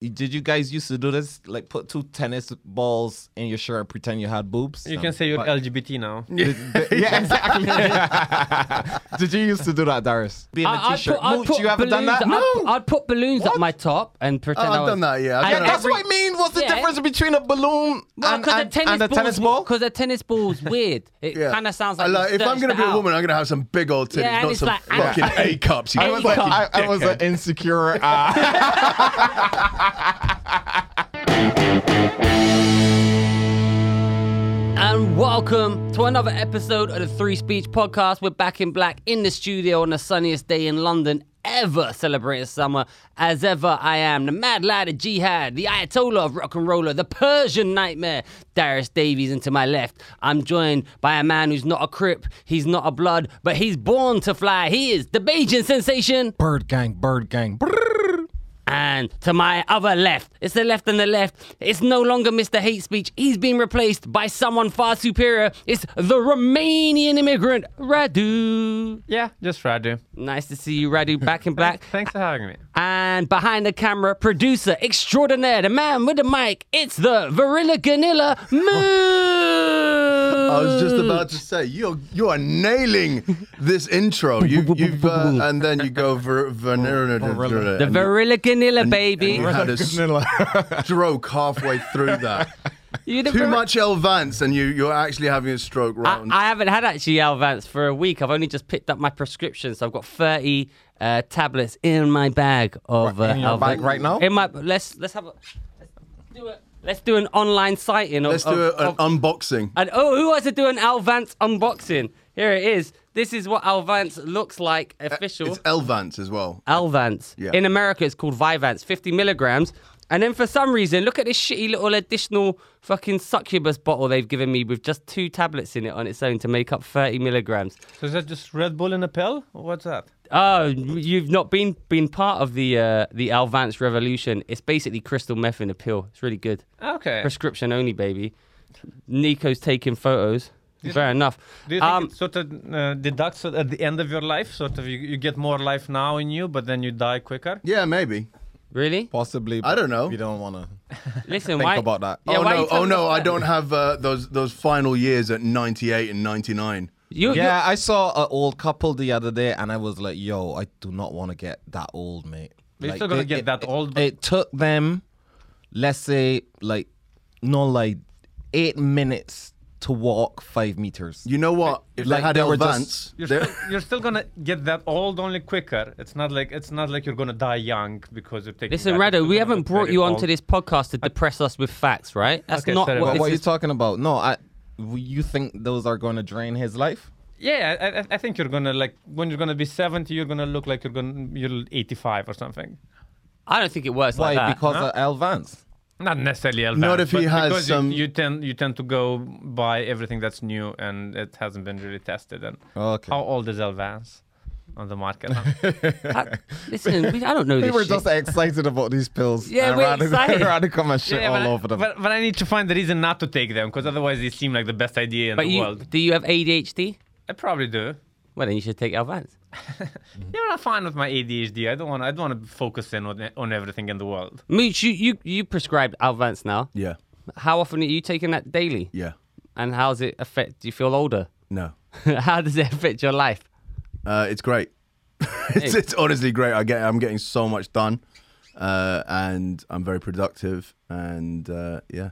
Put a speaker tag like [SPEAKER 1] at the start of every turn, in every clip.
[SPEAKER 1] Did you guys used to do this? Like put two tennis balls in your shirt and pretend you had boobs?
[SPEAKER 2] You can say you're LGBT now.
[SPEAKER 1] yeah, exactly. Did you used to do that, Darius? Be in a
[SPEAKER 3] I- I'd
[SPEAKER 1] t-shirt.
[SPEAKER 3] put- I'd
[SPEAKER 1] Mooch,
[SPEAKER 3] put
[SPEAKER 1] you ever done
[SPEAKER 3] balloons-
[SPEAKER 1] that?
[SPEAKER 3] I'd put- I'd put balloons up
[SPEAKER 1] What?
[SPEAKER 3] my top and pretend
[SPEAKER 4] Oh, I've
[SPEAKER 3] I was.
[SPEAKER 4] done that, yeah. I've
[SPEAKER 3] I-
[SPEAKER 4] done
[SPEAKER 1] Yeah, that's
[SPEAKER 3] every-
[SPEAKER 1] what I mean. What's the
[SPEAKER 3] Yeah.
[SPEAKER 1] difference between a balloon
[SPEAKER 3] Well,
[SPEAKER 1] and,
[SPEAKER 3] 'cause
[SPEAKER 1] and, and a tennis ball?
[SPEAKER 3] Because the tennis ball's weird. It
[SPEAKER 4] Yeah.
[SPEAKER 3] kind of sounds
[SPEAKER 4] I
[SPEAKER 3] like. you
[SPEAKER 4] if I'm
[SPEAKER 3] stretched
[SPEAKER 4] gonna
[SPEAKER 3] it
[SPEAKER 4] be a
[SPEAKER 3] out.
[SPEAKER 4] woman, I'm gonna have some big old titties,
[SPEAKER 3] Yeah, and
[SPEAKER 4] not
[SPEAKER 3] it's
[SPEAKER 4] some
[SPEAKER 3] like-
[SPEAKER 4] fucking
[SPEAKER 3] Yeah.
[SPEAKER 4] A cups. You
[SPEAKER 1] I was, a,
[SPEAKER 4] fucking
[SPEAKER 1] I, I was an
[SPEAKER 4] dickhead.
[SPEAKER 1] insecure. Uh,
[SPEAKER 3] And welcome to another episode of the Three Speech Podcast. We're back in black in the studio on the sunniest day in London ever celebrating summer. As ever, I am the mad lad of jihad, the Ayatollah of rock and roller, the Persian nightmare, Darius Davies. And to my left, I'm joined by a man who's not a crip, he's not a blood, but he's born to fly. He is the Bajan sensation.
[SPEAKER 1] bird gang, bird gang. Brrr.
[SPEAKER 3] And to my other left, it's the left and the left. It's no longer Mr. Hate Speech. He's been replaced by someone far superior. It's the Romanian immigrant, Radu.
[SPEAKER 2] Yeah, just Radu.
[SPEAKER 3] Nice to see you, Radu, back in black.
[SPEAKER 2] Thanks for having me.
[SPEAKER 3] And behind the camera, producer extraordinaire, the man with the mic, it's the Varilla Ganilla Moo.
[SPEAKER 4] I was just about to say you're you are nailing this intro. You you've uh, and then you go ver, vanilla.
[SPEAKER 3] The
[SPEAKER 4] and
[SPEAKER 3] Varilla Ganilla,
[SPEAKER 4] you-
[SPEAKER 3] baby.
[SPEAKER 4] you had a stroke halfway through that.
[SPEAKER 3] You the
[SPEAKER 4] Too
[SPEAKER 3] Var-
[SPEAKER 4] much El Vance, and you you're actually having a stroke
[SPEAKER 3] I,
[SPEAKER 4] round.
[SPEAKER 3] I haven't had actually Alvance for a week. I've only just picked up my prescription, so I've got thirty uh, tablets in my bag of uh,
[SPEAKER 1] Right, in your
[SPEAKER 3] Alvance.
[SPEAKER 1] bag right now?
[SPEAKER 3] In my let's let's have a let's do it. Let's do an online sighting. Of,
[SPEAKER 4] Let's do
[SPEAKER 3] of-
[SPEAKER 4] a, an
[SPEAKER 3] of-
[SPEAKER 4] unboxing.
[SPEAKER 3] and- oh, who wants to do an Alvance unboxing? Here it is. This is what Alvance looks like.
[SPEAKER 1] Uh,
[SPEAKER 3] Official
[SPEAKER 4] It's El Vance as well.
[SPEAKER 3] Alvance.
[SPEAKER 4] Yeah.
[SPEAKER 3] In America, it's called Vivance, fifty milligrams. And then for some reason, look at this shitty little additional fucking succubus bottle they've given me with just two tablets in it on its own to make up 30 milligrams.
[SPEAKER 2] So is that just Red Bull in a pill? Or What's that?
[SPEAKER 3] Oh, you've not been been part of the uh, the Alvance revolution. It's basically crystal meth in a pill. It's really good.
[SPEAKER 2] Okay.
[SPEAKER 3] Prescription only, baby. Nico's taking photos. Fair enough.
[SPEAKER 2] Do you think
[SPEAKER 3] Um,
[SPEAKER 2] it sort of uh, deducts at the end of your life? Sort of you, you get more life now in you, but then you die quicker?
[SPEAKER 4] Yeah, maybe.
[SPEAKER 3] really?
[SPEAKER 1] Possibly.
[SPEAKER 4] I don't know.
[SPEAKER 1] You don't want to.
[SPEAKER 3] Listen,
[SPEAKER 1] Think
[SPEAKER 3] why
[SPEAKER 1] about that.
[SPEAKER 3] Yeah,
[SPEAKER 4] oh
[SPEAKER 3] why you
[SPEAKER 4] no! Oh
[SPEAKER 3] telling
[SPEAKER 4] no!
[SPEAKER 3] us
[SPEAKER 4] I
[SPEAKER 3] that?
[SPEAKER 4] don't have uh, those those final years at 98 and 99.
[SPEAKER 3] You, you-
[SPEAKER 1] Yeah, I saw an old couple the other day, and I was like, "Yo, I do not want to get that old, mate."
[SPEAKER 2] You're
[SPEAKER 1] Like,
[SPEAKER 2] still gonna
[SPEAKER 1] it-
[SPEAKER 2] get
[SPEAKER 1] it-
[SPEAKER 2] that old, but-
[SPEAKER 1] It took them, let's say, like, no, like, eight minutes to walk five meters.
[SPEAKER 4] You know what? If
[SPEAKER 1] Like,
[SPEAKER 4] they had
[SPEAKER 1] they
[SPEAKER 4] El
[SPEAKER 1] were just-
[SPEAKER 4] Vance,
[SPEAKER 2] You're
[SPEAKER 4] they-
[SPEAKER 2] still, you're still gonna get that old, only quicker. It's not like it's not like you're gonna die young because you're taking.
[SPEAKER 3] Listen,
[SPEAKER 2] that. You're
[SPEAKER 3] Rado,
[SPEAKER 2] still
[SPEAKER 3] we
[SPEAKER 2] gonna
[SPEAKER 3] haven't
[SPEAKER 2] look
[SPEAKER 3] brought
[SPEAKER 2] very
[SPEAKER 3] you
[SPEAKER 2] old.
[SPEAKER 3] onto this podcast to depress us with facts, right? That's
[SPEAKER 2] Okay,
[SPEAKER 3] not
[SPEAKER 2] sorry
[SPEAKER 3] what
[SPEAKER 1] But
[SPEAKER 2] about
[SPEAKER 3] this
[SPEAKER 1] what are you
[SPEAKER 3] is-
[SPEAKER 1] talking about? No, I. You think those are going to drain his life?
[SPEAKER 2] Yeah, I, I- I think you're gonna like when you're gonna be 70, you're gonna look like you're gonna you're 85 or something.
[SPEAKER 3] I don't think it works
[SPEAKER 1] Why?
[SPEAKER 3] like that.
[SPEAKER 1] because of Al Vance.
[SPEAKER 2] Not necessarily advanced,
[SPEAKER 4] Not if he
[SPEAKER 2] but
[SPEAKER 4] has
[SPEAKER 2] because you-
[SPEAKER 4] some-
[SPEAKER 2] You, tend you tend to go by everything that's new and it hasn't been really tested. And
[SPEAKER 1] Okay.
[SPEAKER 2] how old is Elvance on the market? now?
[SPEAKER 3] I- listen, we- I don't know
[SPEAKER 1] We
[SPEAKER 3] this
[SPEAKER 1] were
[SPEAKER 3] shit.
[SPEAKER 1] just excited about these pills.
[SPEAKER 3] Yeah,
[SPEAKER 1] and
[SPEAKER 3] we're
[SPEAKER 1] rather,
[SPEAKER 3] excited.
[SPEAKER 1] rather come and shit
[SPEAKER 2] Yeah,
[SPEAKER 1] all
[SPEAKER 2] but, I-
[SPEAKER 1] over them.
[SPEAKER 2] But, but I need to find the reason not to take them because otherwise they seem like the best idea in
[SPEAKER 3] But
[SPEAKER 2] the
[SPEAKER 3] you,
[SPEAKER 2] world.
[SPEAKER 3] do you have ADHD?
[SPEAKER 2] I probably do.
[SPEAKER 3] Well, then you should take Alvance.
[SPEAKER 2] Yeah, but I'm fine with my ADHD. I don't want. I don't want to focus in on, on everything in the world.
[SPEAKER 3] Mooch, you, you, you prescribed Alvance now.
[SPEAKER 4] yeah,
[SPEAKER 3] How often are you taking that daily?
[SPEAKER 4] yeah,
[SPEAKER 3] And how does it affect? Do you feel older?
[SPEAKER 4] no,
[SPEAKER 3] how does it affect your life?
[SPEAKER 4] uh, it's great. it's, it's honestly great. I get, I'm getting so much done, uh, and I'm very productive, and uh, yeah,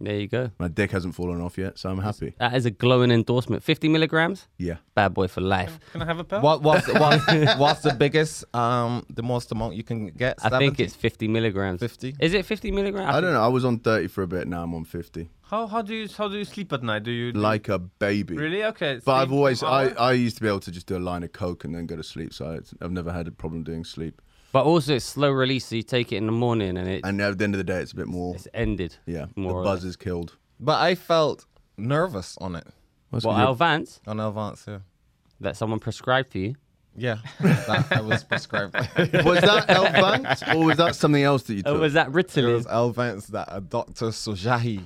[SPEAKER 3] There you go.
[SPEAKER 4] my dick hasn't fallen off yet, so I'm happy.
[SPEAKER 3] That is a glowing endorsement. 50 milligrams?
[SPEAKER 4] Yeah,
[SPEAKER 3] Bad boy for life.
[SPEAKER 2] Can I have a pill?
[SPEAKER 1] What what's, what's, what's the biggest um the most amount you can get?
[SPEAKER 3] I think
[SPEAKER 1] 70?
[SPEAKER 3] it's 50 milligrams.
[SPEAKER 1] 50?
[SPEAKER 3] Is it 50 milligrams?
[SPEAKER 4] I don't know. I was on 30 for a bit. Now I'm on 50,
[SPEAKER 2] How how do you how do you sleep at night? Do you do you-
[SPEAKER 4] like a baby.
[SPEAKER 2] really okay?
[SPEAKER 4] But I've
[SPEAKER 2] sleep
[SPEAKER 4] always, I,
[SPEAKER 2] hour?
[SPEAKER 4] I used to be able to just do a line of coke and then go to sleep. So I- I've never had a problem doing sleep.
[SPEAKER 3] But also, it's slow release, so you take it in the morning and it,
[SPEAKER 4] And at the end of the day, it's a bit more.
[SPEAKER 3] it's ended.
[SPEAKER 4] Yeah,
[SPEAKER 3] More
[SPEAKER 4] the
[SPEAKER 3] or
[SPEAKER 4] buzz
[SPEAKER 3] less.
[SPEAKER 4] is killed.
[SPEAKER 1] But I felt nervous on it
[SPEAKER 4] What's
[SPEAKER 3] Well,
[SPEAKER 4] your-
[SPEAKER 3] Alvance,
[SPEAKER 1] on Avance. Yeah,
[SPEAKER 3] that someone prescribed to you.
[SPEAKER 1] yeah, that, I was prescribed. it
[SPEAKER 4] was that El Vance or was that something else that you
[SPEAKER 3] Oh,
[SPEAKER 4] took?
[SPEAKER 3] was that Ritalin?
[SPEAKER 1] was Alvance that a Doctor Sujahi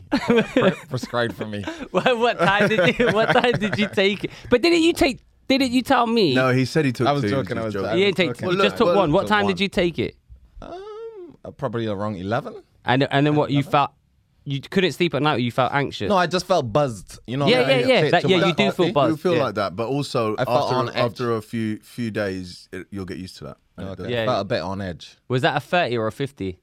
[SPEAKER 1] pre- prescribed for me.
[SPEAKER 3] what, what time did you? What time did you take it? But didn't you take? Didn't you tell me?
[SPEAKER 4] no, he said he took.
[SPEAKER 1] I was
[SPEAKER 4] two, he
[SPEAKER 1] joking, I was
[SPEAKER 3] you didn't
[SPEAKER 1] I'm
[SPEAKER 3] take.
[SPEAKER 1] joking.
[SPEAKER 3] You
[SPEAKER 1] Well,
[SPEAKER 3] just
[SPEAKER 4] look,
[SPEAKER 3] took
[SPEAKER 4] well,
[SPEAKER 3] one. What
[SPEAKER 4] took
[SPEAKER 3] time
[SPEAKER 4] one.
[SPEAKER 3] did you take it?
[SPEAKER 1] Um, uh, probably around eleven.
[SPEAKER 3] And and then what you felt? You couldn't sleep at night. Or you felt anxious.
[SPEAKER 1] No, I just felt buzzed. You know.
[SPEAKER 3] Yeah,
[SPEAKER 1] like,
[SPEAKER 3] yeah,
[SPEAKER 1] I
[SPEAKER 3] yeah,
[SPEAKER 1] take
[SPEAKER 3] that-
[SPEAKER 1] too
[SPEAKER 3] yeah,
[SPEAKER 1] much
[SPEAKER 3] you do feel
[SPEAKER 1] coffee.
[SPEAKER 3] buzzed.
[SPEAKER 4] You feel
[SPEAKER 3] Yeah.
[SPEAKER 4] like that, but also
[SPEAKER 1] I felt on
[SPEAKER 4] after,
[SPEAKER 1] edge.
[SPEAKER 4] after a few few days, it, you'll get used to that. And it
[SPEAKER 1] Okay.
[SPEAKER 4] does.
[SPEAKER 3] Yeah.
[SPEAKER 1] I felt a bit on edge.
[SPEAKER 3] Was that a thirty or a fifty?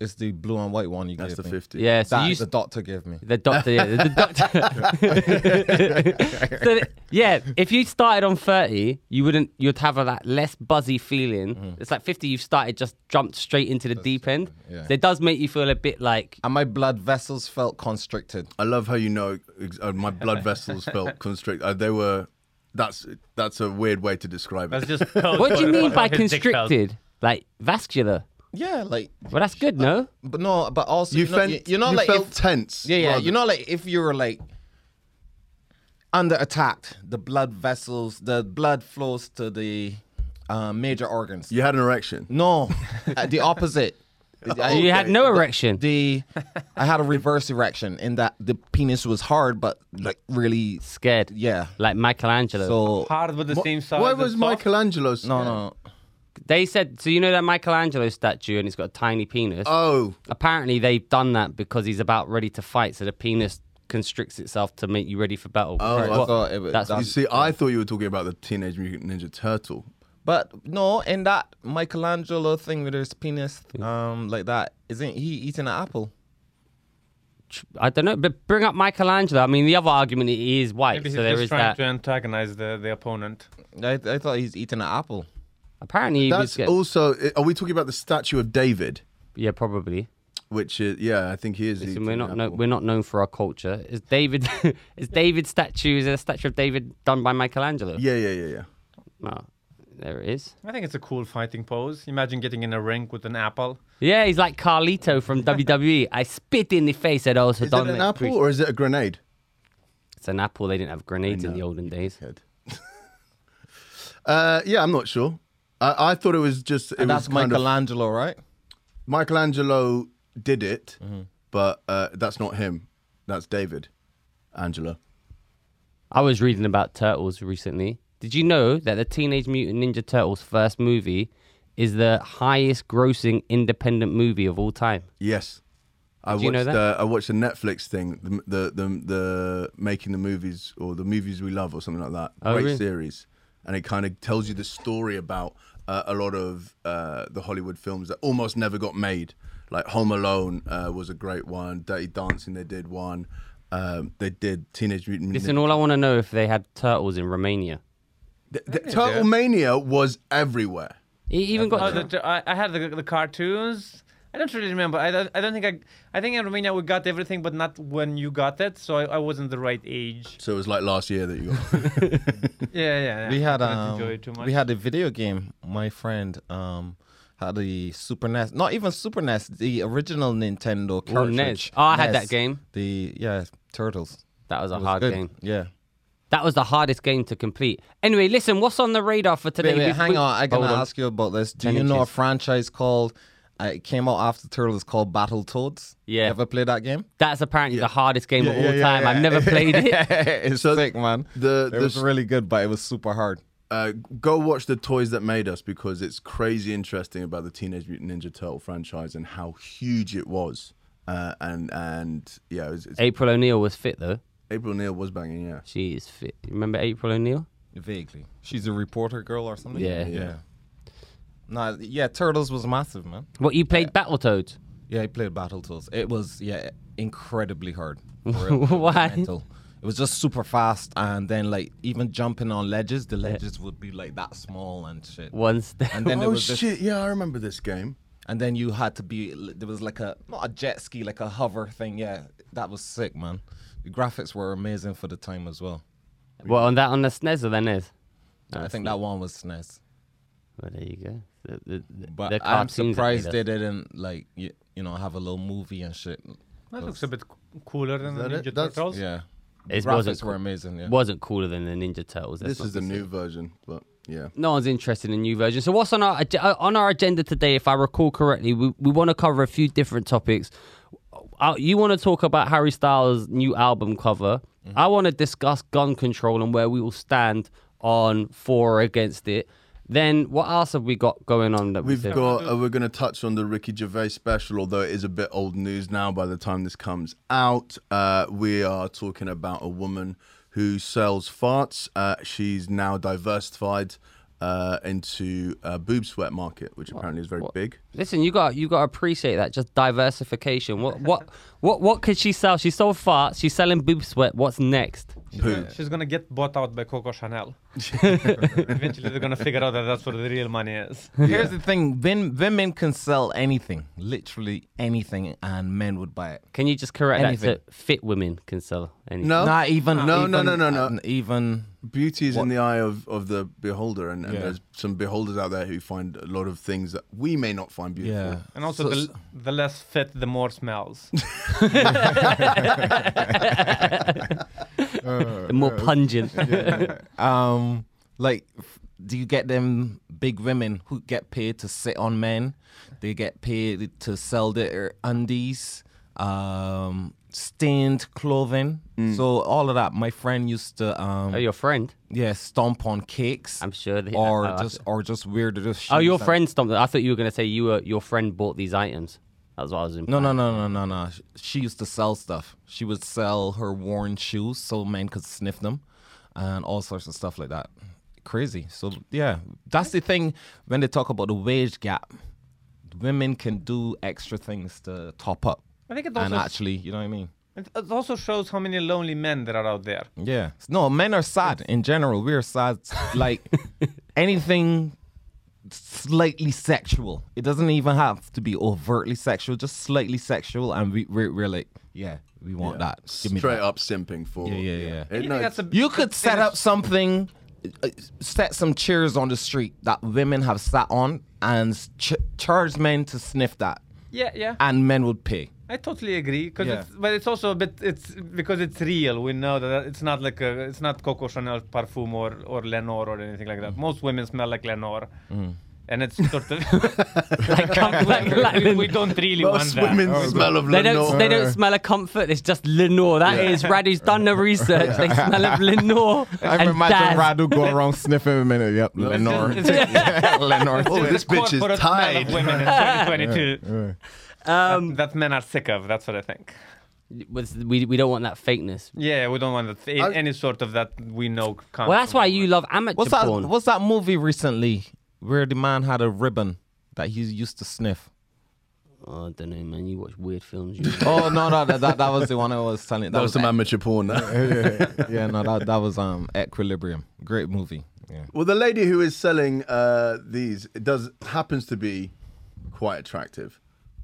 [SPEAKER 1] It's the blue and white one you
[SPEAKER 4] That's
[SPEAKER 1] gave
[SPEAKER 4] the
[SPEAKER 1] me.
[SPEAKER 4] fifty.
[SPEAKER 3] Yeah. So
[SPEAKER 1] That
[SPEAKER 3] you
[SPEAKER 1] the doctor gave me.
[SPEAKER 3] The doctor, yeah, the doctor. so, th- yeah, if you started on 30, you wouldn't, you'd have a like, less buzzy feeling.
[SPEAKER 1] Mm.
[SPEAKER 3] It's like 50, you've started, just jumped straight into the deep end.
[SPEAKER 1] yeah.
[SPEAKER 3] So it does make you feel a bit like,
[SPEAKER 1] And my blood vessels felt constricted.
[SPEAKER 4] I love how you know ex- uh, my blood vessels felt constrict. Uh, they were. That's that's a weird way to describe
[SPEAKER 2] That's
[SPEAKER 4] it.
[SPEAKER 2] just
[SPEAKER 3] what do you mean by constricted? Like vascular.
[SPEAKER 1] Yeah, like,
[SPEAKER 3] Well, that's good, no?
[SPEAKER 1] but no, but also
[SPEAKER 4] You,
[SPEAKER 1] you know,
[SPEAKER 4] felt,
[SPEAKER 1] you, you know,
[SPEAKER 4] you
[SPEAKER 1] like
[SPEAKER 4] felt
[SPEAKER 1] if-
[SPEAKER 4] tense.
[SPEAKER 1] yeah, yeah,
[SPEAKER 4] rather-
[SPEAKER 1] you know, like if you were like under attacked, the blood vessels, the blood flows to the uh, major organs.
[SPEAKER 4] you had an erection.
[SPEAKER 1] No, uh, the opposite. I-
[SPEAKER 4] Oh.
[SPEAKER 3] You had no erection.
[SPEAKER 1] Uh, the I had a reverse erection in that the penis was hard, but like really,
[SPEAKER 3] Scared.
[SPEAKER 1] yeah.
[SPEAKER 3] Like Michelangelo.
[SPEAKER 1] So
[SPEAKER 2] Hard with the same size.
[SPEAKER 4] Why
[SPEAKER 2] and
[SPEAKER 4] was
[SPEAKER 2] soft?
[SPEAKER 4] Michelangelo?
[SPEAKER 1] no, no,
[SPEAKER 3] they said, so you know that Michelangelo statue and it's got a tiny penis?
[SPEAKER 4] Oh,
[SPEAKER 3] Apparently, they've done that because he's about ready to fight, so the penis constricts itself to make you ready for battle.
[SPEAKER 4] Oh, I
[SPEAKER 1] thought it was-
[SPEAKER 3] that's
[SPEAKER 4] you see, I thought you were talking about the Teenage Mutant Ninja Turtle.
[SPEAKER 1] but no, in that Michelangelo thing with his penis,
[SPEAKER 4] Mm.
[SPEAKER 1] um, like that, isn't he eating an apple?
[SPEAKER 3] I don't know, but bring up Michelangelo. I mean, the other argument he is white,
[SPEAKER 2] Maybe he's
[SPEAKER 3] so there
[SPEAKER 2] just
[SPEAKER 3] is
[SPEAKER 2] trying
[SPEAKER 3] that.
[SPEAKER 2] to antagonize the, the opponent.
[SPEAKER 1] I, I thought he's eating an apple.
[SPEAKER 3] Apparently, he was
[SPEAKER 4] That's
[SPEAKER 3] get-
[SPEAKER 4] also. Are we talking about the statue of David?
[SPEAKER 3] yeah, probably.
[SPEAKER 4] Which is yeah, I think he is.
[SPEAKER 3] Listen,
[SPEAKER 4] eating
[SPEAKER 3] we're not no,
[SPEAKER 4] apple.
[SPEAKER 3] we're not known for our culture. Is David is David statue is there a statue of David done by Michelangelo?
[SPEAKER 4] Yeah, yeah, yeah, yeah.
[SPEAKER 3] No, there it is.
[SPEAKER 2] I think it's a cool fighting pose. Imagine getting in a ring with an apple.
[SPEAKER 3] Yeah, he's like Carlito from WWE. I spit in the face at those who
[SPEAKER 4] Is it
[SPEAKER 3] don't
[SPEAKER 4] an
[SPEAKER 3] make
[SPEAKER 4] apple
[SPEAKER 3] priests.
[SPEAKER 4] or is it a grenade?
[SPEAKER 3] It's an apple. They didn't have grenades in the olden days.
[SPEAKER 4] Uh, yeah, I'm not sure. I, I thought it was just. It
[SPEAKER 1] And
[SPEAKER 4] was
[SPEAKER 1] that's
[SPEAKER 4] kind of-
[SPEAKER 1] Michelangelo, right?
[SPEAKER 4] Michelangelo did it,
[SPEAKER 1] Mm-hmm.
[SPEAKER 4] but uh, that's not him. That's David, Angelo.
[SPEAKER 3] I was reading about turtles recently. Did you know that the Teenage Mutant Ninja Turtles first movie is the highest grossing independent movie of all time?
[SPEAKER 4] Yes, I
[SPEAKER 3] Did
[SPEAKER 4] watched.
[SPEAKER 3] you know that?
[SPEAKER 4] Uh, I watched a Netflix thing, the, the the the making the movies or the movies we love or something like that.
[SPEAKER 3] Oh,
[SPEAKER 4] Great
[SPEAKER 3] really?
[SPEAKER 4] series, and it kind of tells you the story about uh, a lot of uh, the Hollywood films that almost never got made. Like Home Alone uh, was a great one. Dirty Dancing, they did one. Um, they did Teenage Mutant.
[SPEAKER 3] Listen, all I want to know if they had turtles in Romania.
[SPEAKER 4] Th- th- Turtle Mania was everywhere.
[SPEAKER 3] It even
[SPEAKER 2] Oh,
[SPEAKER 3] got
[SPEAKER 2] the, the- I, I had the, the cartoons. I don't really remember. I don't, I don't think I. I think in Romania we got everything, but not when you got it. So I, I wasn't the right age.
[SPEAKER 4] So it was like last year that you got.
[SPEAKER 2] Yeah, yeah. yeah.
[SPEAKER 1] We had
[SPEAKER 2] I didn't
[SPEAKER 1] um,
[SPEAKER 2] enjoy it too much.
[SPEAKER 1] we had a video game. My friend um had the Super NES, not even Super NES, the original Nintendo cartridge.
[SPEAKER 3] NES. Oh, I had
[SPEAKER 1] NES.
[SPEAKER 3] that game.
[SPEAKER 1] The yeah, Turtles.
[SPEAKER 3] that was a
[SPEAKER 1] It was
[SPEAKER 3] hard
[SPEAKER 1] good.
[SPEAKER 3] game.
[SPEAKER 1] Yeah.
[SPEAKER 3] That was the hardest game to complete. Anyway, listen, what's on the radar for today?
[SPEAKER 1] Wait, wait,
[SPEAKER 3] We-
[SPEAKER 1] hang
[SPEAKER 3] we-
[SPEAKER 1] on. I gotta
[SPEAKER 3] Hold on.
[SPEAKER 1] ask you about this. Do
[SPEAKER 3] Ten
[SPEAKER 1] you know a
[SPEAKER 3] inches.
[SPEAKER 1] franchise called? Uh, it came out after Turtles called Battle Toads.
[SPEAKER 3] Yeah.
[SPEAKER 1] Ever play that game?
[SPEAKER 3] That's apparently the hardest game of
[SPEAKER 4] Yeah,
[SPEAKER 3] all
[SPEAKER 4] yeah, yeah,
[SPEAKER 3] time. I've
[SPEAKER 4] yeah.
[SPEAKER 3] never played it.
[SPEAKER 1] it's
[SPEAKER 4] So
[SPEAKER 1] sick, man.
[SPEAKER 4] the-
[SPEAKER 1] it
[SPEAKER 4] the
[SPEAKER 1] was
[SPEAKER 4] s-
[SPEAKER 1] really good, but it was super hard.
[SPEAKER 4] uh, go watch the toys that made us because it's crazy interesting about the Teenage Mutant Ninja Turtle franchise and how huge it was. Uh, and and yeah, it was, it's,
[SPEAKER 3] April O'Neil was fit though.
[SPEAKER 4] April O'Neil was banging. Yeah,
[SPEAKER 3] She is fit. Remember April O'Neil?
[SPEAKER 1] Vaguely. She's a reporter girl or something.
[SPEAKER 3] Yeah. Yeah.
[SPEAKER 1] Yeah. Nah, yeah, Turtles was massive, man.
[SPEAKER 3] What you played Battletoads?
[SPEAKER 1] Yeah, I played Battletoads. It was yeah, incredibly hard.
[SPEAKER 3] Why?
[SPEAKER 1] Why? It was just super fast, and then like even jumping on ledges, the ledges would be like that small and shit.
[SPEAKER 3] One step.
[SPEAKER 1] And then there
[SPEAKER 4] oh
[SPEAKER 1] was this,
[SPEAKER 4] shit! Yeah, I remember this game.
[SPEAKER 1] and then you had to be there was like a not a jet ski, like a hover thing. Yeah, that was sick, man. The graphics were amazing for the time as well.
[SPEAKER 3] Well, on that on the SNES or the NES?
[SPEAKER 1] I think that one was E SNES,
[SPEAKER 3] Well, there you go. The, the, the,
[SPEAKER 1] but
[SPEAKER 3] the
[SPEAKER 1] I'm
[SPEAKER 3] cartoons that made
[SPEAKER 1] surprised
[SPEAKER 3] us.
[SPEAKER 1] they didn't like you, you know have a little movie and shit.
[SPEAKER 2] That looks a bit c- cooler than the
[SPEAKER 4] that it?
[SPEAKER 2] Ninja
[SPEAKER 4] That's-
[SPEAKER 2] Turtles.
[SPEAKER 1] Yeah,
[SPEAKER 3] It wasn't
[SPEAKER 1] graphics were
[SPEAKER 3] cool.
[SPEAKER 1] amazing. Yeah.
[SPEAKER 3] wasn't cooler than the Ninja Turtles.
[SPEAKER 4] this is the new version, but yeah.
[SPEAKER 3] No one's interested in new version. So what's on our ag- uh, on our agenda today? If I recall correctly, we we want to cover a few different topics. Uh, you want to talk about Harry Styles' new album cover. I want to discuss gun control and where we will stand on for or against it. Then what else have we got going on? That we
[SPEAKER 4] We've
[SPEAKER 3] did?
[SPEAKER 4] got. Uh, we're going to touch on the Ricky Gervais special, although it is a bit old news now. By the time this comes out, uh, we are talking about a woman who sells farts. Uh, she's now diversified uh, into a boob sweat market, which apparently is very big.
[SPEAKER 3] Listen, you got you got to appreciate that. Just diversification. What what what what could she sell? She sold farts. She's selling boob sweat. What's next?
[SPEAKER 4] Poo.
[SPEAKER 2] She's gonna get bought out by Coco Chanel. Eventually, they're gonna figure out that that's where the real money is.
[SPEAKER 1] Here's the thing: Ven- women can sell anything, literally anything, and men would buy it.
[SPEAKER 3] Can you just correct
[SPEAKER 1] Anything.
[SPEAKER 3] that to fit women can sell anything?
[SPEAKER 4] No,
[SPEAKER 1] Not even.
[SPEAKER 4] No,
[SPEAKER 1] even,
[SPEAKER 4] no, no, no, no.
[SPEAKER 1] uh, Even.
[SPEAKER 4] beauty is in the eye of, of the beholder, and, and
[SPEAKER 1] Yeah.
[SPEAKER 4] there's some beholders out there who find a lot of things that we may not find beautiful.
[SPEAKER 1] Yeah.
[SPEAKER 2] And also,
[SPEAKER 1] So-
[SPEAKER 2] the, the less fit, the more smells.
[SPEAKER 3] The more pungent.
[SPEAKER 1] um like f- do you get them big women who get paid to sit on men they get paid to sell their undies um stained clothing
[SPEAKER 2] Mm.
[SPEAKER 1] so all of that my friend used to um
[SPEAKER 3] oh, your friend.
[SPEAKER 1] yeah stomp on cakes
[SPEAKER 3] I'm sure they-
[SPEAKER 1] or
[SPEAKER 3] oh, I
[SPEAKER 1] just or just weirder just
[SPEAKER 3] Oh, your
[SPEAKER 1] shoes that-
[SPEAKER 3] friend stomped. it. I thought you were gonna say you were your friend bought these items. That's what I was. Implying.
[SPEAKER 1] no no no no no no Sh- she used to sell stuff she would sell her worn shoes so men could sniff them and all sorts of stuff like that crazy so yeah that's the thing when they talk about the wage gap women can do extra things to top up
[SPEAKER 2] I think it
[SPEAKER 1] and
[SPEAKER 2] also
[SPEAKER 1] actually you know what i mean
[SPEAKER 2] it it also shows how many lonely men there are out there.
[SPEAKER 1] yeah no men are sad in general we're sad like anything slightly sexual it doesn't even have to be overtly sexual just slightly sexual and we, we're, we're like yeah we want that Give me
[SPEAKER 4] Straight
[SPEAKER 1] that.
[SPEAKER 4] up simping for
[SPEAKER 1] Yeah, yeah, yeah.
[SPEAKER 4] It-
[SPEAKER 2] You
[SPEAKER 4] no,
[SPEAKER 2] think that's
[SPEAKER 4] it's-
[SPEAKER 2] a-
[SPEAKER 1] You could set up something, uh, set some chairs on the street that women have sat on, and ch- charge men to sniff that,
[SPEAKER 2] Yeah, yeah.
[SPEAKER 1] and men would pay.
[SPEAKER 2] I totally agree. Cause
[SPEAKER 1] Yeah.
[SPEAKER 2] it's, but it's also a bit. It's because it's real. We know that it's not like a, it's not Coco Chanel perfume or or Lenore or anything like that. Most women smell like Lenore. And it's sort of like,
[SPEAKER 3] like- like-
[SPEAKER 2] we, we don't really want
[SPEAKER 4] Most
[SPEAKER 2] that.
[SPEAKER 4] women smell of
[SPEAKER 3] They don't.
[SPEAKER 4] Lenore.
[SPEAKER 3] They don't smell of comfort. It's just Lenore. That is. Radu's done the research. They smell of Lenore and Daz.
[SPEAKER 1] Radu go around sniffing a minute. Yep, Lenore.
[SPEAKER 2] It's just-
[SPEAKER 1] Lenore.
[SPEAKER 4] Oh, this bitch is
[SPEAKER 2] corporate smell of
[SPEAKER 4] tied.
[SPEAKER 2] Women in 2022.
[SPEAKER 3] Um,
[SPEAKER 2] that, that men are sick of. That's what I think.
[SPEAKER 3] Was- We we don't want that fakeness.
[SPEAKER 2] Yeah, we don't want that, a-
[SPEAKER 4] I-
[SPEAKER 2] any sort of that we know. Comes
[SPEAKER 3] Well, that's
[SPEAKER 2] from
[SPEAKER 3] why
[SPEAKER 2] women.
[SPEAKER 3] you love amateur
[SPEAKER 1] What's that?
[SPEAKER 3] porn.
[SPEAKER 1] What's that movie recently where the man had a ribbon that he used to sniff?
[SPEAKER 3] Oh, I don't know, man. You watch weird films. You
[SPEAKER 1] Oh no, no, that, that, that was the one I was telling. That,
[SPEAKER 4] That was some amateur porn.
[SPEAKER 1] yeah, no, that, that was um Equilibrium. Great movie. Yeah.
[SPEAKER 4] well, the lady who is selling uh, these it does happens to be quite attractive.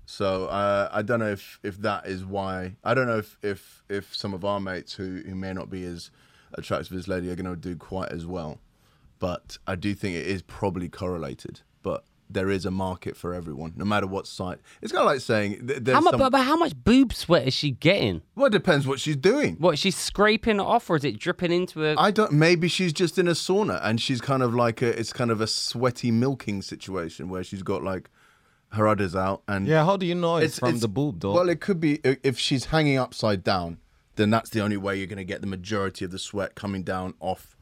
[SPEAKER 4] So uh, I don't know if, if that is why. I don't know if, if, if some of our mates who, who may not be as attractive as lady are going to do quite as well. But I do think it is probably correlated. But there is a market for everyone, no matter what site. It's kind of like saying th- there's
[SPEAKER 3] How much,
[SPEAKER 4] some-
[SPEAKER 3] but, but how much boob sweat is she getting?
[SPEAKER 4] well, it depends what she's doing.
[SPEAKER 3] What, she's scraping it off or is it dripping into her?
[SPEAKER 4] I don't. Maybe she's just in a sauna and she's kind of like a. It's kind of a sweaty milking situation where she's got like her udders out and
[SPEAKER 1] Yeah, how do you know it's, from the boob, though?
[SPEAKER 4] Well, it could be i- if she's hanging upside down, then that's the only way you're going to get the majority of the sweat coming down off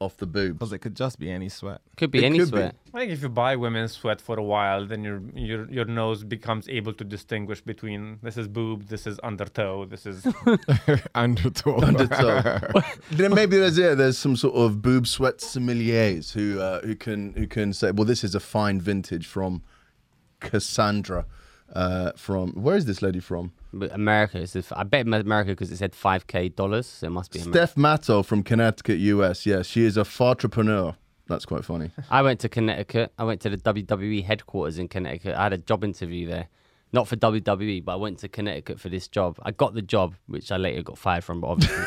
[SPEAKER 4] off the boob.
[SPEAKER 1] Because it could just be any sweat.
[SPEAKER 3] could be
[SPEAKER 4] it
[SPEAKER 3] any
[SPEAKER 4] could be.
[SPEAKER 3] sweat.
[SPEAKER 2] I think if you buy women's sweat for a while, then your your your nose becomes able to distinguish between this is boob, this is undertow, this is
[SPEAKER 1] Undertow.
[SPEAKER 4] Undertow. uh, then maybe there's yeah, there's some sort of boob sweat sommeliers who uh, who can who can say, well, this is a fine vintage from Cassandra. Uh, from where is this lady from?
[SPEAKER 3] But America, is I bet America because it said 5K dollars, so it must be America.
[SPEAKER 4] Steph Matto from Connecticut, US. Yes, she is a fartrepreneur. That's quite funny.
[SPEAKER 3] I went to Connecticut. I went to the WWE headquarters in Connecticut. I had a job interview there. Not for WWE, but I went to Connecticut for this job. I got the job, which I later got fired from, but obviously.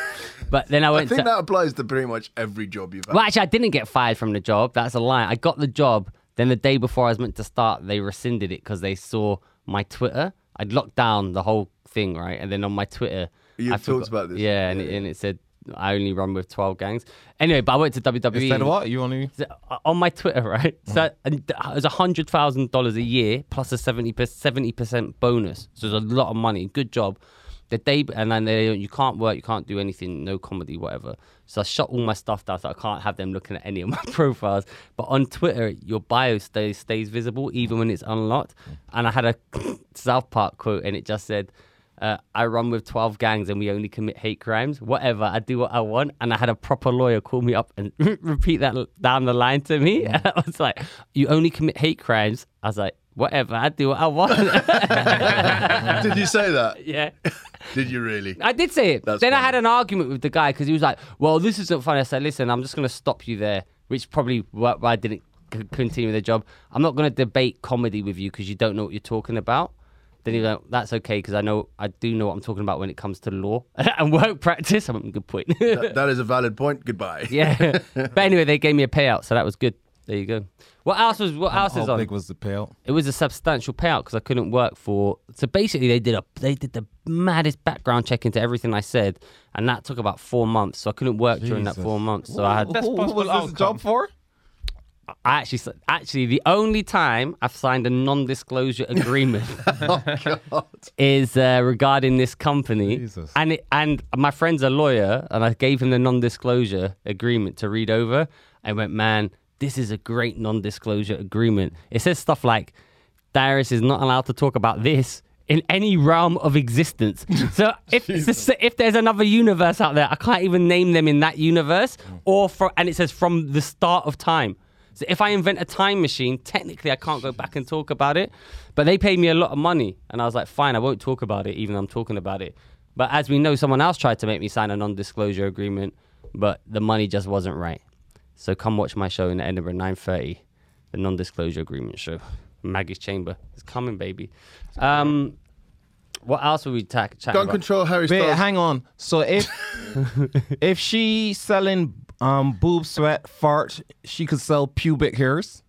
[SPEAKER 3] but then I
[SPEAKER 4] I
[SPEAKER 3] went
[SPEAKER 4] think
[SPEAKER 3] to.
[SPEAKER 4] that applies to pretty much every job you've had.
[SPEAKER 3] Well, actually, I didn't get fired from the job. That's a lie. I got the job. Then the day before I was meant to start, they rescinded it because they saw my Twitter. I'd locked down the whole thing, right? And then on my Twitter,
[SPEAKER 4] You've
[SPEAKER 3] I
[SPEAKER 4] talked about this.
[SPEAKER 3] Yeah, and, It, and it said I only run with twelve gangs. Anyway, but I went to E. WWE.
[SPEAKER 1] Instead of what? You only.
[SPEAKER 3] So, uh, on my Twitter, right? So and th- it was hundred thousand dollars a year plus a seventy percent bonus. So it's a lot of money. Good job. The day b- and then they, you can't work, you can't do anything, no comedy, whatever. So I shut all my stuff down so I can't have them looking at any of my profiles. But on Twitter, your bio stays stays visible even when it's unlocked. And I had a South Park quote and it just said, uh, I run with 12 gangs and we only commit hate crimes. Whatever, I do what I want. And I had a proper lawyer call me up and repeat that l- down the line to me. And I was like, You only commit hate crimes. I was like, Whatever, I do what I want.
[SPEAKER 4] Did you say that?
[SPEAKER 3] yeah.
[SPEAKER 4] Did you really?
[SPEAKER 3] I did say it.
[SPEAKER 4] That's
[SPEAKER 3] then I
[SPEAKER 4] funny.
[SPEAKER 3] had an argument with the guy because he was like, "Well, this isn't funny." I said, "Listen, I'm just going to stop you there," which probably why why I didn't c- continue the job. I'm not going to debate comedy with you because you don't know what you're talking about. Then he was like, "That's okay because I know I do know what I'm talking about when it comes to law and work practice." I'm good point.
[SPEAKER 4] That- that is a valid point. Goodbye.
[SPEAKER 3] yeah, but anyway, they gave me a payout, so that was good. There you go. What else was what else is
[SPEAKER 1] How
[SPEAKER 3] on?
[SPEAKER 1] big was the payout?
[SPEAKER 3] it was a substantial payout because I couldn't work for. So basically, they did a they did the maddest background check into everything I said, and that took about four months. So I couldn't work during that
[SPEAKER 1] Jesus.
[SPEAKER 3] four months. So I had
[SPEAKER 2] Best
[SPEAKER 1] Who- who
[SPEAKER 2] possible
[SPEAKER 1] was this
[SPEAKER 2] outcome.
[SPEAKER 1] job for?
[SPEAKER 3] I actually s- actually the only time I've signed a non-disclosure agreement
[SPEAKER 1] Oh,
[SPEAKER 3] is uh, regarding this company,
[SPEAKER 1] Jesus.
[SPEAKER 3] and it, and my friend's a lawyer, and I gave him the non-disclosure agreement to read over, and went, man, this is a great non-disclosure agreement. It says stuff like, Darius is not allowed to talk about this. In any realm of existence, so if if there's another universe out there, I can't even name them in that universe, or for and it says from the start of time. So if I invent a time machine, technically I can't go back and talk about it. But they paid me a lot of money, and I was like, fine, I won't talk about it, even though I'm talking about it. But as we know, someone else tried to make me sign a non-disclosure agreement, but the money just wasn't right. So come watch my show in Edinburgh, 9:30, the non-disclosure agreement show, Maggie's Chamber. It's coming, baby. Um, what else were we ta- chatting
[SPEAKER 4] Gun
[SPEAKER 3] about?
[SPEAKER 4] control, Harry
[SPEAKER 1] Wait,
[SPEAKER 4] Styles.
[SPEAKER 1] hang on. So if if she selling um boob sweat fart, she could sell pubic hairs.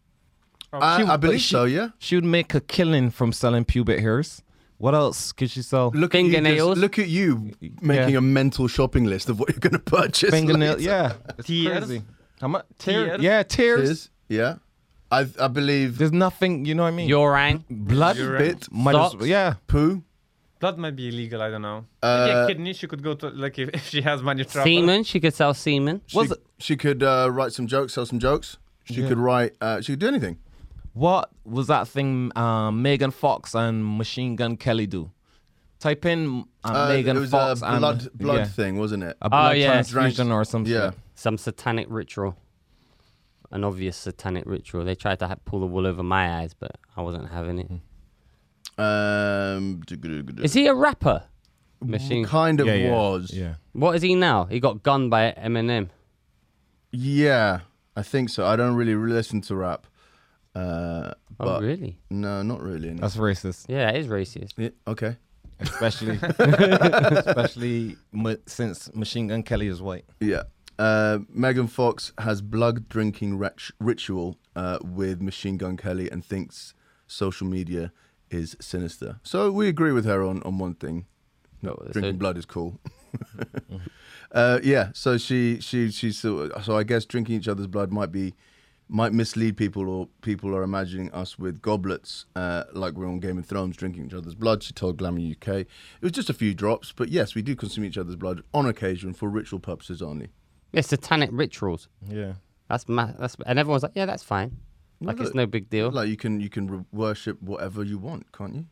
[SPEAKER 4] I,
[SPEAKER 1] She-
[SPEAKER 4] I
[SPEAKER 1] but
[SPEAKER 4] believe
[SPEAKER 1] she-
[SPEAKER 4] so. Yeah.
[SPEAKER 1] She would make a killing from selling pubic hairs. What else could she sell?
[SPEAKER 4] Look at, you just-
[SPEAKER 3] Fingernails.
[SPEAKER 4] look at you making
[SPEAKER 1] Yeah.
[SPEAKER 4] a mental shopping list of what you're going to purchase.
[SPEAKER 1] Fingernail.
[SPEAKER 4] later.
[SPEAKER 1] Yeah. It's
[SPEAKER 2] Tears?
[SPEAKER 1] crazy. How much? Tear-
[SPEAKER 2] Tears?
[SPEAKER 1] Yeah, tears.
[SPEAKER 4] Tears, Yeah. I, I believe
[SPEAKER 1] There's nothing. You know what I mean?
[SPEAKER 3] Your rang.
[SPEAKER 1] blood.
[SPEAKER 4] bit
[SPEAKER 1] Might as-
[SPEAKER 3] Socks.
[SPEAKER 1] yeah.
[SPEAKER 4] poo.
[SPEAKER 2] Blood might be illegal. I don't know.
[SPEAKER 4] Uh,
[SPEAKER 2] Maybe a kidney. She could go to like if, if she has money trouble.
[SPEAKER 3] Semen. She could sell semen.
[SPEAKER 4] She,
[SPEAKER 1] Was it-
[SPEAKER 4] she could uh, write some jokes, sell some jokes. She could write. Uh, she could do anything.
[SPEAKER 1] What was that thing um, Megan Fox and Machine Gun Kelly do? Type in uh,
[SPEAKER 4] Uh,
[SPEAKER 1] Megan
[SPEAKER 4] it was
[SPEAKER 1] Fox
[SPEAKER 4] a blood
[SPEAKER 1] and
[SPEAKER 4] blood
[SPEAKER 1] yeah.
[SPEAKER 4] thing, wasn't it?
[SPEAKER 1] a blood
[SPEAKER 3] Oh, yeah.
[SPEAKER 1] transfusion or something.
[SPEAKER 4] yeah.
[SPEAKER 3] some satanic ritual, an obvious satanic ritual. They tried to ha- pull the wool over my eyes, but I wasn't having
[SPEAKER 4] Hmm.
[SPEAKER 3] it. Is
[SPEAKER 4] Um,
[SPEAKER 3] he a rapper? Machine.
[SPEAKER 4] kind of
[SPEAKER 1] Yeah, yeah,
[SPEAKER 4] was.
[SPEAKER 1] Yeah.
[SPEAKER 3] What is he now? He got gunned by Eminem.
[SPEAKER 4] Yeah, I think so. I don't really listen to rap. Uh,
[SPEAKER 3] Oh,
[SPEAKER 4] but
[SPEAKER 3] really?
[SPEAKER 4] no, not really. no.
[SPEAKER 1] That's racist.
[SPEAKER 3] Yeah, that is racist.
[SPEAKER 4] Yeah, okay.
[SPEAKER 1] especially especially ma- since Machine Gun Kelly is white.
[SPEAKER 4] Yeah. Uh, Megan Fox has blood drinking rit- ritual uh, with Machine Gun Kelly and thinks social media is sinister. So we agree with her on, on one thing.
[SPEAKER 3] No,
[SPEAKER 4] Drinking blood is cool. uh, yeah. So she she she so, so I guess drinking each other's blood might be might mislead people or people are imagining us with goblets uh, like we're on Game of Thrones drinking each other's blood. She told Glamour UK it was just a few drops, but yes, we do consume each other's blood on occasion for ritual purposes only.
[SPEAKER 3] Yeah, satanic rituals.
[SPEAKER 1] Yeah.
[SPEAKER 3] That's ma- that's and everyone's like, yeah, that's fine. Like
[SPEAKER 4] look,
[SPEAKER 3] it's no big deal.
[SPEAKER 4] Like you can you can re- worship whatever you want, can't you?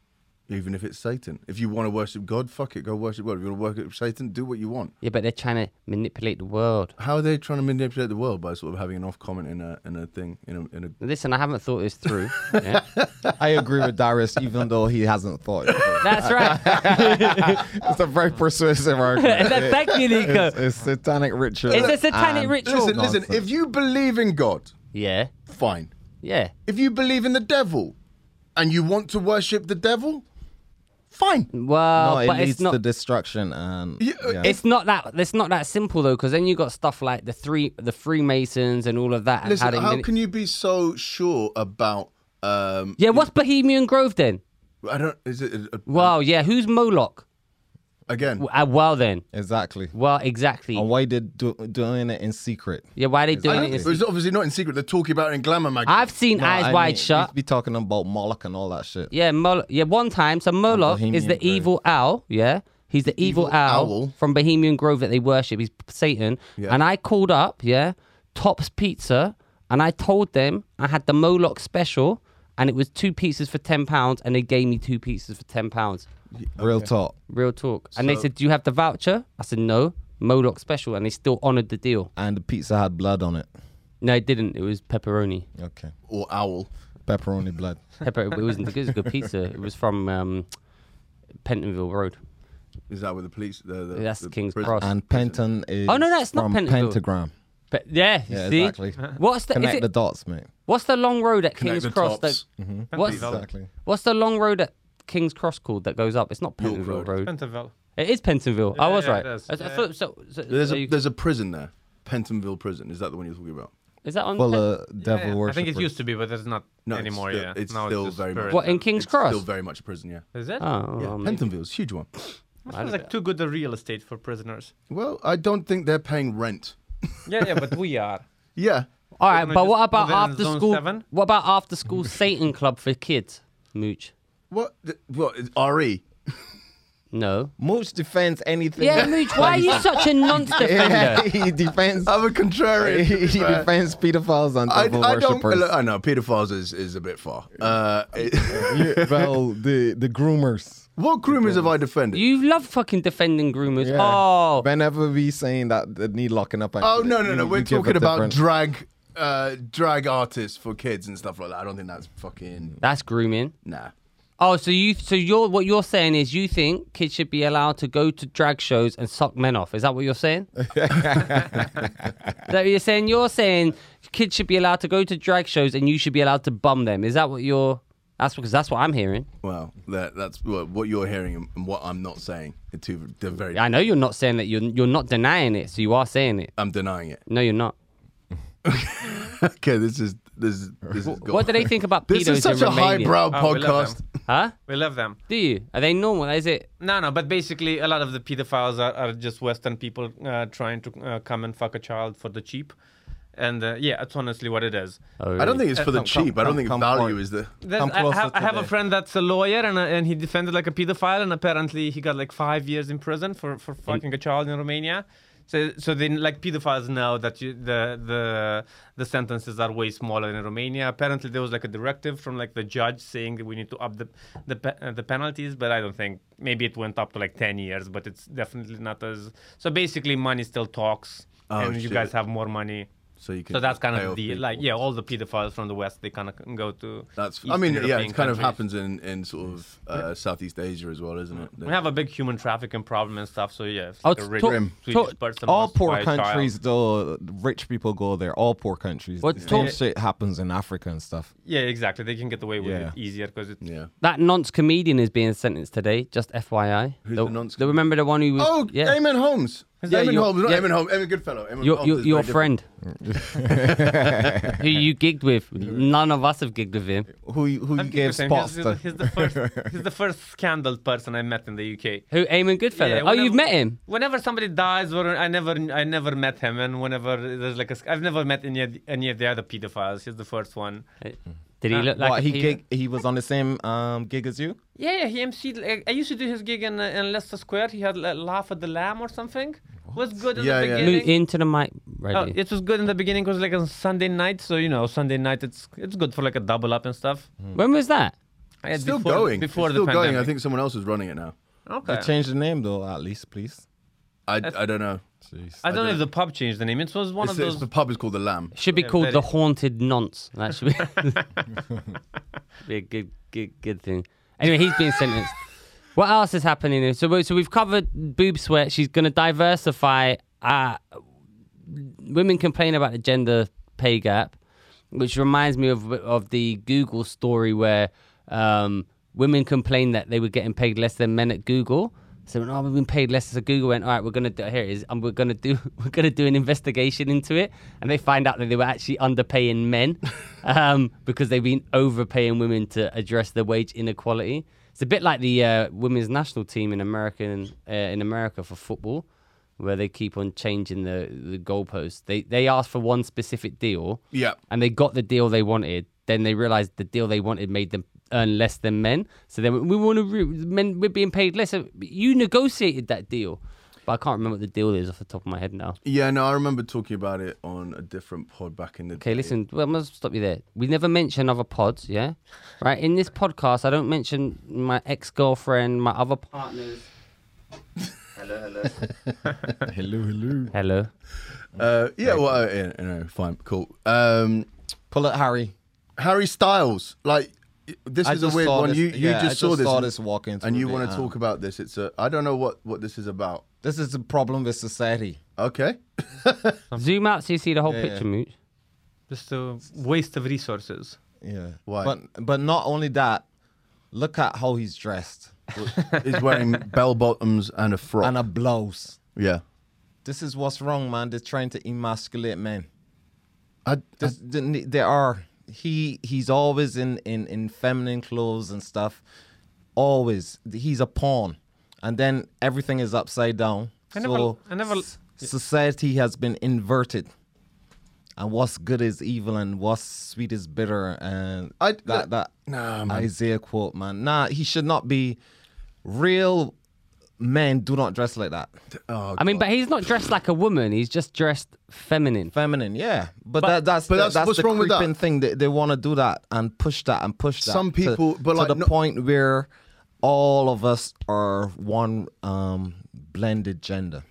[SPEAKER 4] Even if it's Satan. If you want to worship God, fuck it, go worship God. If you want to worship Satan, do what you want.
[SPEAKER 3] yeah, but they're trying to manipulate the world.
[SPEAKER 4] How are they trying to manipulate the world by sort of having an off comment in a in a thing in a in a
[SPEAKER 3] Listen, I haven't thought this through. Yeah.
[SPEAKER 1] I agree with Darius, even though he hasn't thought. it.
[SPEAKER 3] That's right.
[SPEAKER 1] It's a very persuasive argument.
[SPEAKER 3] That- Thank you, Nico.
[SPEAKER 1] It's, it's satanic ritual.
[SPEAKER 3] It's a satanic
[SPEAKER 1] and-
[SPEAKER 3] ritual.
[SPEAKER 4] Listen, listen,
[SPEAKER 1] Nonsense.
[SPEAKER 4] if you believe in God,
[SPEAKER 3] Yeah,
[SPEAKER 4] fine.
[SPEAKER 3] yeah.
[SPEAKER 4] If you believe in the devil and you want to worship the devil, fine.
[SPEAKER 3] Well,
[SPEAKER 1] No, it
[SPEAKER 3] Uh, but
[SPEAKER 1] leads
[SPEAKER 3] it's not
[SPEAKER 1] to destruction and
[SPEAKER 4] Yeah, uh,
[SPEAKER 3] It's not that it's not that simple though, because then you got stuff like the three the Freemasons and all of that. And
[SPEAKER 4] Listen,
[SPEAKER 3] they
[SPEAKER 4] how
[SPEAKER 3] mini-
[SPEAKER 4] can you be so sure about um
[SPEAKER 3] yeah, what's Bohemian Grove then?
[SPEAKER 4] I don't is it uh,
[SPEAKER 3] Wow, yeah, who's Moloch?
[SPEAKER 4] again
[SPEAKER 3] Uh, well then,
[SPEAKER 1] exactly.
[SPEAKER 3] well exactly.
[SPEAKER 1] And why did do, doing it in secret?
[SPEAKER 3] yeah, why are they doing
[SPEAKER 4] It's
[SPEAKER 3] it? In-
[SPEAKER 4] obviously not in secret. They're talking about it in Glamour magazine.
[SPEAKER 3] I've seen Eyes
[SPEAKER 1] I mean,
[SPEAKER 3] Wide Shut.
[SPEAKER 1] we'd Be talking about Moloch and all that shit.
[SPEAKER 3] Yeah, Moloch. Yeah, one time. So Moloch is
[SPEAKER 1] Bohemian
[SPEAKER 3] the
[SPEAKER 1] Grove.
[SPEAKER 3] evil owl. Yeah, He's the evil,
[SPEAKER 4] Evil
[SPEAKER 3] owl,
[SPEAKER 4] owl.
[SPEAKER 3] from Bohemian Grove that they worship. He's Satan.
[SPEAKER 4] Yeah.
[SPEAKER 3] And I called up, yeah, Top's Pizza, and I told them I had the Moloch special, and it was two pizzas for ten pounds, and they gave me two pizzas for ten pounds.
[SPEAKER 1] Real talk.
[SPEAKER 3] Real talk. And they
[SPEAKER 4] So-
[SPEAKER 3] said, "Do you have the voucher?" I said, "No." Moloch special, and they still honoured the deal.
[SPEAKER 1] And the pizza had blood on it.
[SPEAKER 3] No, it didn't. It was pepperoni.
[SPEAKER 1] Okay.
[SPEAKER 4] or owl.
[SPEAKER 1] Pepperoni blood.
[SPEAKER 3] Pepper. It wasn't. It was a good pizza. It was from um, Pentonville Road.
[SPEAKER 4] Is that with the police? The, the,
[SPEAKER 3] That's
[SPEAKER 4] the
[SPEAKER 3] King's
[SPEAKER 4] prison?
[SPEAKER 3] Cross.
[SPEAKER 1] And Penton is
[SPEAKER 3] Oh, no, no, it's not
[SPEAKER 1] from
[SPEAKER 3] Pentonville.
[SPEAKER 1] Pentagram.
[SPEAKER 3] But yeah, you
[SPEAKER 1] Yeah,
[SPEAKER 3] see.
[SPEAKER 1] exactly.
[SPEAKER 3] What's the is
[SPEAKER 1] Connect
[SPEAKER 3] it,
[SPEAKER 1] the dots, mate.
[SPEAKER 3] what's the long road at
[SPEAKER 4] Connect
[SPEAKER 3] King's
[SPEAKER 4] the
[SPEAKER 3] Cross? That,
[SPEAKER 4] tops.
[SPEAKER 3] what's
[SPEAKER 1] Exactly.
[SPEAKER 3] what's the long road at King's Cross called that goes up? It's not Pentonville
[SPEAKER 4] Road.
[SPEAKER 3] Road.
[SPEAKER 2] Pentonville.
[SPEAKER 3] It is Pentonville. I
[SPEAKER 2] Yeah,
[SPEAKER 3] was
[SPEAKER 2] yeah,
[SPEAKER 3] right.
[SPEAKER 2] it is.
[SPEAKER 3] I- I
[SPEAKER 2] Yeah.
[SPEAKER 3] thought- so- so-
[SPEAKER 4] There's
[SPEAKER 3] so
[SPEAKER 4] a
[SPEAKER 3] you-
[SPEAKER 4] there's a prison there, Pentonville Prison. Is that the one you're talking about?
[SPEAKER 3] is that on?
[SPEAKER 1] Full
[SPEAKER 4] uh,
[SPEAKER 3] Pen-
[SPEAKER 1] of devil
[SPEAKER 2] Yeah,
[SPEAKER 1] worship.
[SPEAKER 2] I think it used to be, but it's not
[SPEAKER 4] No, it's
[SPEAKER 2] anymore.
[SPEAKER 4] still-
[SPEAKER 2] yeah,
[SPEAKER 4] it's
[SPEAKER 2] now
[SPEAKER 4] still
[SPEAKER 2] just
[SPEAKER 4] very
[SPEAKER 2] spirit.
[SPEAKER 4] much-
[SPEAKER 3] what in King's
[SPEAKER 4] It's
[SPEAKER 3] Cross?
[SPEAKER 4] Still very much a prison, yeah.
[SPEAKER 2] Is it?
[SPEAKER 3] oh,
[SPEAKER 4] Yeah,
[SPEAKER 3] well, maybe.
[SPEAKER 4] Pentonville's a huge one.
[SPEAKER 2] That sounds like too good a real estate for prisoners.
[SPEAKER 4] Well, I don't think they're paying rent.
[SPEAKER 2] yeah, yeah, but we are.
[SPEAKER 4] Yeah,
[SPEAKER 3] all right.
[SPEAKER 2] Couldn't we
[SPEAKER 3] But what
[SPEAKER 2] just
[SPEAKER 3] about
[SPEAKER 2] put it in
[SPEAKER 3] after
[SPEAKER 2] zone
[SPEAKER 3] school?
[SPEAKER 2] seven?
[SPEAKER 3] What about after school Satan club for kids? Mooch.
[SPEAKER 4] what? th- What? it's E? Re?
[SPEAKER 3] No.
[SPEAKER 1] Mooch defends anything.
[SPEAKER 3] Yeah, Mooch. Why are you such a nonce defender?
[SPEAKER 1] he defends.
[SPEAKER 4] I'm a contrarian.
[SPEAKER 1] he
[SPEAKER 4] to be fair.
[SPEAKER 1] defends pedophiles and
[SPEAKER 4] I,
[SPEAKER 1] devil
[SPEAKER 4] I don't.
[SPEAKER 1] worshippers.
[SPEAKER 4] Look, I know pedophiles is, is a bit far. Uh, it-
[SPEAKER 1] Yeah, well, the the groomers.
[SPEAKER 4] what groomers have I defended?
[SPEAKER 3] You love fucking defending groomers.
[SPEAKER 1] Yeah.
[SPEAKER 3] Oh,
[SPEAKER 1] Whenever we saying that they need locking up.
[SPEAKER 4] oh
[SPEAKER 1] actually,
[SPEAKER 4] no no
[SPEAKER 1] you-
[SPEAKER 4] no!
[SPEAKER 1] you
[SPEAKER 4] We're
[SPEAKER 1] give a
[SPEAKER 4] talking about
[SPEAKER 1] different-
[SPEAKER 4] drag, uh, drag artists for kids and stuff like that. I don't think that's fucking
[SPEAKER 3] that's grooming.
[SPEAKER 4] nah.
[SPEAKER 3] Oh, so you, so you're what you're saying is you think kids should be allowed to go to drag shows and suck men off? Is that what you're saying? Is that what you're saying? You're saying kids should be allowed to go to drag shows and you should be allowed to bum them. Is that what you're? That's because that's what I'm hearing.
[SPEAKER 4] Well, that that's what, what you're hearing and- and what I'm not saying. They're two, they're very.
[SPEAKER 3] I know you're not saying that. You're you're not denying it. So you are saying it.
[SPEAKER 4] I'm denying it.
[SPEAKER 3] No, you're not.
[SPEAKER 4] Okay, this is this is this is.
[SPEAKER 3] What do they think about
[SPEAKER 4] This
[SPEAKER 3] pedos
[SPEAKER 4] is such
[SPEAKER 3] in
[SPEAKER 4] a
[SPEAKER 3] Romania?
[SPEAKER 4] highbrow
[SPEAKER 2] Oh, we love
[SPEAKER 4] podcast.
[SPEAKER 2] them.
[SPEAKER 3] Huh?
[SPEAKER 2] We love them.
[SPEAKER 3] Do you? Are they normal? Is it?
[SPEAKER 2] No, no, but basically, a lot of the pedophiles are, are just Western people uh, trying to uh, come and fuck a child for the cheap. And uh, yeah, that's honestly what it is.
[SPEAKER 3] Oh,
[SPEAKER 4] I don't think it's for the
[SPEAKER 1] come-
[SPEAKER 4] cheap. I
[SPEAKER 1] come-
[SPEAKER 4] don't think
[SPEAKER 1] come
[SPEAKER 4] value
[SPEAKER 1] forward.
[SPEAKER 4] is the.
[SPEAKER 2] There's-
[SPEAKER 1] Come
[SPEAKER 2] I,
[SPEAKER 1] closer
[SPEAKER 2] have, I
[SPEAKER 1] to
[SPEAKER 2] have a
[SPEAKER 1] the-
[SPEAKER 2] friend that's a lawyer, and, uh, and he defended like a pedophile, and apparently he got like five years in prison for, for fucking a child in Romania. So, so then like pedophiles know that you, the the the sentences are way smaller in Romania. Apparently there was like a directive from like the judge saying that we need to up the the pe- uh, the penalties, but I don't think maybe it went up to like ten years, but it's definitely not as. So basically, money still talks,
[SPEAKER 4] Oh,
[SPEAKER 2] and you
[SPEAKER 4] shit.
[SPEAKER 2] guys have more money.
[SPEAKER 4] So you can.
[SPEAKER 2] So that's kind
[SPEAKER 4] pay off
[SPEAKER 2] of the
[SPEAKER 4] people.
[SPEAKER 2] like yeah, all the pedophiles from the west they kind of go to.
[SPEAKER 4] That's. I
[SPEAKER 2] Eastern
[SPEAKER 4] mean, yeah,
[SPEAKER 2] European
[SPEAKER 4] it kind of
[SPEAKER 2] countries.
[SPEAKER 4] happens in in sort of uh, Southeast Asia as well, isn't it?
[SPEAKER 2] We have a big human trafficking problem and stuff. So yeah, if
[SPEAKER 3] Oh,
[SPEAKER 2] like a
[SPEAKER 3] t-
[SPEAKER 2] rich
[SPEAKER 3] talk-
[SPEAKER 2] Swedish
[SPEAKER 3] talk-
[SPEAKER 2] person
[SPEAKER 1] All
[SPEAKER 2] wants to buy
[SPEAKER 1] poor
[SPEAKER 2] a child-
[SPEAKER 1] countries, though, rich people go there. All poor countries.
[SPEAKER 3] What-
[SPEAKER 1] The same
[SPEAKER 3] Yeah.
[SPEAKER 1] shit happens in Africa and stuff.
[SPEAKER 2] Yeah, exactly. They can get away with
[SPEAKER 1] Yeah.
[SPEAKER 2] it easier because it's
[SPEAKER 4] yeah.
[SPEAKER 3] That nonce comedian is being sentenced today. Just FYI.
[SPEAKER 4] Who's the nonce
[SPEAKER 3] Do you remember the one who was?
[SPEAKER 4] Oh,
[SPEAKER 3] yeah.
[SPEAKER 4] Eamon Holmes.
[SPEAKER 3] Yeah,
[SPEAKER 4] Eamon
[SPEAKER 3] your-
[SPEAKER 4] Holmes, not
[SPEAKER 3] yeah.
[SPEAKER 4] Eamon Holmes. Eamon Goodfellow. Eamon
[SPEAKER 3] your
[SPEAKER 4] Holmes
[SPEAKER 3] your,
[SPEAKER 4] is
[SPEAKER 3] your
[SPEAKER 4] very
[SPEAKER 3] friend who you gigged with. None of us have gigged with him.
[SPEAKER 1] Who you- who you
[SPEAKER 2] I'm
[SPEAKER 1] gave
[SPEAKER 2] saying
[SPEAKER 1] spots
[SPEAKER 2] He's,
[SPEAKER 1] to?
[SPEAKER 2] he's, he's the first. he's the first scandaled person I met in the UK.
[SPEAKER 3] Who Eamon Goodfellow?
[SPEAKER 2] Yeah,
[SPEAKER 3] oh,
[SPEAKER 2] whenever-
[SPEAKER 3] you've met him.
[SPEAKER 2] Whenever somebody dies, or I never, I never met him, and whenever there's like a, sc- I've never met any of, the- any of the other pedophiles. He's the first one.
[SPEAKER 3] Did he
[SPEAKER 2] Uh,
[SPEAKER 3] look like
[SPEAKER 1] what
[SPEAKER 3] a
[SPEAKER 1] he
[SPEAKER 3] pedo?
[SPEAKER 1] gig, He was on the same um, gig as you.
[SPEAKER 2] Yeah, yeah. He emceed. I- I used to do his gig in, uh, in Leicester Square. He had uh, Laugh at the Lamb or something. Was good in
[SPEAKER 4] Yeah,
[SPEAKER 2] the
[SPEAKER 4] yeah.
[SPEAKER 2] beginning.
[SPEAKER 3] Move into the mic,
[SPEAKER 2] Oh,
[SPEAKER 3] ready.
[SPEAKER 2] it was good in the beginning because like on Sunday night, so you know Sunday night it's it's good for like a double up and stuff.
[SPEAKER 3] when was that?
[SPEAKER 2] I had
[SPEAKER 4] different. Still
[SPEAKER 2] before,
[SPEAKER 4] going.
[SPEAKER 2] before
[SPEAKER 4] It's
[SPEAKER 2] the
[SPEAKER 4] still going. I
[SPEAKER 2] pandemic.
[SPEAKER 4] think someone else is running it now.
[SPEAKER 1] They
[SPEAKER 2] Okay.
[SPEAKER 1] changed the name though, at least, please.
[SPEAKER 4] I, I don't know.
[SPEAKER 1] Jeez.
[SPEAKER 2] I don't know if the pub changed the name. It was one of
[SPEAKER 4] It's, it's
[SPEAKER 2] those.
[SPEAKER 4] the pub is called the Lamb.
[SPEAKER 3] Should be
[SPEAKER 2] Yeah,
[SPEAKER 3] called
[SPEAKER 2] very-
[SPEAKER 3] the haunted nonce. That should be, be a good, good, good thing. Anyway, he's been sentenced. What else is happening? So, we- so we've covered boob sweat. She's going to diversify. Uh, women complain about the gender pay gap, which reminds me of of the Google story where um, women complained that they were getting paid less than men at Google. So, oh, we've been paid less. So Google went, all right, we're gonna do, here it is, and we're gonna do we're gonna do an investigation into it, and they find out that they were actually underpaying men um, because they've been overpaying women to address the wage inequality. It's a bit like the uh, women's national team in America uh, in America for football where they keep on changing the the goalposts. They they asked for one specific deal,
[SPEAKER 4] Yeah.
[SPEAKER 3] and they got the deal they wanted. Then they realized the deal they wanted made them earn less than men. So then we want to re- men we're being paid less. You negotiated that deal, but I can't remember what the deal is off the top of my head now.
[SPEAKER 4] Yeah, no, I remember talking about it on a different pod back in the
[SPEAKER 3] Okay, listen, well, I'm going to stop you there. We never mention other pods, yeah? Right? In this podcast, I don't mention my ex girlfriend, my other partners. hello, hello.
[SPEAKER 4] Hello, hello.
[SPEAKER 3] Hello.
[SPEAKER 4] Uh, yeah, well, uh, yeah, no, fine, cool. Um,
[SPEAKER 1] Pull it, Harry.
[SPEAKER 4] Harry Styles, like this
[SPEAKER 1] I
[SPEAKER 4] is a
[SPEAKER 1] just
[SPEAKER 4] weird
[SPEAKER 1] saw
[SPEAKER 4] one.
[SPEAKER 1] this-
[SPEAKER 4] you you
[SPEAKER 1] yeah, I
[SPEAKER 4] just, saw this,
[SPEAKER 1] saw
[SPEAKER 4] and-
[SPEAKER 1] this walking through
[SPEAKER 4] and you
[SPEAKER 1] the,
[SPEAKER 4] want to
[SPEAKER 1] um,
[SPEAKER 4] talk about this. It's a I don't know what what this is about.
[SPEAKER 1] This is the problem with society.
[SPEAKER 4] Okay,
[SPEAKER 3] Zoom out so you see the whole
[SPEAKER 1] Yeah,
[SPEAKER 3] picture,
[SPEAKER 1] yeah.
[SPEAKER 3] Mooch.
[SPEAKER 2] Just a waste of resources.
[SPEAKER 1] Yeah.
[SPEAKER 4] Why?
[SPEAKER 1] But but not only that, look at how he's dressed
[SPEAKER 4] he's wearing bell bottoms and a frock.
[SPEAKER 1] and a blouse.
[SPEAKER 4] yeah,
[SPEAKER 1] This is what's wrong, man. They're trying to emasculate men.
[SPEAKER 4] I, I-
[SPEAKER 1] This, the- there are he he's always in in in feminine clothes and stuff. Always he's a pawn, and then everything is upside down.
[SPEAKER 2] I never-
[SPEAKER 1] so
[SPEAKER 2] I never-
[SPEAKER 1] s- society has been inverted. And what's good is evil, and what's sweet is bitter, and
[SPEAKER 4] I-
[SPEAKER 1] that that
[SPEAKER 4] Nah, man.
[SPEAKER 1] Isaiah quote, man. Nah, he should not be. Real men do not dress like that.
[SPEAKER 4] oh,
[SPEAKER 3] I mean, but he's not dressed like a woman, he's just dressed feminine.
[SPEAKER 1] Feminine, yeah, but, that, that's
[SPEAKER 4] but
[SPEAKER 1] the,
[SPEAKER 4] that's-
[SPEAKER 1] that's
[SPEAKER 4] what's
[SPEAKER 1] the
[SPEAKER 4] wrong with that?
[SPEAKER 1] creeping thing. They, they want to do that and push that and push that.
[SPEAKER 4] Some
[SPEAKER 1] to-
[SPEAKER 4] people- but
[SPEAKER 1] to
[SPEAKER 4] like,
[SPEAKER 1] the
[SPEAKER 4] no-
[SPEAKER 1] point where all of us are one um, blended gender.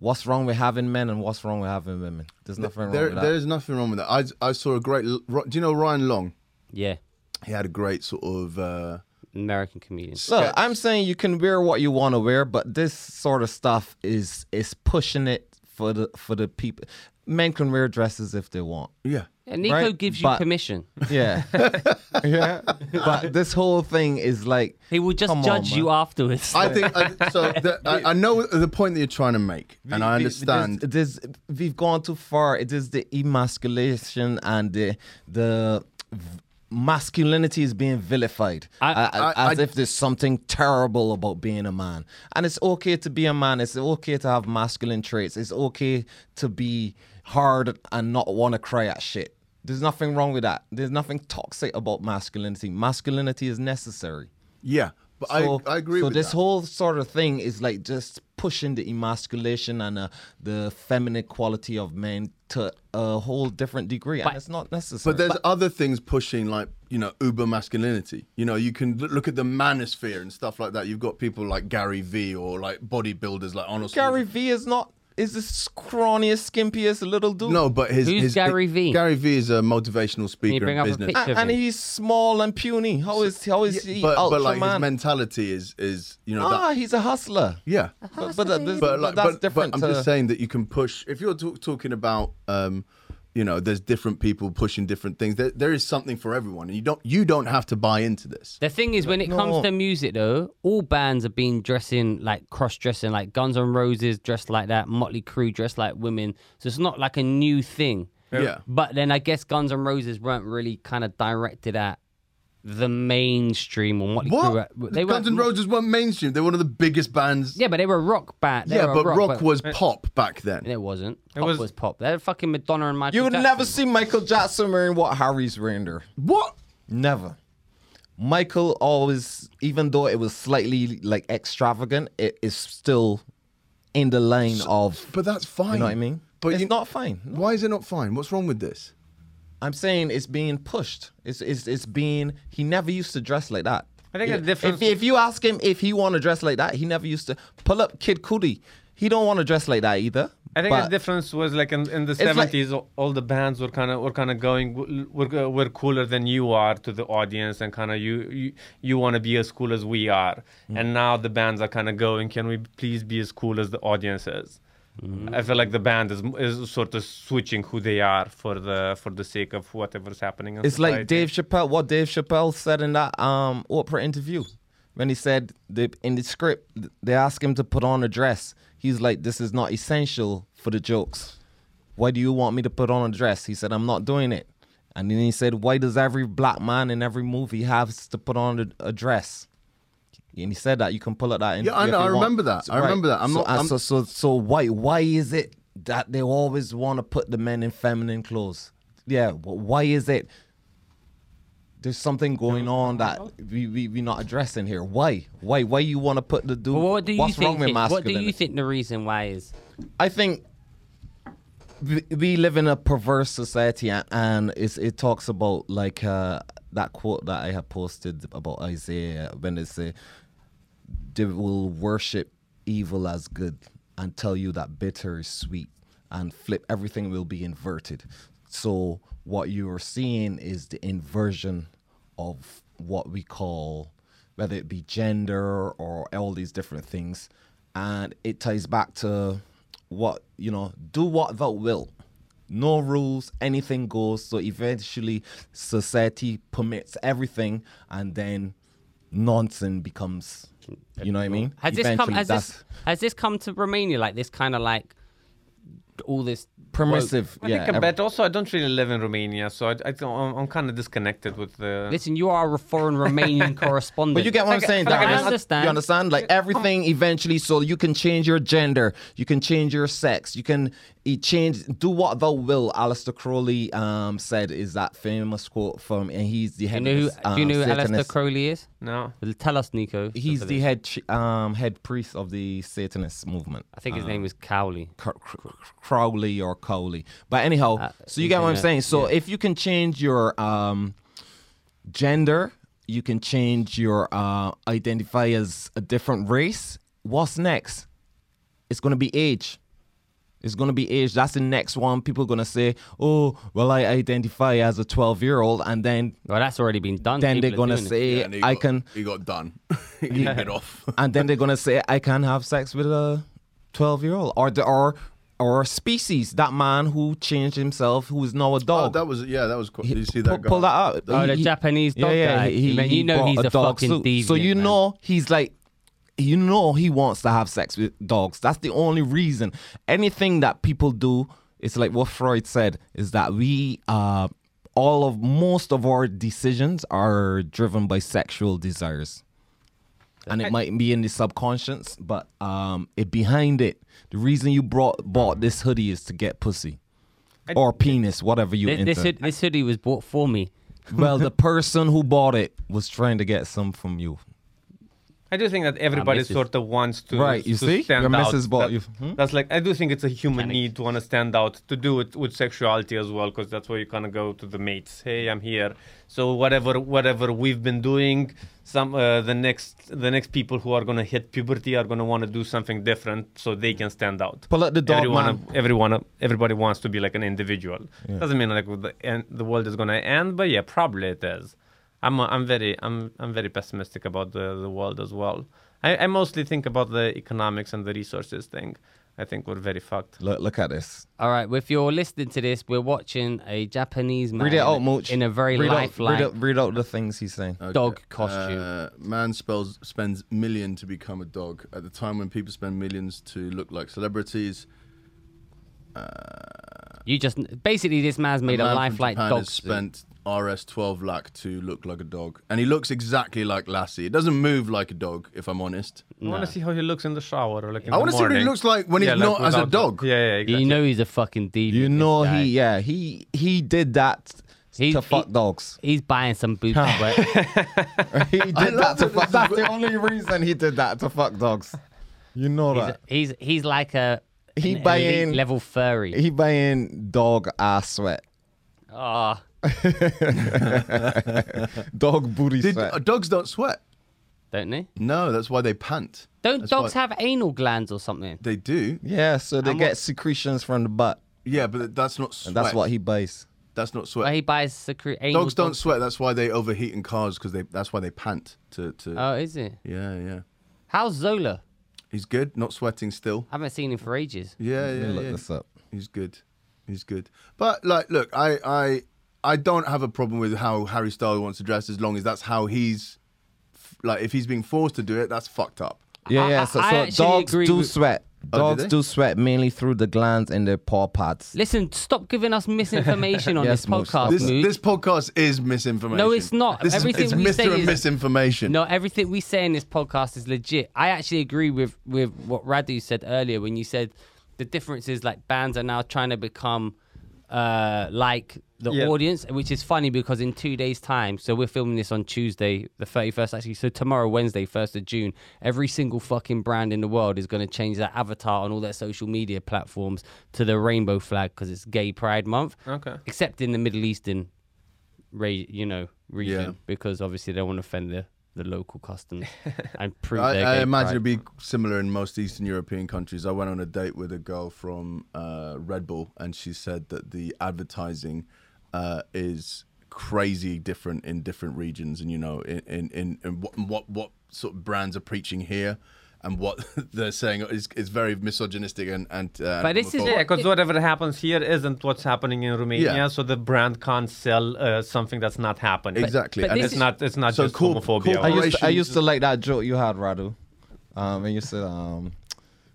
[SPEAKER 1] What's wrong with having men and what's wrong with having women? There's nothing
[SPEAKER 4] there
[SPEAKER 1] wrong with that.
[SPEAKER 4] there's nothing wrong with that. I I saw a great. Do you know Ryan Long?
[SPEAKER 3] Yeah.
[SPEAKER 4] He had a great sort of. Uh,
[SPEAKER 3] American comedian.
[SPEAKER 1] Look, I'm saying you can wear what you want to wear, but this sort of stuff is is pushing it for the for the people. Men can wear dresses if they want.
[SPEAKER 4] yeah,
[SPEAKER 3] Yeah, Nico
[SPEAKER 1] Right,
[SPEAKER 3] gives you
[SPEAKER 1] but-
[SPEAKER 3] permission.
[SPEAKER 1] Yeah, yeah. But this whole thing is like
[SPEAKER 3] He will just
[SPEAKER 1] Come on,
[SPEAKER 3] judge you
[SPEAKER 1] man.
[SPEAKER 3] afterwards.
[SPEAKER 4] I think I, so. The, I, I know the point that you're trying to make, and I
[SPEAKER 1] We- we- this-
[SPEAKER 4] understand.
[SPEAKER 1] This, we've gone too far. It is the emasculation and the the v- masculinity is being vilified
[SPEAKER 3] I-
[SPEAKER 1] A- a-
[SPEAKER 4] I-
[SPEAKER 1] as
[SPEAKER 4] I-
[SPEAKER 1] if there's something terrible about being a man. And it's okay to be a man. It's okay to have masculine traits. It's okay to be hard and not want to cry at shit. There's nothing wrong with that. There's nothing toxic about masculinity. Masculinity is necessary.
[SPEAKER 4] yeah, but
[SPEAKER 1] So-
[SPEAKER 4] I, I agree
[SPEAKER 1] So
[SPEAKER 4] with
[SPEAKER 1] this
[SPEAKER 4] that.
[SPEAKER 1] whole sort of thing is like just pushing the emasculation and uh, the feminine quality of men to a whole different degree, and it's not necessary.
[SPEAKER 4] But there's other things pushing, like you know, uber masculinity. You know, you can l- look at the manosphere and stuff like that. You've got people like Gary Vee or like bodybuilders like Arnold.
[SPEAKER 1] Gary
[SPEAKER 4] Schwarzenegger.
[SPEAKER 1] V is not is this scrawniest, skimpiest little dude.
[SPEAKER 4] No, but his
[SPEAKER 3] Who's
[SPEAKER 4] his,
[SPEAKER 3] Gary Vee?
[SPEAKER 4] Gary Vee is a motivational speaker
[SPEAKER 3] bring
[SPEAKER 4] and
[SPEAKER 3] up a
[SPEAKER 4] business.
[SPEAKER 3] picture?
[SPEAKER 1] A- and he's small and puny. How is how is he
[SPEAKER 4] but,
[SPEAKER 1] ultra
[SPEAKER 4] but like his
[SPEAKER 1] man?
[SPEAKER 4] mentality is is you know
[SPEAKER 1] ah,
[SPEAKER 4] that
[SPEAKER 1] he's a hustler.
[SPEAKER 4] yeah.
[SPEAKER 1] But, but, that- this-
[SPEAKER 4] But like,
[SPEAKER 1] that's
[SPEAKER 4] but,
[SPEAKER 1] different.
[SPEAKER 4] But I'm
[SPEAKER 1] to-
[SPEAKER 4] just saying that you can push. If you're talk, talking about, um, you know, there's different people pushing different things. There, there is something for everyone, and you don't you don't have to buy into this.
[SPEAKER 3] The thing is, when it comes
[SPEAKER 1] No.
[SPEAKER 3] to music, though, all bands have been dressing like cross dressing, like Guns N' Roses dressed like that, Motley Crue dressed like women. So it's not like a new thing.
[SPEAKER 4] Yeah.
[SPEAKER 3] But then I guess Guns N' Roses weren't really kind of directed at the mainstream or Motley Crue.
[SPEAKER 4] What?
[SPEAKER 3] were-
[SPEAKER 4] The Guns
[SPEAKER 3] uh, were-
[SPEAKER 4] N' Roses weren't mainstream. They're one of the biggest bands.
[SPEAKER 3] Yeah, but they were a rock band. They
[SPEAKER 4] yeah,
[SPEAKER 3] were a
[SPEAKER 4] but rock,
[SPEAKER 3] band.
[SPEAKER 4] was pop back then.
[SPEAKER 3] It wasn't. Pop was,
[SPEAKER 2] was-
[SPEAKER 3] pop. They're fucking Madonna and Michael
[SPEAKER 1] You would never
[SPEAKER 3] Jackson.
[SPEAKER 1] see Michael Jackson wearing what Harry's wearing there.
[SPEAKER 4] What?
[SPEAKER 1] Never. Michael always, even though it was slightly like extravagant, it is still in the lane of.
[SPEAKER 4] But that's fine.
[SPEAKER 1] you know what I mean?
[SPEAKER 4] But
[SPEAKER 1] But it's
[SPEAKER 4] you-
[SPEAKER 1] not fine. No.
[SPEAKER 4] Why is it not fine? What's wrong with this?
[SPEAKER 1] I'm saying it's being pushed. It's it's it's being. He never used to dress like that.
[SPEAKER 2] I think
[SPEAKER 1] Yeah.
[SPEAKER 2] the difference-
[SPEAKER 1] If, if you ask him if he want to dress like that, he never used to. Pull up Kid Cudi. He don't want to dress like that either.
[SPEAKER 2] I think
[SPEAKER 1] but
[SPEAKER 2] the difference was like in, in the
[SPEAKER 1] like-
[SPEAKER 2] seventies, all the bands were kind of were kind of going, "W- we're, uh, we're cooler than you are to the audience, and kind of you you, you want to be as cool as we are.
[SPEAKER 1] Mm.
[SPEAKER 2] And now the bands are kind of going, can we please be as cool as the audience is?
[SPEAKER 1] Mm-hmm.
[SPEAKER 2] I feel like the band is is sort of switching who they are for the for the sake of whatever's happening. In
[SPEAKER 1] It's like
[SPEAKER 2] society.
[SPEAKER 1] Dave Chappelle. What Dave Chappelle said in that um Oprah interview, when he said the, in the script th- they asked him to put on a dress. He's like, "This is not essential for the jokes. Why do you want me to put on a dress?" He said, "I'm not doing it." And then he said, "Why does every black man in every movie has to put on a, a dress?" And he said that you can pull up that. interview
[SPEAKER 4] I
[SPEAKER 1] if
[SPEAKER 4] know,
[SPEAKER 1] you
[SPEAKER 4] I
[SPEAKER 1] want.
[SPEAKER 4] remember that. I
[SPEAKER 1] right.
[SPEAKER 4] remember that. I'm
[SPEAKER 1] so,
[SPEAKER 4] not-
[SPEAKER 1] and
[SPEAKER 4] I'm-
[SPEAKER 1] so so so why why is it that they always want to put the men in feminine clothes? Yeah, wh- why is it? there's something going on that we we we not addressing here. Why? Why? Why you want to put the dude?
[SPEAKER 3] But what do you
[SPEAKER 1] what's
[SPEAKER 3] think?
[SPEAKER 1] wrong with
[SPEAKER 3] it- what do
[SPEAKER 1] masculinity?
[SPEAKER 3] you think the reason why is?
[SPEAKER 1] I think we, we live in a perverse society, a- and it's, it talks about like uh, that quote that I have posted about Isaiah when uh, they say they will worship evil as good and tell you that bitter is sweet and flip everything will be inverted so what you are seeing is the inversion of what we call whether it be gender or all these different things and it ties back to what you know do what thou wilt no rules, anything goes. So eventually, society permits everything, and then nonsense becomes. You know what I mean?
[SPEAKER 3] Has this come?
[SPEAKER 1] Eventually,
[SPEAKER 3] Has
[SPEAKER 1] that's
[SPEAKER 3] this, has this come to Romania? Like this kind of like all this.
[SPEAKER 1] permissive.
[SPEAKER 2] I
[SPEAKER 1] yeah,
[SPEAKER 2] think a
[SPEAKER 1] ev-
[SPEAKER 2] bet. Also, I don't really live in Romania, so I, I don't, I'm, I'm kind of disconnected with the.
[SPEAKER 3] Listen, you are a foreign Romanian correspondent.
[SPEAKER 1] But you get what I'm
[SPEAKER 2] Like,
[SPEAKER 1] saying,
[SPEAKER 2] like, I
[SPEAKER 1] Darren.
[SPEAKER 3] understand. Oh.
[SPEAKER 1] You understand? Like everything eventually, so you can change your gender, you can change your sex, you can e- change, do what thou will. Alistair Crowley um, said is that famous quote from, and he's the
[SPEAKER 3] Do
[SPEAKER 1] head.
[SPEAKER 3] you know who,
[SPEAKER 1] of this, um,
[SPEAKER 3] do you know who Alistair
[SPEAKER 1] Satanist-
[SPEAKER 3] Crowley is?
[SPEAKER 2] no.
[SPEAKER 3] Tell us, Nico.
[SPEAKER 1] He's the head ch- um, head priest of the Satanist movement.
[SPEAKER 3] I think his name was Cowley.
[SPEAKER 1] Cr- Cr- Crowley or Coley. But anyhow, so you get what I'm
[SPEAKER 3] Uh, yeah,
[SPEAKER 1] saying. So if you can change your um, gender, you can change your uh, identify as a different race. What's next? It's gonna be age. It's gonna be age. That's the next one. People gonna say, "Oh, well, I identify as a 12 year old," and then
[SPEAKER 3] Well, that's already been done.
[SPEAKER 1] then they're
[SPEAKER 3] People are
[SPEAKER 1] gonna
[SPEAKER 3] doing it.
[SPEAKER 1] say,
[SPEAKER 4] and he
[SPEAKER 1] "I
[SPEAKER 4] got-
[SPEAKER 1] can."
[SPEAKER 4] He got done. he didn't get off.
[SPEAKER 1] and then they're gonna say I can't have sex with a twelve year old or the or or species that man who changed himself who is now a
[SPEAKER 4] Oh,
[SPEAKER 1] dog.
[SPEAKER 4] that was yeah. That was. Cool. Did you see
[SPEAKER 1] Pu-
[SPEAKER 4] that guy?
[SPEAKER 1] Pull that up.
[SPEAKER 3] Oh, the Japanese dog guy. Man, you know
[SPEAKER 1] bought
[SPEAKER 3] he's a
[SPEAKER 1] dog
[SPEAKER 3] fucking
[SPEAKER 1] suit.
[SPEAKER 3] deviant,
[SPEAKER 1] So you
[SPEAKER 3] man.
[SPEAKER 1] know he's like, you know he wants to have sex with dogs. That's the only reason. Anything that people do, it's like what Freud said is that we uh all of most of our decisions are driven by sexual desires. And it might be in the subconscious, but um, it behind it. The reason you brought bought this hoodie is to get pussy, or penis, whatever you.
[SPEAKER 3] Th- This,
[SPEAKER 1] into.
[SPEAKER 3] hood, this hoodie was bought for me.
[SPEAKER 1] Well, the person who bought it was trying to get some from you.
[SPEAKER 2] I do think that everybody
[SPEAKER 3] missus.
[SPEAKER 2] sort of wants to
[SPEAKER 1] Right, you
[SPEAKER 2] to
[SPEAKER 1] see?
[SPEAKER 2] stand
[SPEAKER 1] Your
[SPEAKER 2] out.
[SPEAKER 1] missus bought
[SPEAKER 2] That-
[SPEAKER 1] you- Hmm?
[SPEAKER 2] That's like I do think it's a human need to want to stand out to do it with sexuality as well because that's where you kind of go to the mates. Hey, I'm here. So whatever whatever we've been doing, some uh, the next the next people who are gonna hit puberty are gonna want to do something different so they can stand out.
[SPEAKER 1] Pull out the dog
[SPEAKER 2] everyone,
[SPEAKER 1] man.
[SPEAKER 2] everyone, everybody wants to be like an individual. Doesn't mean like the end, the world is gonna end, but yeah, probably it is. I'm I'm very I'm I'm very pessimistic about the, the world as well. I, I mostly think about the economics and the resources thing. I think we're very fucked.
[SPEAKER 1] Look, look at this.
[SPEAKER 3] All right, if you're listening to this, we're watching a Japanese man
[SPEAKER 1] Read it out, Mooch.
[SPEAKER 3] Uh, in a very
[SPEAKER 1] read out,
[SPEAKER 3] lifelike
[SPEAKER 1] read, out, read out the things he's saying.
[SPEAKER 3] dog costume.
[SPEAKER 4] Uh, man spells, spends million to become a dog. At the time when people spend millions to look like celebrities,
[SPEAKER 3] you just basically this man's made
[SPEAKER 4] a
[SPEAKER 3] a
[SPEAKER 4] man from
[SPEAKER 3] lifelike
[SPEAKER 4] Japan
[SPEAKER 3] dog.
[SPEAKER 4] has
[SPEAKER 3] suit.
[SPEAKER 4] spent RS 12 lakh to look like a dog, and he looks exactly like Lassie. It doesn't move like a dog, if I'm honest.
[SPEAKER 2] I want to see how he looks in the shower or like in
[SPEAKER 4] I
[SPEAKER 2] the
[SPEAKER 4] want to see what he
[SPEAKER 2] morning.
[SPEAKER 4] looks like when he's
[SPEAKER 2] Yeah, like
[SPEAKER 4] not as a
[SPEAKER 2] without-
[SPEAKER 4] dog.
[SPEAKER 2] Yeah, yeah, exactly.
[SPEAKER 3] You know he's a fucking deviant.
[SPEAKER 1] You know
[SPEAKER 3] this guy.
[SPEAKER 1] he, yeah, he he did that
[SPEAKER 3] He-
[SPEAKER 1] to fuck
[SPEAKER 3] he-
[SPEAKER 1] dogs.
[SPEAKER 3] He's buying some boots. but
[SPEAKER 1] he did that
[SPEAKER 4] love
[SPEAKER 1] to
[SPEAKER 4] that
[SPEAKER 1] fuck.
[SPEAKER 4] this
[SPEAKER 1] That's the only reason he did that to fuck dogs. You know
[SPEAKER 3] he's,
[SPEAKER 1] that
[SPEAKER 3] he's he's like a
[SPEAKER 1] He
[SPEAKER 3] an elite
[SPEAKER 1] buying-
[SPEAKER 3] level furry.
[SPEAKER 1] he buying dog ass sweat,
[SPEAKER 3] Ah,
[SPEAKER 1] dog booty
[SPEAKER 4] Did,
[SPEAKER 1] sweat.
[SPEAKER 4] uh, dogs don't sweat.
[SPEAKER 3] don't they?
[SPEAKER 4] No, that's why they pant.
[SPEAKER 3] Don't
[SPEAKER 4] That's
[SPEAKER 3] dogs
[SPEAKER 4] why-
[SPEAKER 3] have anal glands or something?
[SPEAKER 4] They do.
[SPEAKER 1] yeah, so they
[SPEAKER 3] And
[SPEAKER 1] get
[SPEAKER 3] what-
[SPEAKER 1] secretions from the butt,
[SPEAKER 4] Yeah, but that's not sweat.
[SPEAKER 1] and that's what he buys.
[SPEAKER 4] That's not
[SPEAKER 3] Where
[SPEAKER 4] sweat.
[SPEAKER 3] he buys secret anal
[SPEAKER 4] Dogs don't sweat. That's why they overheat in cars because they. That's why they pant to. to
[SPEAKER 3] Oh, is it?
[SPEAKER 4] yeah, yeah.
[SPEAKER 3] How's Zola?
[SPEAKER 4] He's good. Not sweating still.
[SPEAKER 3] I haven't seen him for ages.
[SPEAKER 4] Yeah,
[SPEAKER 1] Let
[SPEAKER 4] yeah,
[SPEAKER 1] me look
[SPEAKER 4] yeah.
[SPEAKER 1] this up.
[SPEAKER 4] He's good. He's good. But like, look, I, I, I don't have a problem with how Harry Styles wants to dress as long as that's how he's, f- like, if he's being forced to do it, that's fucked up.
[SPEAKER 1] Yeah,
[SPEAKER 3] I-
[SPEAKER 1] yeah.
[SPEAKER 3] I-
[SPEAKER 1] So,
[SPEAKER 3] I
[SPEAKER 1] so
[SPEAKER 3] actually
[SPEAKER 1] dogs
[SPEAKER 3] agree
[SPEAKER 1] do
[SPEAKER 3] with-
[SPEAKER 1] sweat.
[SPEAKER 4] Oh, do
[SPEAKER 1] Dogs
[SPEAKER 4] they?
[SPEAKER 1] do sweat mainly through the glands in their paw pads.
[SPEAKER 3] Listen, stop giving us misinformation on
[SPEAKER 1] Yes,
[SPEAKER 3] this
[SPEAKER 1] Moose,
[SPEAKER 3] podcast,
[SPEAKER 1] stop.
[SPEAKER 4] This
[SPEAKER 3] Moose.
[SPEAKER 4] this podcast is misinformation.
[SPEAKER 3] No, it's not.
[SPEAKER 4] This
[SPEAKER 3] Everything
[SPEAKER 4] is, it's
[SPEAKER 3] we
[SPEAKER 4] Mr.
[SPEAKER 3] say
[SPEAKER 4] and
[SPEAKER 3] is-
[SPEAKER 4] misinformation.
[SPEAKER 3] No, everything we say in this podcast is legit. I actually agree with with what Radu said earlier when you said the difference is like bands are now trying to become uh, like the
[SPEAKER 2] Yeah.
[SPEAKER 3] audience, which is funny because in two days' time, so we're filming this on Tuesday, the 31st, actually. So tomorrow, Wednesday, 1st of June, every single fucking brand in the world is going to change their avatar on all their social media platforms to the rainbow flag because it's Gay Pride Month.
[SPEAKER 2] Okay.
[SPEAKER 3] Except in the Middle Eastern, re- you know, region
[SPEAKER 4] Yeah.
[SPEAKER 3] because obviously they don't want to offend the, the local customs and prove
[SPEAKER 4] I,
[SPEAKER 3] their
[SPEAKER 4] I
[SPEAKER 3] gay
[SPEAKER 4] imagine
[SPEAKER 3] pride.
[SPEAKER 4] it'd be similar in most Eastern European countries. I went on a date with a girl from uh, Red Bull, and she said that the advertising uh, is crazy different in different regions, and you know, in in, in, in what, what what sort of brands are preaching here. And what they're saying is, is very misogynistic and and. Uh,
[SPEAKER 3] But this is-
[SPEAKER 4] homophobic.
[SPEAKER 2] Yeah, because whatever happens here isn't what's happening in Romania,
[SPEAKER 4] Yeah.
[SPEAKER 2] so the brand can't sell uh, something that's not happening.
[SPEAKER 4] exactly.
[SPEAKER 3] but
[SPEAKER 4] and
[SPEAKER 3] this
[SPEAKER 2] It's not. It's not
[SPEAKER 4] So
[SPEAKER 2] just
[SPEAKER 4] corp-
[SPEAKER 2] homophobia.
[SPEAKER 1] I
[SPEAKER 4] corporation-
[SPEAKER 1] used, to, I used to like that joke you had, Radu. Um, and you said, um,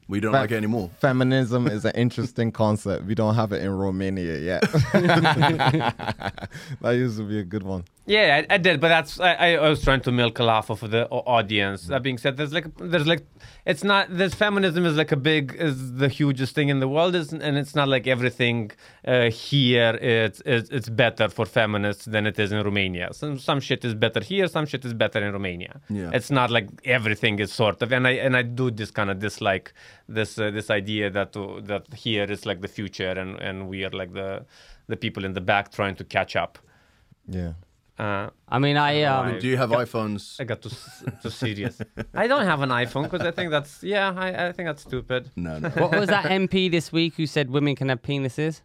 [SPEAKER 4] we don't
[SPEAKER 1] But-
[SPEAKER 4] like it anymore.
[SPEAKER 1] feminism is an interesting concept. We don't have it in Romania yet. that used to be a good one.
[SPEAKER 2] Yeah, I, I did, but that's I, I- I was trying to milk a laugh of the au- audience. That being said, there's like there's like it's not this feminism is like a big is the hugest thing in the world, is and it's not like everything uh, here it's, it's it's better for feminists than it is in Romania. Some some shit is better here, some shit is better in Romania.
[SPEAKER 4] Yeah.
[SPEAKER 2] it's not like everything is sort of, and I and I do this kind of dislike this uh, this idea that uh, that here is like the future and and we are like the the people in the back trying to catch up.
[SPEAKER 1] Yeah.
[SPEAKER 2] Uh,
[SPEAKER 3] I mean, I. Um,
[SPEAKER 2] Right.
[SPEAKER 4] Do you have iPhones?
[SPEAKER 2] I got too, s- too serious. I don't have an iPhone because I think that's yeah. I, I think that's stupid.
[SPEAKER 4] No, no.
[SPEAKER 3] um, What was that MP this week who said women can have penises?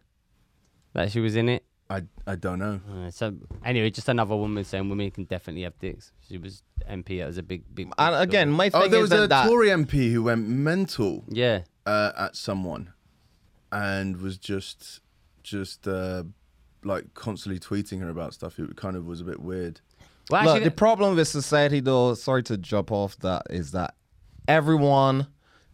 [SPEAKER 3] That she was in it.
[SPEAKER 4] I I don't know.
[SPEAKER 3] Uh, so anyway, just another woman saying women can definitely have dicks. She was MP. That was a big, big.
[SPEAKER 1] And
[SPEAKER 3] big
[SPEAKER 1] again,
[SPEAKER 3] story.
[SPEAKER 1] my thing
[SPEAKER 4] Oh, there
[SPEAKER 1] is
[SPEAKER 4] was a
[SPEAKER 1] that
[SPEAKER 4] Tory MP who went mental
[SPEAKER 3] yeah,
[SPEAKER 4] uh, at someone and was just just uh, like constantly tweeting her about stuff. It kind of was a bit weird.
[SPEAKER 1] Look,
[SPEAKER 3] well, actually,
[SPEAKER 1] the problem with society, though, sorry to jump off that, is that everyone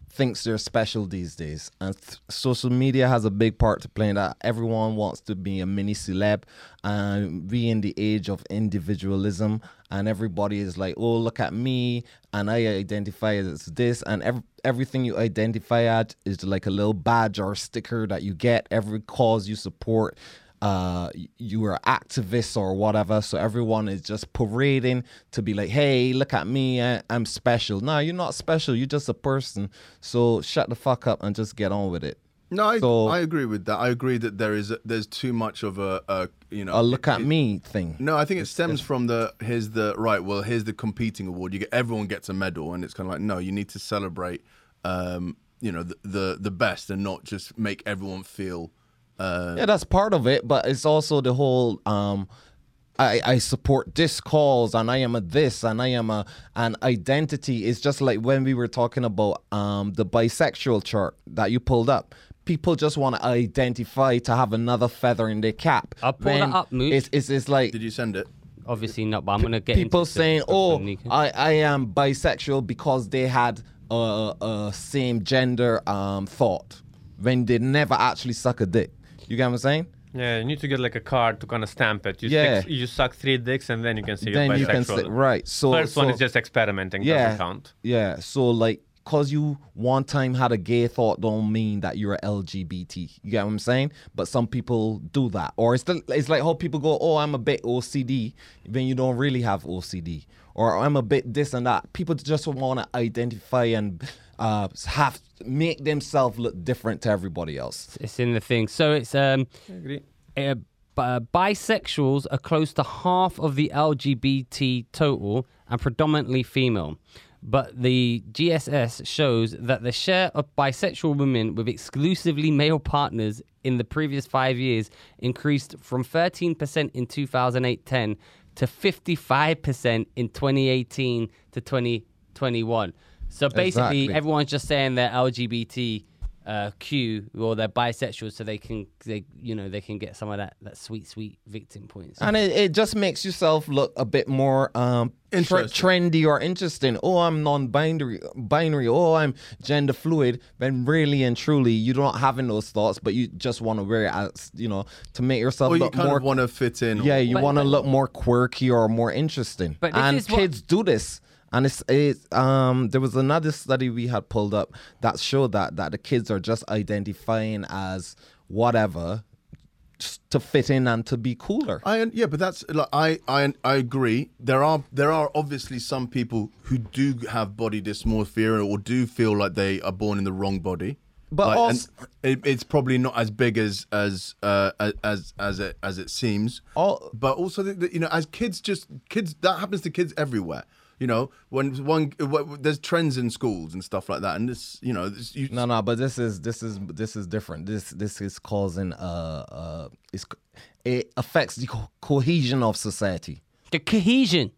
[SPEAKER 1] thinks they're special these days, and th- social media has a big part to play in that. Everyone wants to be a mini celeb, and we in the age of individualism, and everybody is like, "Oh, look at me," and I identify as this, and ev- everything you identify at is like a little badge or sticker that you get. Every cause you support uh y- you were activists or whatever so everyone is just parading to be like hey look at me I, i'm special no you're not special you're just a person so shut the fuck up and just get on with it
[SPEAKER 4] No, I,
[SPEAKER 1] So-
[SPEAKER 4] I agree with that. I agree that there is there's too much of a, a you know
[SPEAKER 1] a look at
[SPEAKER 4] it-
[SPEAKER 1] me thing
[SPEAKER 4] No, I think it stems from the here's the right. Well, here's the competing award. You get everyone gets a medal, and it's kind of like no, you need to celebrate, um, you know, the, the the best, and not just make everyone feel. Uh,
[SPEAKER 1] yeah that's part of it but it's also the whole um I, I support this cause and I am a this and I am a an identity. It's just like when we were talking about um the bisexual chart that you pulled up. People just want to identify to have another feather in their cap.
[SPEAKER 3] I'll pull that
[SPEAKER 1] When
[SPEAKER 3] up, Mooch.
[SPEAKER 1] It's, it's, it's like
[SPEAKER 4] Did you send it?
[SPEAKER 3] obviously not. But I'm gonna get
[SPEAKER 1] people
[SPEAKER 3] into some-
[SPEAKER 1] saying,
[SPEAKER 3] some
[SPEAKER 1] "Oh,
[SPEAKER 3] Nika."
[SPEAKER 1] I, I am bisexual because they had a, a same gender um, thought when they never actually suck a dick." You get what I'm saying?
[SPEAKER 2] Yeah, you need to get like a card to kind of stamp it. You
[SPEAKER 1] Yeah.
[SPEAKER 2] stick, you suck three dicks and then you can say you're
[SPEAKER 1] then
[SPEAKER 2] bisexual.
[SPEAKER 1] you can say right. So
[SPEAKER 2] First one
[SPEAKER 1] so-
[SPEAKER 2] is just experimenting. Doesn't count.
[SPEAKER 1] Yeah. So like, cause you one time had a gay thought, don't mean that you're a LGBT. You get what I'm saying? But some people do that, or it's the, it's like how people go, oh, I'm a bit OCD, when you don't really have OCD, or I'm a bit this and that. People just want to identify and uh, have make themselves look different to everybody else.
[SPEAKER 3] it's in the thing. So it's um,
[SPEAKER 2] Agree.
[SPEAKER 3] uh, b- uh, bisexuals are close to half of the LGBT total and predominantly female. But the GSS shows that the share of bisexual women with exclusively male partners in the previous five years increased from 13% in 2008 10 to 55% in 2018 to 2021. So basically,
[SPEAKER 1] Exactly.
[SPEAKER 3] everyone's just saying they're LGBT uh, Q or they're bisexual, so they can they you know they can get some of that that sweet sweet victim points.
[SPEAKER 1] And it, it just makes yourself look a bit more um, tre-
[SPEAKER 4] Interesting.
[SPEAKER 1] trendy or interesting. Oh, I'm non-binary, binary. Oh, I'm gender fluid. When really and truly, you're not having those thoughts, but you just want to wear it as you know to make yourself
[SPEAKER 4] Or you
[SPEAKER 1] look
[SPEAKER 4] kind
[SPEAKER 1] more.
[SPEAKER 4] of want to fit in. or-
[SPEAKER 1] yeah, you
[SPEAKER 3] But-
[SPEAKER 1] want to
[SPEAKER 3] but-
[SPEAKER 1] look more quirky or more interesting.
[SPEAKER 3] But this
[SPEAKER 1] and
[SPEAKER 3] is what-
[SPEAKER 1] kids do this. And it's, it's um there was another study we had pulled up that showed that that the kids are just identifying as whatever just to fit in and to be cooler.
[SPEAKER 4] I yeah, but that's like I, I I agree. There are there are obviously some people who do have body dysmorphia or do feel like they are born in the wrong body.
[SPEAKER 1] But
[SPEAKER 4] Like,
[SPEAKER 1] als-
[SPEAKER 4] and it, it's probably not as big as as uh, as as it as it seems.
[SPEAKER 1] Al-
[SPEAKER 4] but also the, the, you know, as kids, just kids that happens to kids everywhere. You know, when one wh- there's trends in schools and stuff like that, and this you know this, you,
[SPEAKER 1] No, no, but this is this is this is different. This this is causing uh uh it's, it affects the co- cohesion of society
[SPEAKER 3] The cohesion.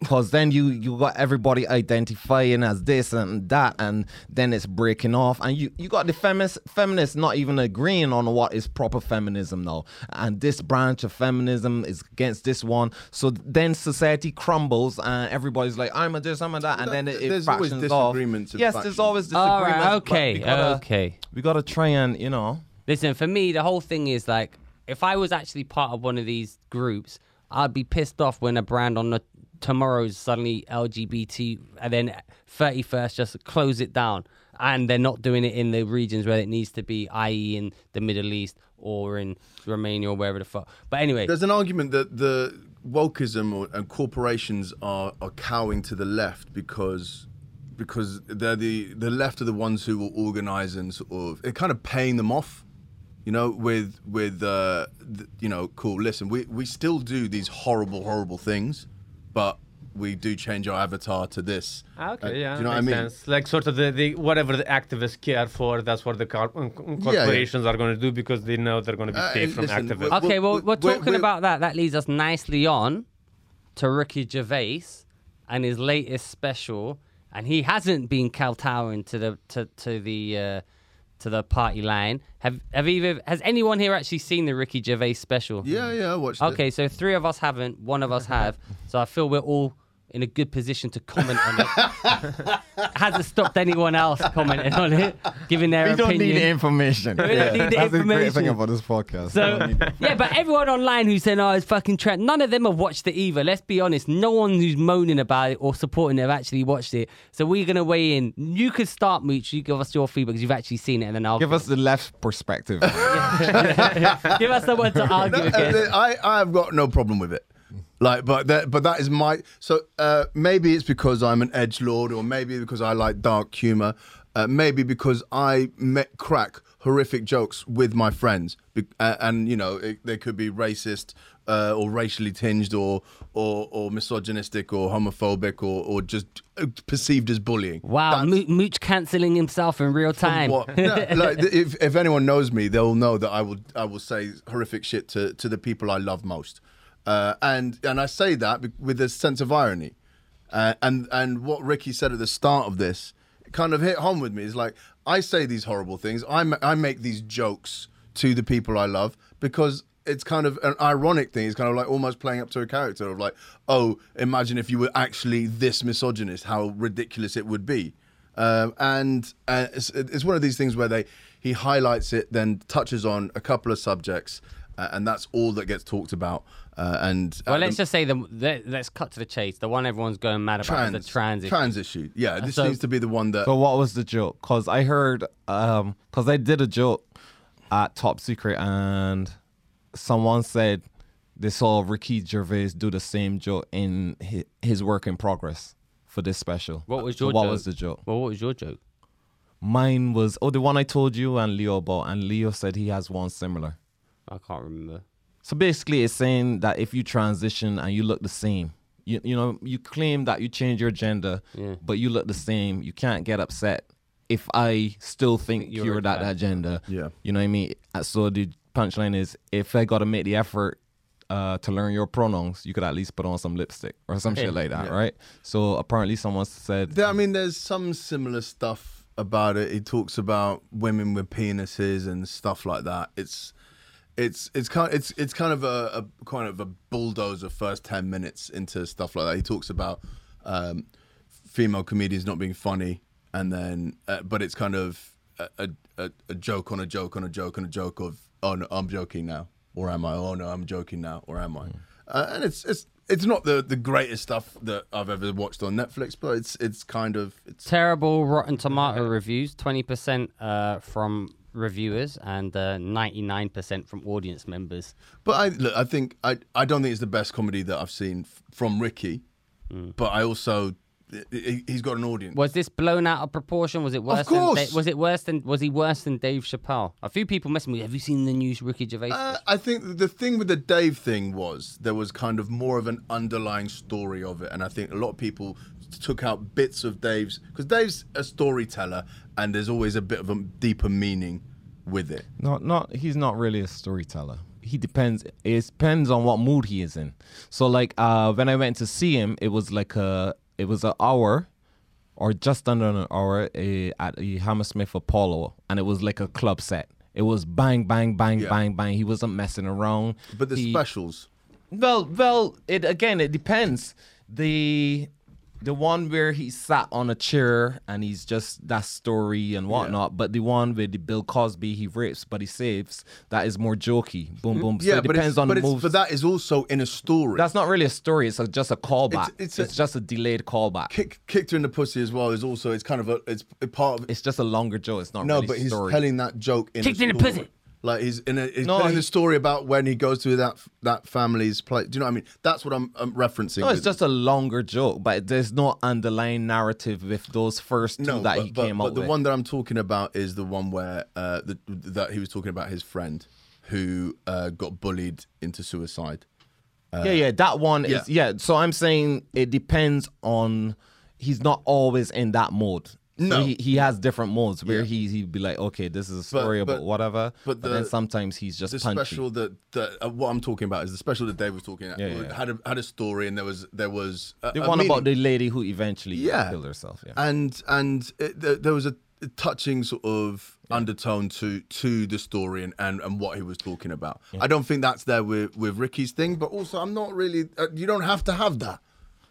[SPEAKER 1] because then you you got everybody identifying as this and that, and then it's breaking off, and you you got the feminist feminists not even agreeing on what is proper feminism now, and this branch of feminism is against this one, so then society crumbles, and everybody's like I'm a this, I'm a that, and then it, it
[SPEAKER 4] There's always
[SPEAKER 1] factions off.
[SPEAKER 4] disagreements and
[SPEAKER 1] Yes,
[SPEAKER 4] factions.
[SPEAKER 1] there's always disagreements.
[SPEAKER 3] All right.
[SPEAKER 1] but we
[SPEAKER 3] Okay.
[SPEAKER 1] gotta-
[SPEAKER 3] Okay.
[SPEAKER 1] we gotta try and you know.
[SPEAKER 3] Listen, for me, the whole thing is like, if I was actually part of one of these groups, I'd be pissed off when a brand on the tomorrow's suddenly LGBT, and then 31st just close it down, and they're not doing it in the regions where it needs to be, i.e., in the Middle East or in Romania or wherever the fuck. But anyway,
[SPEAKER 4] There's an argument that the wokeism or, and corporations are, are cowing to the left because because they're the the left are the ones who will organise and sort of they're kind of paying them off, you know, with with uh, th- you know, cool. Listen, we we still do these horrible horrible things, but we do change our avatar to this.
[SPEAKER 2] Ah,
[SPEAKER 4] Uh,
[SPEAKER 2] Okay, yeah,
[SPEAKER 4] do you know
[SPEAKER 2] makes
[SPEAKER 4] what I mean?
[SPEAKER 2] sense. Like sort of the, the whatever the activists care for, that's what the car- um, um,
[SPEAKER 4] Yeah, yeah.
[SPEAKER 2] corporations are going to do because they know they're going to be
[SPEAKER 4] Uh,
[SPEAKER 2] safe
[SPEAKER 4] and
[SPEAKER 2] from
[SPEAKER 4] listen,
[SPEAKER 2] activists.
[SPEAKER 4] we're-
[SPEAKER 3] okay, well,
[SPEAKER 4] we-
[SPEAKER 3] we're
[SPEAKER 4] we-
[SPEAKER 3] talking
[SPEAKER 4] we-
[SPEAKER 3] about that. That leads us nicely on to Ricky Gervais and his latest special, and he hasn't been kowtowing to the to to the uh, to the party line. Have have either has anyone here actually seen the Ricky Gervais special?
[SPEAKER 4] Yeah, yeah, I watched it.
[SPEAKER 3] Okay, so three of us haven't, one of us have. So I feel we're all in a good position to comment on it. hasn't stopped anyone else commenting on it, giving their
[SPEAKER 1] We don't
[SPEAKER 3] opinion.
[SPEAKER 1] need the information.
[SPEAKER 3] We don't need the
[SPEAKER 1] That's the great
[SPEAKER 3] information.
[SPEAKER 1] thing about this podcast. We don't
[SPEAKER 3] So
[SPEAKER 1] need it.
[SPEAKER 3] yeah, but everyone online who's saying, "Oh, it's fucking trash," none of them have watched it either. Let's be honest. No one who's moaning about it or supporting it have actually watched it. So we're gonna weigh in. You could start, Mooch. You give us your feedback because you've actually seen it, and then I'll
[SPEAKER 1] give us the left perspective.
[SPEAKER 3] give us someone to argue against.
[SPEAKER 4] Uh, I I've got no problem with it. Like, but that but that is my so uh, maybe it's because I'm an edge lord, or maybe because I like dark humor, uh, maybe because I me- crack horrific jokes with my friends, Be- uh, and you know it, they could be racist uh, or racially tinged, or or or misogynistic, or homophobic, or or just uh, perceived as bullying.
[SPEAKER 3] Wow, Mo- Mooch cancelling himself in real time.
[SPEAKER 4] What? No, like, th- if, if anyone knows me, they'll know that I will I will say horrific shit to, to the people I love most, uh, and and I say that be- with a sense of irony, uh, and and what Ricky said at the start of this kind of hit home with me is like I say these horrible things, I ma- I make these jokes to the people I love because. It's kind of an ironic thing. It's kind of like almost playing up to a character of like, oh, imagine if you were actually this misogynist, how ridiculous it would be. Um, and uh, it's, it's one of these things where they he highlights it, then touches on a couple of subjects, uh, and that's all that gets talked about. Uh, and
[SPEAKER 3] Well, let's just say the, let, let's cut to the chase. The one everyone's going mad about
[SPEAKER 4] trans,
[SPEAKER 3] is the trans. issue. Uh,
[SPEAKER 4] trans issue. Yeah, this
[SPEAKER 3] So-
[SPEAKER 4] seems to be the one that.
[SPEAKER 1] so what was the joke? Because I heard, um, because I did a joke at Top Secret, and someone said they saw Ricky Gervais do the same joke in his, his work in progress for this special.
[SPEAKER 3] What was
[SPEAKER 1] So
[SPEAKER 3] your
[SPEAKER 1] what
[SPEAKER 3] joke?
[SPEAKER 1] was the joke?
[SPEAKER 3] Well, what was your joke?
[SPEAKER 1] Mine was oh the one I told you and Leo about, and Leo said he has one similar.
[SPEAKER 3] I can't remember.
[SPEAKER 1] So basically, it's saying that if you transition and you look the same, you you know you claim that you change your gender, but you look the same, you can't get upset if I still think
[SPEAKER 3] you're
[SPEAKER 1] you're, that that gender.
[SPEAKER 4] Yeah.
[SPEAKER 1] you know what I mean. Uh, So the punchline is, if I gotta make the effort. Uh, to learn your pronouns, you could at least put on some lipstick or some shit like that, right? So apparently, someone said
[SPEAKER 4] There- I mean, there's some similar stuff about it. He talks about women with penises and stuff like that. It's it's it's kind it's it's kind of a, a kind of a bulldozer first ten minutes into stuff like that. He talks about um, female comedians not being funny, and then uh, but it's kind of a, a- a a joke on a joke on a joke on a joke of oh no, I'm joking now, or am I? Oh no, I'm joking now, or am I? Uh, and it's it's it's not the the greatest stuff that I've ever watched on Netflix, but it's it's kind of it's
[SPEAKER 3] terrible Rotten Tomato reviews. Twenty percent uh, from reviewers and uh, 99% from audience members.
[SPEAKER 4] But I look, I think I I don't think it's the best comedy that I've seen f- from Ricky, but I also he- he- he's got an audience.
[SPEAKER 3] Was this blown out of proportion? Was it worse? Than
[SPEAKER 4] course.
[SPEAKER 3] Da- was it worse than? Was he worse than Dave Chappelle? A few people messaged me. Have you seen the new Ricky Gervais?
[SPEAKER 4] Uh, I think th- the thing with the Dave thing was there was kind of more of an underlying story of it, and I think a lot of people took out bits of Dave's because Dave's a storyteller, and there's always a bit of a deeper meaning with it.
[SPEAKER 1] Not, not. He's not really a storyteller. He depends. It depends on what mood he is in. So, like, uh, when I went to see him, it was like a, it was an hour, or just under an hour eh, at the Hammersmith Apollo, and it was like a club set. It was bang, bang, bang,
[SPEAKER 4] Yeah.
[SPEAKER 1] bang, bang. He wasn't messing around.
[SPEAKER 4] But the
[SPEAKER 1] He-
[SPEAKER 4] specials,
[SPEAKER 1] Well, well, it again. It depends. The the one where he sat on a chair and he's just that story and whatnot. But the one with the Bill Cosby, he rips but he saves. That is more jokey. Boom, boom. So
[SPEAKER 4] Mm, yeah,
[SPEAKER 1] it
[SPEAKER 4] but
[SPEAKER 1] depends
[SPEAKER 4] it's,
[SPEAKER 1] on
[SPEAKER 4] but
[SPEAKER 1] the
[SPEAKER 4] it's,
[SPEAKER 1] moves.
[SPEAKER 4] but that is also in a story.
[SPEAKER 1] That's not really a story. It's a, just a callback.
[SPEAKER 4] it's
[SPEAKER 1] It's,
[SPEAKER 4] a-
[SPEAKER 1] just a delayed callback.
[SPEAKER 4] kick kicked her in the pussy as well is also it's kind of a it's a part of
[SPEAKER 1] it's just a longer joke. It's not
[SPEAKER 4] no,
[SPEAKER 1] really
[SPEAKER 4] but
[SPEAKER 1] a
[SPEAKER 4] he's
[SPEAKER 1] story.
[SPEAKER 4] telling that joke in
[SPEAKER 3] Kicked in
[SPEAKER 4] a
[SPEAKER 3] the
[SPEAKER 4] story.
[SPEAKER 3] pussy.
[SPEAKER 4] Like he's in a he's
[SPEAKER 1] No,
[SPEAKER 4] telling
[SPEAKER 1] he-
[SPEAKER 4] the story about when he goes to that that family's place. Do you know what I mean? That's what I'm, I'm referencing.
[SPEAKER 1] no, it's
[SPEAKER 4] with-
[SPEAKER 1] just a longer joke, but there's no underlying narrative with those first two
[SPEAKER 4] no,
[SPEAKER 1] that
[SPEAKER 4] but,
[SPEAKER 1] he
[SPEAKER 4] but,
[SPEAKER 1] came
[SPEAKER 4] but
[SPEAKER 1] up
[SPEAKER 4] the
[SPEAKER 1] with.
[SPEAKER 4] one that I'm talking about is the one where uh, the, that he was talking about his friend who uh, got bullied into suicide.
[SPEAKER 1] yeah, yeah, that one
[SPEAKER 4] yeah.
[SPEAKER 1] is yeah. So I'm saying it depends on he's not always in that mode.
[SPEAKER 4] No.
[SPEAKER 1] so he, he has different modes where he he'd be like, okay, this is a
[SPEAKER 4] But-
[SPEAKER 1] story about
[SPEAKER 4] but-
[SPEAKER 1] whatever.
[SPEAKER 4] but
[SPEAKER 1] But, then
[SPEAKER 4] the-
[SPEAKER 1] sometimes he's just
[SPEAKER 4] the
[SPEAKER 1] punchy.
[SPEAKER 4] special that, that uh, what I'm talking about is the special that Dave was talking about
[SPEAKER 1] Yeah, yeah, yeah.
[SPEAKER 4] had a, had a story and there was there was a,
[SPEAKER 1] the
[SPEAKER 4] a
[SPEAKER 1] one
[SPEAKER 4] meaning.
[SPEAKER 1] about the lady who eventually
[SPEAKER 4] Yeah.
[SPEAKER 1] killed herself. Yeah,
[SPEAKER 4] and and it, there, there was a touching sort of undertone to to the story and and, and what he was talking about. I don't think that's there with with Ricky's thing, but also I'm not really. Uh, you don't have to have that.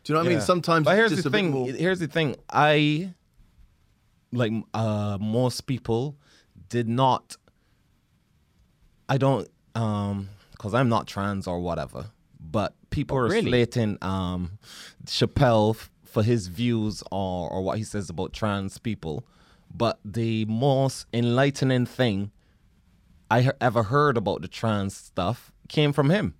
[SPEAKER 4] Do you know what I mean?
[SPEAKER 1] Yeah.
[SPEAKER 4] Sometimes
[SPEAKER 1] But
[SPEAKER 4] it's
[SPEAKER 1] here's
[SPEAKER 4] just
[SPEAKER 1] the
[SPEAKER 4] a bit
[SPEAKER 1] thing.
[SPEAKER 4] more-
[SPEAKER 1] Here's the thing. I like uh most people did not. I don't um because I'm not trans or whatever, but people are
[SPEAKER 3] really?
[SPEAKER 1] slating um Chappelle f- for his views or or what he says about trans people. But the most enlightening thing I he- ever heard about the trans stuff came from him.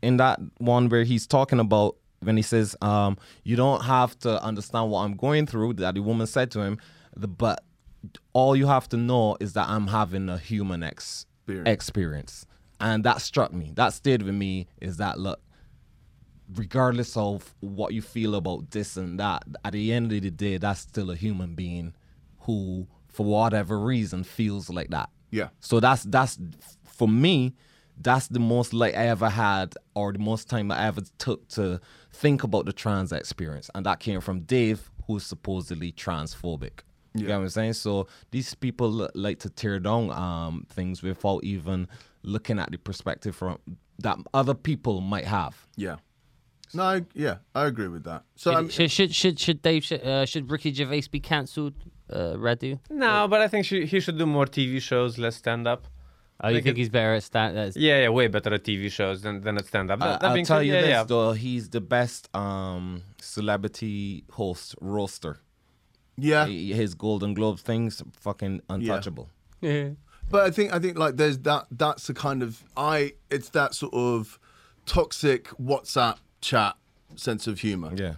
[SPEAKER 1] In that one where he's talking about when he says, um, "You don't have to understand what I'm going through," that the woman said to him, the- "But all you have to know is that I'm having a human ex-
[SPEAKER 4] Experience.
[SPEAKER 1] experience. and that struck me. That stayed with me. Is that look, regardless of what you feel about this and that, at the end of the day, that's still a human being who, for whatever reason, feels like that.
[SPEAKER 4] Yeah.
[SPEAKER 1] So that's that's for me, that's the most light I ever had, or the most time I ever took to think about the trans experience, and that came from Dave, who's supposedly transphobic. You get what I'm saying? So these people l- like to tear down um, things without even looking at the perspective from that other people might have.
[SPEAKER 4] yeah. No, I, yeah, I agree with that. So um, I'm,
[SPEAKER 3] should, should should should Dave should, uh, should Ricky Gervais be cancelled? Uh, Radu?
[SPEAKER 2] No, but I think she, he should do more TV shows, less stand up.
[SPEAKER 3] Oh, you
[SPEAKER 2] Like
[SPEAKER 3] think
[SPEAKER 2] it-
[SPEAKER 3] he's better at stand? Uh,
[SPEAKER 2] Yeah, yeah, way better at TV shows than, than at stand up.
[SPEAKER 1] I- Uh, I'll tell you this though, he's the best um, celebrity host roaster.
[SPEAKER 4] yeah,
[SPEAKER 1] He- His Golden Globe things fucking untouchable.
[SPEAKER 3] yeah.
[SPEAKER 4] But I think I think like there's that that's the kind of I it's that sort of toxic WhatsApp chat sense of humor.
[SPEAKER 1] Yeah.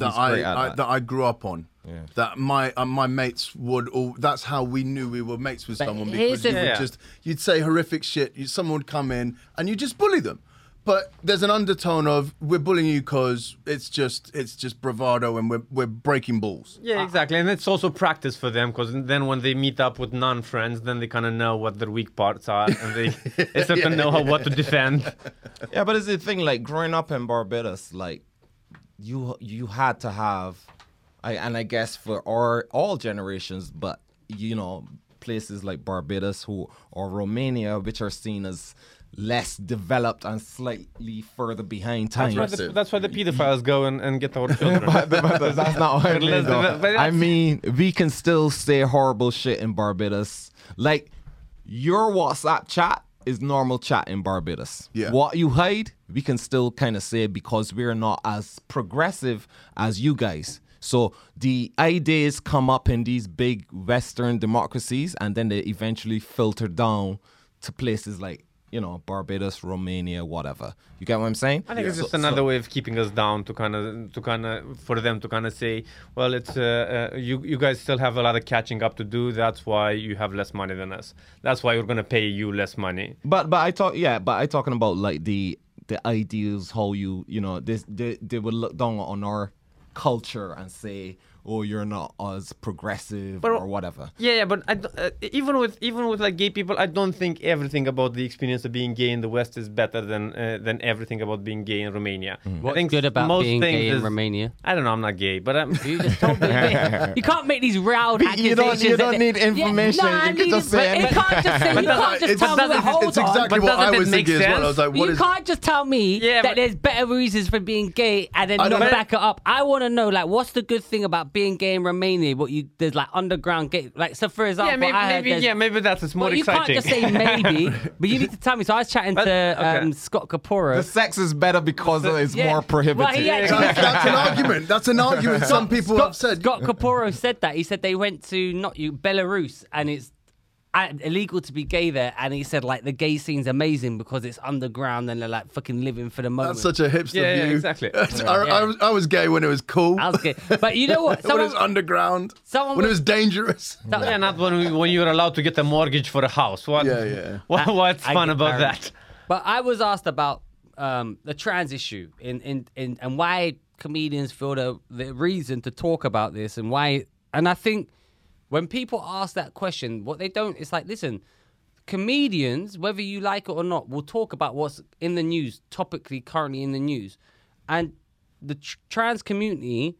[SPEAKER 4] That
[SPEAKER 1] He's
[SPEAKER 4] I,
[SPEAKER 1] great at
[SPEAKER 4] I that.
[SPEAKER 1] that.
[SPEAKER 4] I grew up on.
[SPEAKER 1] Yeah.
[SPEAKER 4] That my uh, my mates would all that's how we knew we were mates with someone
[SPEAKER 3] here's
[SPEAKER 4] because
[SPEAKER 3] the-
[SPEAKER 4] you would
[SPEAKER 2] Yeah.
[SPEAKER 4] just you'd say horrific shit, you, someone would come in and you just bully them. But there's an undertone of we're bullying you because it's just it's just bravado and we're we're breaking balls.
[SPEAKER 2] Yeah, exactly. And it's also practice for them because then when they meet up with non friends, then they kind of know what their weak parts are and they, they sort of know how, what to defend.
[SPEAKER 1] Yeah, but it's the thing. Like growing up in Barbados, like you you had to have, I, and I guess for our all generations, but you know places like Barbados who or Romania, which are seen as less developed and slightly further behind time.
[SPEAKER 2] That's why the, that's why the pedophiles go and, and get our children.
[SPEAKER 1] Barbados, that's not what I mean.
[SPEAKER 2] Let's do
[SPEAKER 1] though.
[SPEAKER 2] that, but
[SPEAKER 1] I
[SPEAKER 2] that's-
[SPEAKER 1] mean, we can still say horrible shit in Barbados. Like your WhatsApp chat is normal chat in Barbados.
[SPEAKER 4] Yeah.
[SPEAKER 1] What you hide, we can still kind of say because we're not as progressive as you guys. So the ideas come up in these big Western democracies, and then they eventually filter down to places like you know Barbados, Romania, whatever. You get what I'm saying?
[SPEAKER 2] I think it's just another way of keeping us down to kind of to kind of for them to kind of say, well, it's uh, uh, you you guys still have a lot of catching up to do. That's why you have less money than us. That's why we're gonna pay you less money.
[SPEAKER 1] But but I talk yeah, but I talking about like the the ideals how you you know this they they would look down on our culture and say oh you're not as progressive
[SPEAKER 2] But-
[SPEAKER 1] or whatever.
[SPEAKER 2] Yeah, yeah, but I d uh, even with even with like gay people, I don't think everything about the experience of being gay in the West is better than uh, than everything about being gay in Romania. I
[SPEAKER 3] What's
[SPEAKER 2] think
[SPEAKER 3] good about
[SPEAKER 2] most
[SPEAKER 3] being gay
[SPEAKER 2] things
[SPEAKER 3] in
[SPEAKER 2] is-
[SPEAKER 3] Romania?
[SPEAKER 2] I don't know. I'm not gay, but I'm.
[SPEAKER 3] You just told me. you can't make these round
[SPEAKER 1] But you
[SPEAKER 3] accusations.
[SPEAKER 1] don't- you
[SPEAKER 3] that
[SPEAKER 1] don't
[SPEAKER 3] they-
[SPEAKER 1] need information.
[SPEAKER 3] Yeah, no, I
[SPEAKER 1] You can
[SPEAKER 3] need
[SPEAKER 1] just
[SPEAKER 3] it,
[SPEAKER 1] say
[SPEAKER 3] but
[SPEAKER 1] anything.
[SPEAKER 3] You can't just say. You can't just
[SPEAKER 4] it's
[SPEAKER 3] tell me.
[SPEAKER 4] exactly,
[SPEAKER 3] Hold
[SPEAKER 4] it's
[SPEAKER 3] on.
[SPEAKER 4] exactly
[SPEAKER 2] but
[SPEAKER 4] what I
[SPEAKER 2] doesn't it
[SPEAKER 4] was
[SPEAKER 2] make
[SPEAKER 4] thinking as well. I
[SPEAKER 2] sense?
[SPEAKER 4] was like, what
[SPEAKER 3] you
[SPEAKER 4] is?
[SPEAKER 3] can't just tell me
[SPEAKER 2] Yeah,
[SPEAKER 3] that
[SPEAKER 2] but-
[SPEAKER 3] there's better reasons for being gay and then
[SPEAKER 4] I
[SPEAKER 3] not
[SPEAKER 4] don't-
[SPEAKER 3] back it up. I want to know like what's the good thing about being gay in Romania? What you there's like underground gay like so for example
[SPEAKER 2] yeah, maybe,
[SPEAKER 3] I heard
[SPEAKER 2] maybe
[SPEAKER 3] there's-
[SPEAKER 2] yeah, maybe that's it's more
[SPEAKER 3] Well, you
[SPEAKER 2] exciting.
[SPEAKER 3] can't just say maybe, but you need to tell me. So I was chatting
[SPEAKER 2] But-
[SPEAKER 3] to
[SPEAKER 2] okay.
[SPEAKER 3] um, Scott Capora.
[SPEAKER 1] The sex is better because it's
[SPEAKER 3] Yeah.
[SPEAKER 1] more prohibited.
[SPEAKER 3] Well, he actually-
[SPEAKER 4] That's, that's an argument. That's an argument. Some people
[SPEAKER 3] Scott,
[SPEAKER 4] have said.
[SPEAKER 3] Scott Caporo said that. He said they went to not you Belarus and it's uh, illegal to be gay there. And he said like the gay scene's amazing because it's underground and they're like fucking living for the moment.
[SPEAKER 4] That's such a hipster
[SPEAKER 2] Yeah, yeah,
[SPEAKER 4] view.
[SPEAKER 2] exactly.
[SPEAKER 4] I, I,
[SPEAKER 3] Yeah.
[SPEAKER 4] was, I was gay when it was cool.
[SPEAKER 3] I was gay. But you know what?
[SPEAKER 4] when it
[SPEAKER 3] Someone,
[SPEAKER 4] was underground.
[SPEAKER 3] someone
[SPEAKER 4] when it
[SPEAKER 3] was-
[SPEAKER 4] was dangerous.
[SPEAKER 3] that-
[SPEAKER 2] Yeah, not when we, when you're allowed to get a mortgage for a house. What?
[SPEAKER 4] Yeah, yeah.
[SPEAKER 2] What, what's
[SPEAKER 3] I
[SPEAKER 2] fun
[SPEAKER 3] get
[SPEAKER 2] about
[SPEAKER 3] married.
[SPEAKER 2] that?
[SPEAKER 3] But I was asked about um, the trans issue in, in, in and why comedians feel the, the reason to talk about this and why. And I think when people ask that question, what they don't, it's like, listen, comedians, whether you like it or not, will talk about what's in the news, topically currently in the news. And the tr- trans community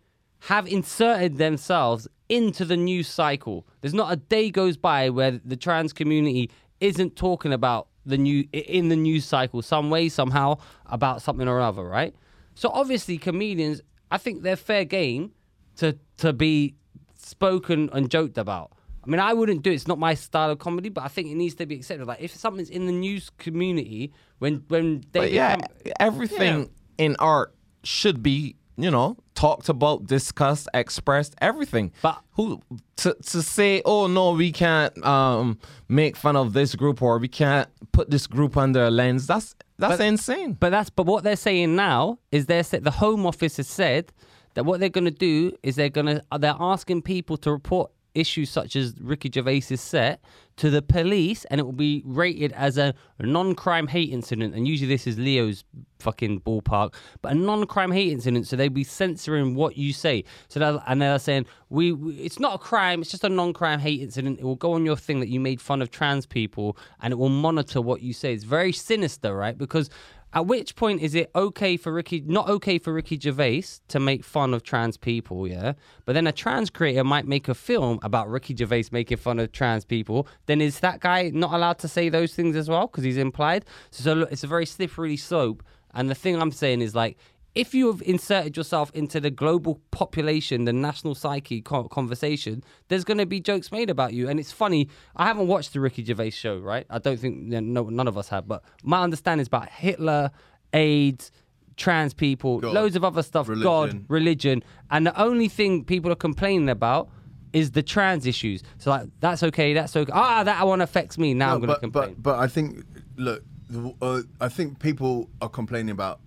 [SPEAKER 3] have inserted themselves into the news cycle. There's not a day goes by where the trans community isn't talking about the new i- in the news cycle some way somehow about something or other, right? So obviously comedians, I think they're fair game to to be spoken and joked about. I mean, I wouldn't do it. It's not my style of comedy, but I think it needs to be accepted. Like if something's in the news community, when when they
[SPEAKER 1] But yeah,
[SPEAKER 3] become-
[SPEAKER 1] everything in art should be, you know, talked about, discussed, expressed, everything.
[SPEAKER 3] But-
[SPEAKER 1] who to to say, oh no, we can't um make fun of this group or we can't put this group under a lens. That's that's insane.
[SPEAKER 3] But that's but what they're saying now is they're sa- the Home Office has said that what they're going to do is they're going to they're asking people to report issues such as Ricky Gervais's set to the police, and it will be rated as a non-crime hate incident. And usually this is Leo's fucking ballpark, but a non-crime hate incident. So they'll be censoring what you say. So they'll, and they're saying we, we it's not a crime. It's just a non-crime hate incident. It will go on your thing that you made fun of trans people, and it will monitor what you say. It's very sinister, right? Because at which point is it okay for Ricky, not okay for Ricky Gervais to make fun of trans people, yeah? But then a trans creator might make a film about Ricky Gervais making fun of trans people. Then is that guy not allowed to say those things as well because he's implied? So look, it's a very slippery slope. And the thing I'm saying is like, if you have inserted yourself into the global population, the national psyche co- conversation, there's going to be jokes made about you. And it's funny. I haven't watched the Ricky Gervais show, right? I don't think no, none of us have. But my understanding is about Hitler, AIDS, trans people, loads of other stuff, God,
[SPEAKER 4] Religion.
[SPEAKER 3] religion. And the only thing people are complaining about is the trans issues. So like, that's okay. That's okay. Ah, that one affects me. Now I'm
[SPEAKER 4] No,
[SPEAKER 3] going to
[SPEAKER 4] but,
[SPEAKER 3] complain.
[SPEAKER 4] But, but I think, look, the- uh, I think people are complaining about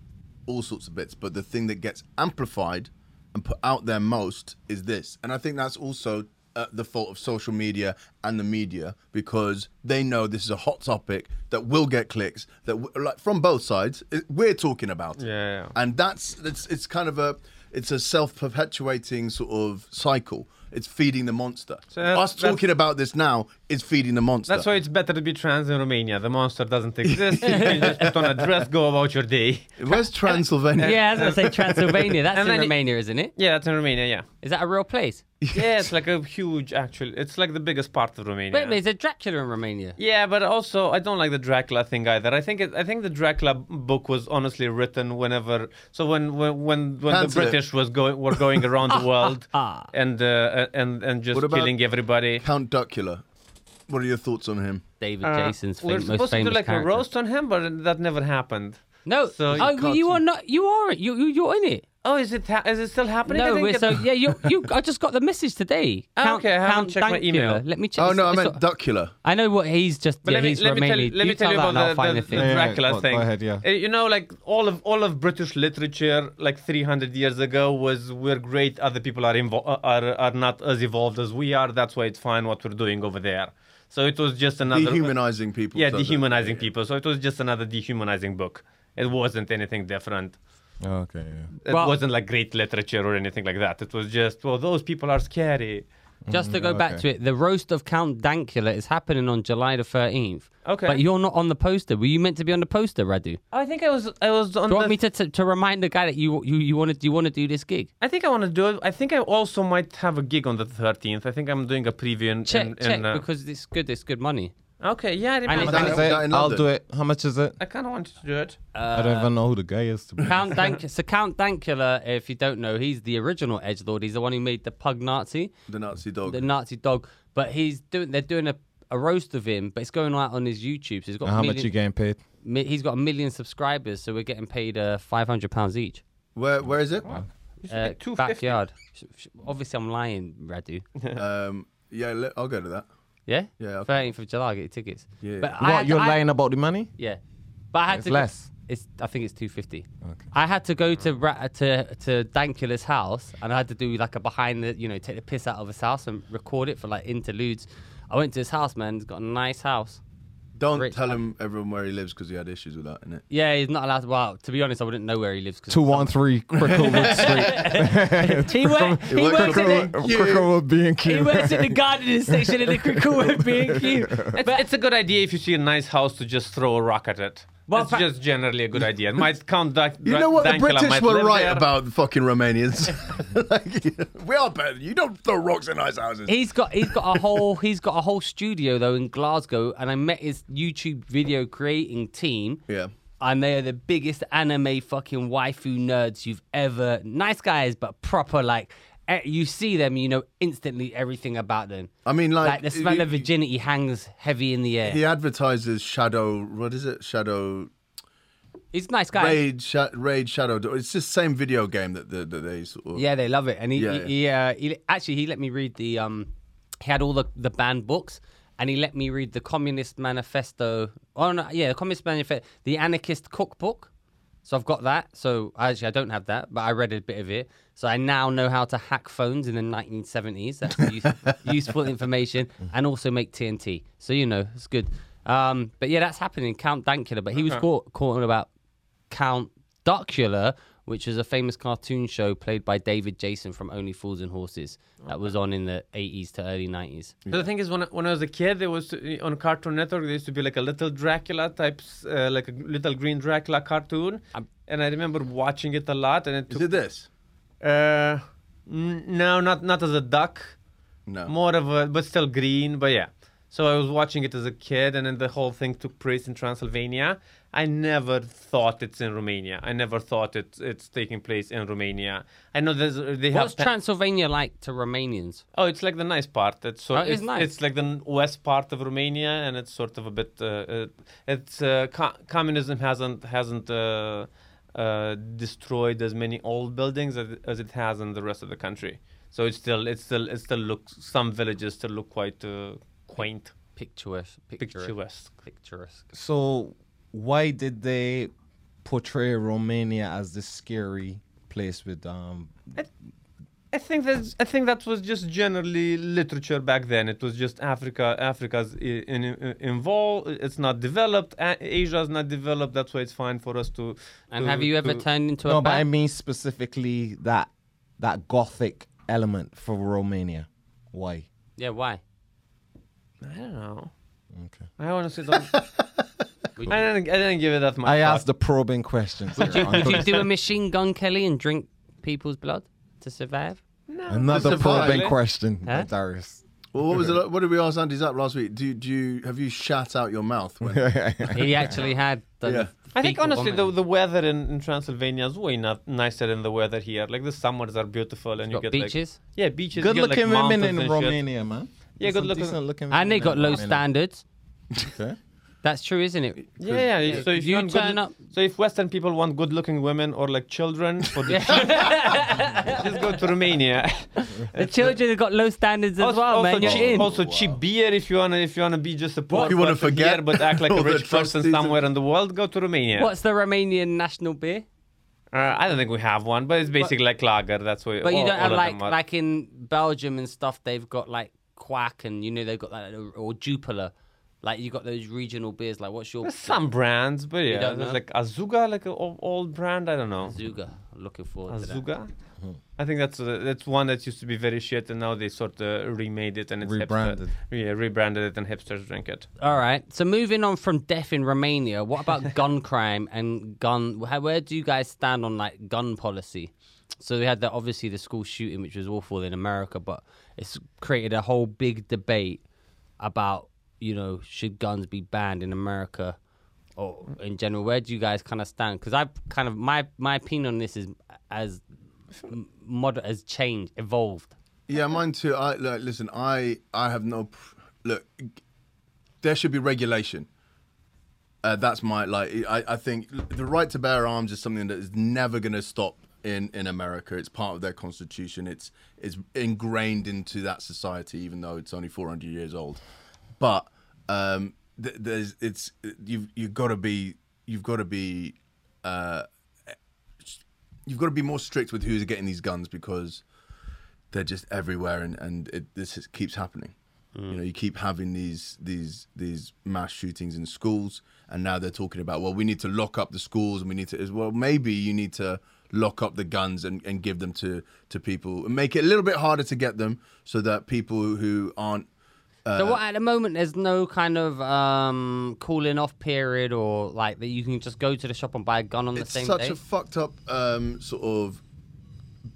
[SPEAKER 4] all sorts of bits, but the thing that gets amplified and put out there most is this. And I think that's also uh, the fault of social media and the media because they know this is a hot topic that will get clicks that w- like from both sides it, we're talking about it.
[SPEAKER 2] Yeah, yeah.
[SPEAKER 4] and that's it's, it's kind of a it's a self-perpetuating sort of cycle it's feeding the monster
[SPEAKER 2] uh, that's-
[SPEAKER 4] us
[SPEAKER 2] that's-
[SPEAKER 4] talking about this now is feeding the monster
[SPEAKER 2] That's why it's better to be trans in Romania. The monster doesn't exist. you can just put on a dress, go about your day.
[SPEAKER 4] Where's Transylvania?
[SPEAKER 3] yeah, I was going to say Transylvania. That's
[SPEAKER 2] And
[SPEAKER 3] in
[SPEAKER 2] then it-
[SPEAKER 3] Romania, isn't it?
[SPEAKER 2] Yeah, that's in Romania. Yeah,
[SPEAKER 3] Is that a real place?
[SPEAKER 2] yeah, it's like a huge. Actually, it's like the biggest part of Romania.
[SPEAKER 3] Wait a minute, is there Dracula in Romania?
[SPEAKER 2] Yeah, but also I don't like the Dracula thing either. I think it, I think the Dracula book was honestly written whenever so when when when, when the
[SPEAKER 4] Cancel it. Ah.
[SPEAKER 2] British was going were going around the world and uh, and and just
[SPEAKER 4] What about-
[SPEAKER 2] killing everybody.
[SPEAKER 4] Count Duckula. What are your thoughts on him?
[SPEAKER 3] David
[SPEAKER 2] Uh,
[SPEAKER 3] Jason's
[SPEAKER 2] we're
[SPEAKER 3] fam- most
[SPEAKER 2] supposed to do
[SPEAKER 3] famous
[SPEAKER 2] like
[SPEAKER 3] character.
[SPEAKER 2] a roast on him, but that never happened.
[SPEAKER 3] No,
[SPEAKER 2] So-
[SPEAKER 3] oh, you are not. You are. You you you're in it.
[SPEAKER 2] Oh, is it ha- is it still happening? I
[SPEAKER 3] No,
[SPEAKER 2] didn't
[SPEAKER 3] we're
[SPEAKER 2] get-
[SPEAKER 3] so yeah, you you. I just got the message today.
[SPEAKER 2] Oh, okay, I haven't checked my
[SPEAKER 3] Dankula.
[SPEAKER 2] email.
[SPEAKER 3] Let me check.
[SPEAKER 4] Oh
[SPEAKER 3] it's-
[SPEAKER 4] no, I
[SPEAKER 3] it's-
[SPEAKER 4] meant Duckula.
[SPEAKER 3] I know what he's just.
[SPEAKER 2] But
[SPEAKER 3] yeah,
[SPEAKER 2] let me,
[SPEAKER 3] he's
[SPEAKER 2] let me tell,
[SPEAKER 3] Romanian.
[SPEAKER 2] let me
[SPEAKER 3] you
[SPEAKER 2] tell you
[SPEAKER 3] that
[SPEAKER 2] about
[SPEAKER 3] and I'll
[SPEAKER 2] the,
[SPEAKER 3] find
[SPEAKER 2] the,
[SPEAKER 3] the thing.
[SPEAKER 1] Yeah, yeah,
[SPEAKER 2] Dracula
[SPEAKER 1] go- go
[SPEAKER 2] thing.
[SPEAKER 1] ahead, yeah.
[SPEAKER 2] Uh, You know, like all of all of British literature, like 300 years ago, was we're great. Other people are invo- uh, are are not as evolved as we are. That's why it's fine what we're doing over there. So it was just another uh,
[SPEAKER 4] Dehumanizing people.
[SPEAKER 2] Yeah,
[SPEAKER 4] doesn't it?
[SPEAKER 2] dehumanizing people. So it was just another dehumanizing book. It wasn't anything different.
[SPEAKER 1] Oh, Okay. Yeah.
[SPEAKER 2] It
[SPEAKER 3] Well-
[SPEAKER 2] wasn't like great literature or anything like that. It was just well, those people are scary.
[SPEAKER 3] Just to go back
[SPEAKER 1] okay.
[SPEAKER 3] to it, the roast of Count Dankula is happening on July the 13th.
[SPEAKER 2] Okay.
[SPEAKER 3] But you're not on the poster. Were you meant to be on the poster, Radu? Do
[SPEAKER 2] I think I was I was on
[SPEAKER 3] you
[SPEAKER 2] the
[SPEAKER 3] want me to, to, to remind the guy that you you, you want to you want to do this gig?
[SPEAKER 2] I think I want to do it. I think I also might have a gig on the 13th. I think I'm doing a preview in.
[SPEAKER 3] Check
[SPEAKER 2] in, in,
[SPEAKER 3] check
[SPEAKER 2] uh,
[SPEAKER 3] because it's good. It's good money.
[SPEAKER 2] okay, yeah, I
[SPEAKER 3] it's-
[SPEAKER 2] remember.
[SPEAKER 1] How much
[SPEAKER 2] that.
[SPEAKER 1] is
[SPEAKER 4] that
[SPEAKER 1] it?
[SPEAKER 4] in
[SPEAKER 1] I'll
[SPEAKER 4] London?
[SPEAKER 1] do it. How much is it?
[SPEAKER 2] I kind of wanted to do it.
[SPEAKER 1] I
[SPEAKER 3] Uh,
[SPEAKER 1] don't even know who the guy is. To be.
[SPEAKER 3] Count Dank- so Count Dankula, if you don't know, he's the original Edge Lord. He's the one who made the pug Nazi,
[SPEAKER 4] The Nazi dog.
[SPEAKER 3] the Nazi dog. But he's doing they're doing a, a roast of him, but it's going out on his YouTube. So he's got a
[SPEAKER 1] How much
[SPEAKER 3] million,
[SPEAKER 1] you getting paid?
[SPEAKER 3] mi- he's got a million subscribers, so we're getting paid uh, five hundred pounds each.
[SPEAKER 4] where where is it?
[SPEAKER 3] Uh,
[SPEAKER 2] Two fifty.
[SPEAKER 3] backyard. Sh- sh- Obviously, I'm lying, Radu.
[SPEAKER 4] Um, yeah, le- I'll go to that.
[SPEAKER 3] Yeah,
[SPEAKER 4] Yeah, okay.
[SPEAKER 3] Thirteenth of July, get your tickets.
[SPEAKER 4] Yeah.
[SPEAKER 3] but I
[SPEAKER 1] What
[SPEAKER 3] had to-
[SPEAKER 1] you're
[SPEAKER 3] I-
[SPEAKER 1] lying about the money?
[SPEAKER 3] Yeah, but I had
[SPEAKER 1] It's
[SPEAKER 3] to. go-
[SPEAKER 1] less.
[SPEAKER 3] it's I think it's two fifty.
[SPEAKER 1] Okay.
[SPEAKER 3] I had to go to Ra- to to Dankula's house, and I had to do like a behind the you know take the piss out of his house and record it for like interludes. I went to his house, man. He's got a nice house.
[SPEAKER 4] Don't
[SPEAKER 3] Rich,
[SPEAKER 4] tell him everyone where he lives because he had issues with that, innit?
[SPEAKER 3] Yeah, he's not allowed. To, well, to be honest, I wouldn't know where he lives. 'cause-
[SPEAKER 1] Two one three Cricklewood Street.
[SPEAKER 3] He, wor- he
[SPEAKER 4] worked
[SPEAKER 3] works in the,
[SPEAKER 1] Cricklewood, Cricklewood B and
[SPEAKER 3] he
[SPEAKER 1] Q.
[SPEAKER 3] works in the gardening section in the Cricklewood B&Q.
[SPEAKER 2] It's, it's a good idea if you see a nice house to just throw a rock at it.
[SPEAKER 3] Well,
[SPEAKER 2] it's
[SPEAKER 3] fa-
[SPEAKER 2] just generally a good idea. It might count that.
[SPEAKER 4] You know what? The
[SPEAKER 2] Dankula
[SPEAKER 4] British
[SPEAKER 2] might
[SPEAKER 4] were
[SPEAKER 2] live
[SPEAKER 4] right
[SPEAKER 2] there.
[SPEAKER 4] about the fucking Romanians. like, we are better. than You don't throw rocks in nice houses.
[SPEAKER 3] He's got he's got a whole he's got a whole studio though in Glasgow, and I met his YouTube video creating team.
[SPEAKER 4] Yeah.
[SPEAKER 3] and they are the biggest anime fucking waifu nerds you've ever. Nice guys, but proper like. eh, You see them, you know instantly everything about them.
[SPEAKER 4] I mean, like,
[SPEAKER 3] the smell
[SPEAKER 4] you-
[SPEAKER 3] of virginity hangs heavy in the air.
[SPEAKER 4] He advertises shadow. What is it? Shadow
[SPEAKER 3] He's a nice guy.
[SPEAKER 4] raid. Sha- raid shadow. Do- It's the same video game that the, that they sort of.
[SPEAKER 3] Yeah, they love it. And he,
[SPEAKER 4] Yeah,
[SPEAKER 3] he, he, uh, he actually he let me read the um, he had all the the banned books, and he let me read the Communist Manifesto. Oh no, yeah, the Communist Manifesto, the Anarchist Cookbook. So I've got that. So actually, I don't have that, but I read a bit of it. So I now know how to hack phones in the 1970s. That's use, useful information, and also make TNT. So you know, it's good. Um, but yeah, that's happening. Count Dankula, but he was caught caught on about Count Duckula, which is a famous cartoon show played by David Jason from Only Fools and Horses that was on in the 80s to early 90s.
[SPEAKER 2] But the thing is, when I, when I was a kid, there was uh, on Cartoon Network there used to be like a little Dracula type, s- uh, like a g- little green Dracula cartoon,
[SPEAKER 3] Um,
[SPEAKER 2] and I remember watching it a lot. And it
[SPEAKER 4] Is
[SPEAKER 2] took,
[SPEAKER 4] it this?
[SPEAKER 2] uh, n- no, not not as a duck,
[SPEAKER 4] No.
[SPEAKER 2] more of a but still green, but yeah. So I was watching it as a kid, and then the whole thing took place in Transylvania. I never thought it's in Romania. I never thought it's it's taking place in Romania. I know there's they
[SPEAKER 3] What's
[SPEAKER 2] have. pa-
[SPEAKER 3] Transylvania like to Romanians?
[SPEAKER 2] Oh, it's like the nice part. It's so
[SPEAKER 3] Oh, it's
[SPEAKER 2] it's,
[SPEAKER 3] nice.
[SPEAKER 2] it's like the n- west part of Romania, and it's sort of a bit. Uh, uh, it's uh, co- communism hasn't hasn't uh, uh, destroyed as many old buildings as, as it has in the rest of the country. So it's still it's still it still looks some villages still look quite uh, quaint,
[SPEAKER 3] Picturesque. Picturesque.
[SPEAKER 2] picturesque.
[SPEAKER 3] Picturesque.
[SPEAKER 1] So why did they portray Romania as this scary place with um
[SPEAKER 2] I think that I think that was just generally literature back then. It was just Africa. Africa's i- in, in, involved. It's not developed. A- Asia's not developed. That's why it's fine for us to.
[SPEAKER 3] And
[SPEAKER 2] to-
[SPEAKER 3] have you ever
[SPEAKER 2] to-
[SPEAKER 3] turned into a
[SPEAKER 1] No, but
[SPEAKER 3] bat?
[SPEAKER 1] I mean specifically that that gothic element for Romania. Why?
[SPEAKER 3] Yeah, why?
[SPEAKER 2] I don't know.
[SPEAKER 1] Okay.
[SPEAKER 2] I honestly don't. I didn't. I didn't give it that much.
[SPEAKER 1] I
[SPEAKER 2] thought.
[SPEAKER 1] asked the probing questions. here on
[SPEAKER 3] Would you
[SPEAKER 1] purpose.
[SPEAKER 3] do a machine gun, Kelly, and drink people's blood to survive?
[SPEAKER 1] Another
[SPEAKER 4] Survive.
[SPEAKER 1] probing question,
[SPEAKER 3] Huh?
[SPEAKER 1] Darius.
[SPEAKER 4] Well, what was it? What did we ask Andy Zapp last week? Do do you have you shat out your mouth? When,
[SPEAKER 3] He actually had the.
[SPEAKER 4] Yeah.
[SPEAKER 2] I think
[SPEAKER 3] fecal
[SPEAKER 2] honestly, the,
[SPEAKER 3] vomiting.
[SPEAKER 2] the weather in, in Transylvania is way not nicer than the weather here. Like the summers are beautiful, and you
[SPEAKER 3] got
[SPEAKER 2] get
[SPEAKER 3] beaches?
[SPEAKER 2] Like, yeah, beaches.
[SPEAKER 1] Good
[SPEAKER 2] you get, like,
[SPEAKER 1] looking women
[SPEAKER 2] mountains
[SPEAKER 1] in
[SPEAKER 2] and shit.
[SPEAKER 1] Romania, man.
[SPEAKER 2] Yeah,
[SPEAKER 1] There's some
[SPEAKER 2] good looking-
[SPEAKER 1] decent looking
[SPEAKER 3] and they
[SPEAKER 1] women
[SPEAKER 3] got
[SPEAKER 1] in
[SPEAKER 3] low
[SPEAKER 1] Romania.
[SPEAKER 3] standards.
[SPEAKER 1] Okay.
[SPEAKER 3] That's true, isn't it?
[SPEAKER 2] Yeah, yeah. So if
[SPEAKER 3] You
[SPEAKER 2] you, want good-
[SPEAKER 3] turn up-
[SPEAKER 2] so if Western people want good-looking women or like children, for the just go to Romania.
[SPEAKER 3] The children have got low standards as
[SPEAKER 2] also,
[SPEAKER 3] well, man.
[SPEAKER 2] also
[SPEAKER 3] You're
[SPEAKER 2] cheap,
[SPEAKER 3] in.
[SPEAKER 2] also cheap beer if you wanna if you wanna be just a poor
[SPEAKER 4] You wanna
[SPEAKER 2] person
[SPEAKER 4] forget
[SPEAKER 2] here, but act like
[SPEAKER 4] all
[SPEAKER 2] a
[SPEAKER 4] the
[SPEAKER 2] rich person
[SPEAKER 4] trustees of-
[SPEAKER 2] somewhere in the world. Go to Romania.
[SPEAKER 3] What's the Romanian national beer?
[SPEAKER 2] Uh, I don't think we have one, but it's basically like lager. That's what.
[SPEAKER 3] But you
[SPEAKER 2] all-
[SPEAKER 3] don't
[SPEAKER 2] all
[SPEAKER 3] have
[SPEAKER 2] of
[SPEAKER 3] like
[SPEAKER 2] them are.
[SPEAKER 3] like in Belgium and stuff. They've got like quack, and you know they've got that or, or Jupiler. Like you got those regional beers. Like what's your
[SPEAKER 2] There's some brands, but yeah,
[SPEAKER 3] don't
[SPEAKER 2] there's
[SPEAKER 3] know?
[SPEAKER 2] like Azuga, like an old brand. I don't know.
[SPEAKER 3] Zuga? I'm looking forward to that.
[SPEAKER 2] Azuga. Uh-huh. I think that's uh, that's one that used to be very shit, and now they sort of remade it and it's hipster-
[SPEAKER 1] Rebranded.
[SPEAKER 2] yeah, rebranded it, and hipsters drink it.
[SPEAKER 3] All right. So moving on from death in Romania, what about gun crime and gun? wh- Where do you guys stand on like gun policy? So we had the obviously the school shooting, which was awful in America, but it's created a whole big debate about you know should guns be banned in America or in general. Where do you guys kind of stand? Because I kind of my my opinion on this is as m- mod as changed, evolved.
[SPEAKER 4] Yeah, mine too. I like, listen. I I have no pr- look. There should be regulation. Uh, that's my like. I, I think the right to bear arms is something that is never going to stop in in America. It's part of their constitution. It's it's ingrained into that society, even though it's only 400 years old. But um, th- there's it's you've you've got to be you've got to be uh, you've got to be more strict with who's getting these guns because they're just everywhere and, and it, this is, keeps happening
[SPEAKER 3] Mm.
[SPEAKER 4] you know you keep having these these these mass shootings in schools and now they're talking about well we need to lock up the schools and we need to as well maybe you need to lock up the guns and, and give them to to people and make it a little bit harder to get them so that people who aren't
[SPEAKER 3] So what, at the moment, there's no kind of um, cooling off period or like that you can just go to the shop and buy a gun on the
[SPEAKER 4] it's
[SPEAKER 3] same
[SPEAKER 4] such
[SPEAKER 3] day.
[SPEAKER 4] a fucked up um, sort of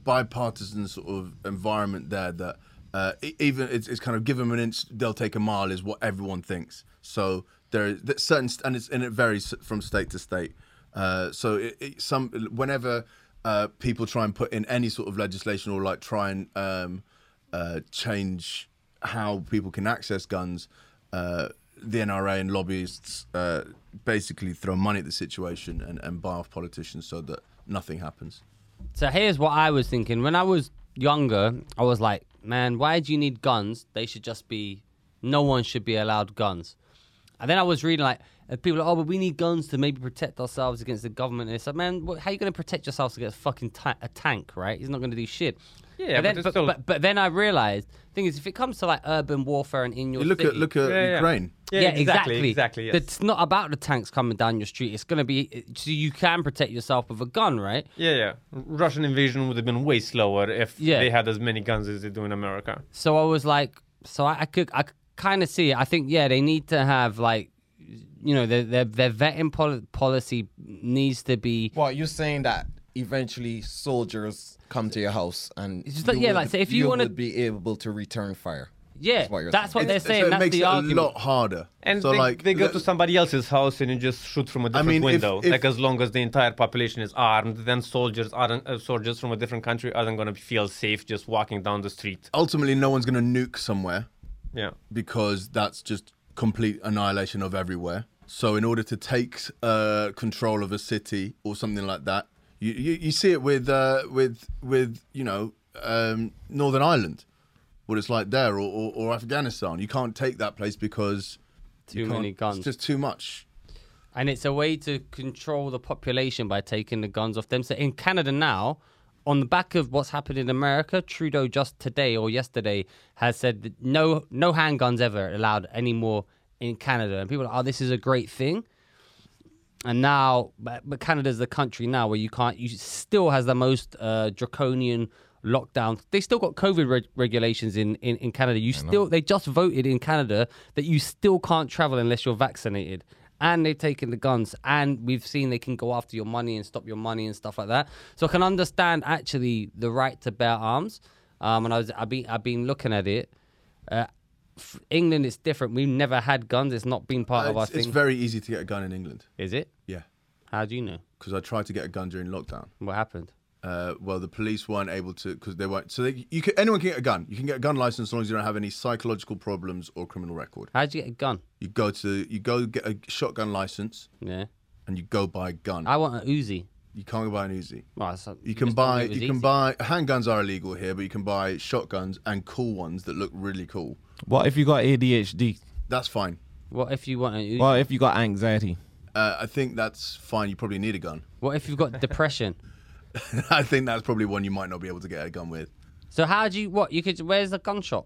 [SPEAKER 4] bipartisan sort of environment there that uh, e- even it's, it's kind of give them an inch they'll take a mile is what everyone thinks so there is that certain st- and it's and it varies from state to state uh, so it, it, some whenever uh, people try and put in any sort of legislation or like try and um, uh, change how people can access guns uh, the NRA and lobbyists uh, basically throw money at the situation and, and buy off politicians so that nothing happens.
[SPEAKER 3] so here's what I was thinking when I was younger. I was like, man, why do you need guns? They should just be. No one should be allowed guns. And then I was reading like and people are like, oh, but we need guns to maybe protect ourselves against the government. And it's like, man, what, how are you going to protect yourselves against fucking ta- a tank? Right? He's not going to do shit.
[SPEAKER 2] Yeah,
[SPEAKER 3] but
[SPEAKER 2] but
[SPEAKER 3] then,
[SPEAKER 2] it's
[SPEAKER 3] but,
[SPEAKER 2] still-
[SPEAKER 3] but, but then I realized thing is, if it comes to like urban warfare and in your
[SPEAKER 4] You look
[SPEAKER 3] city,
[SPEAKER 4] at look at
[SPEAKER 2] Yeah, yeah.
[SPEAKER 4] Ukraine.
[SPEAKER 2] Yeah, exactly. Exactly. yes.
[SPEAKER 3] It's not about the tanks coming down your street. It's going to be so you can protect yourself with a gun, right?
[SPEAKER 2] Yeah, yeah. Russian invasion would have been way slower if
[SPEAKER 3] Yeah.
[SPEAKER 2] they had as many guns as they do in America.
[SPEAKER 3] So I was like, so I, I could, I kind of see it. I think, yeah, they need to have like, you know, their their, their vetting pol- policy needs to be.
[SPEAKER 1] Well, you're saying that eventually soldiers come to your house and
[SPEAKER 3] It's just like- yeah, like, so if you wanna-
[SPEAKER 1] to be able to return fire.
[SPEAKER 3] Yeah,
[SPEAKER 1] That's what you're
[SPEAKER 3] that's
[SPEAKER 1] saying.
[SPEAKER 3] what they're
[SPEAKER 4] It's-
[SPEAKER 3] saying.
[SPEAKER 4] so it
[SPEAKER 3] that's
[SPEAKER 4] makes
[SPEAKER 3] the
[SPEAKER 4] it
[SPEAKER 3] argument.
[SPEAKER 4] a lot harder.
[SPEAKER 2] And
[SPEAKER 4] so
[SPEAKER 2] they,
[SPEAKER 4] like
[SPEAKER 2] they go
[SPEAKER 4] look-
[SPEAKER 2] to somebody else's house and you just shoot from a different
[SPEAKER 4] mean, if-
[SPEAKER 2] window.
[SPEAKER 4] if-
[SPEAKER 2] like as long as the entire population is armed, then soldiers aren't uh, soldiers from a different country aren't going to feel safe just walking down the street.
[SPEAKER 4] ultimately no one's going to nuke somewhere
[SPEAKER 2] Yeah.
[SPEAKER 4] because that's just complete annihilation of everywhere. So in order to take uh, control of a city or something like that, you you, you see it with uh, with with you know um, Northern Ireland, what it's like there, or, or, or Afghanistan. You can't take that place because
[SPEAKER 3] Too many
[SPEAKER 4] can't-
[SPEAKER 3] guns.
[SPEAKER 4] It's just too much.
[SPEAKER 3] and it's a way to control the population by taking the guns off them. So in Canada now, on the back of what's happened in America, Trudeau just today or yesterday has said that no no handguns ever allowed anymore in Canada, and people are, oh, this is a great thing. And now, but, but Canada's the country now where you can't, you still has the most uh, draconian lockdown. They still got COVID reg- regulations in, in, in Canada. You still, they just voted in Canada that you still can't travel unless you're vaccinated. And they've taken the guns, and we've seen they can go after your money and stop your money and stuff like that. So I can understand actually the right to bear arms. Um, and I was, I've been, I've been looking at it. Uh, f- England is different. We've never had guns. It's not been part of our
[SPEAKER 4] Uh, It's, it's
[SPEAKER 3] thing.
[SPEAKER 4] very easy to get a gun in England.
[SPEAKER 3] is it?
[SPEAKER 4] Yeah,
[SPEAKER 3] How do you know?
[SPEAKER 4] because I tried to get a gun during lockdown.
[SPEAKER 3] What happened?
[SPEAKER 4] Uh, well, the police weren't able to because they weren't. So they, you can, anyone can get a gun. You can get a gun license as long as you don't have any psychological problems or criminal record.
[SPEAKER 3] How'd you get a gun?
[SPEAKER 4] You go to you go get a shotgun license
[SPEAKER 3] Yeah.
[SPEAKER 4] and you go buy a gun.
[SPEAKER 3] I want an Uzi.
[SPEAKER 4] you can't go buy an Uzi.
[SPEAKER 3] Well, that's-
[SPEAKER 4] You
[SPEAKER 3] Ah. just told
[SPEAKER 4] can
[SPEAKER 3] me
[SPEAKER 4] buy
[SPEAKER 3] it was
[SPEAKER 4] you can
[SPEAKER 3] easy.
[SPEAKER 4] buy handguns are illegal here, but you can buy shotguns and cool ones that look really cool.
[SPEAKER 1] What if you got ADHD?
[SPEAKER 4] That's fine.
[SPEAKER 3] What if you want an Uzi?
[SPEAKER 1] What if you got anxiety?
[SPEAKER 4] Uh, I think that's fine. You probably need a gun.
[SPEAKER 3] What if you've got depression?
[SPEAKER 4] I think that's probably one you might not be able to get a gun with.
[SPEAKER 3] So how do you what? You could where's the gun shop?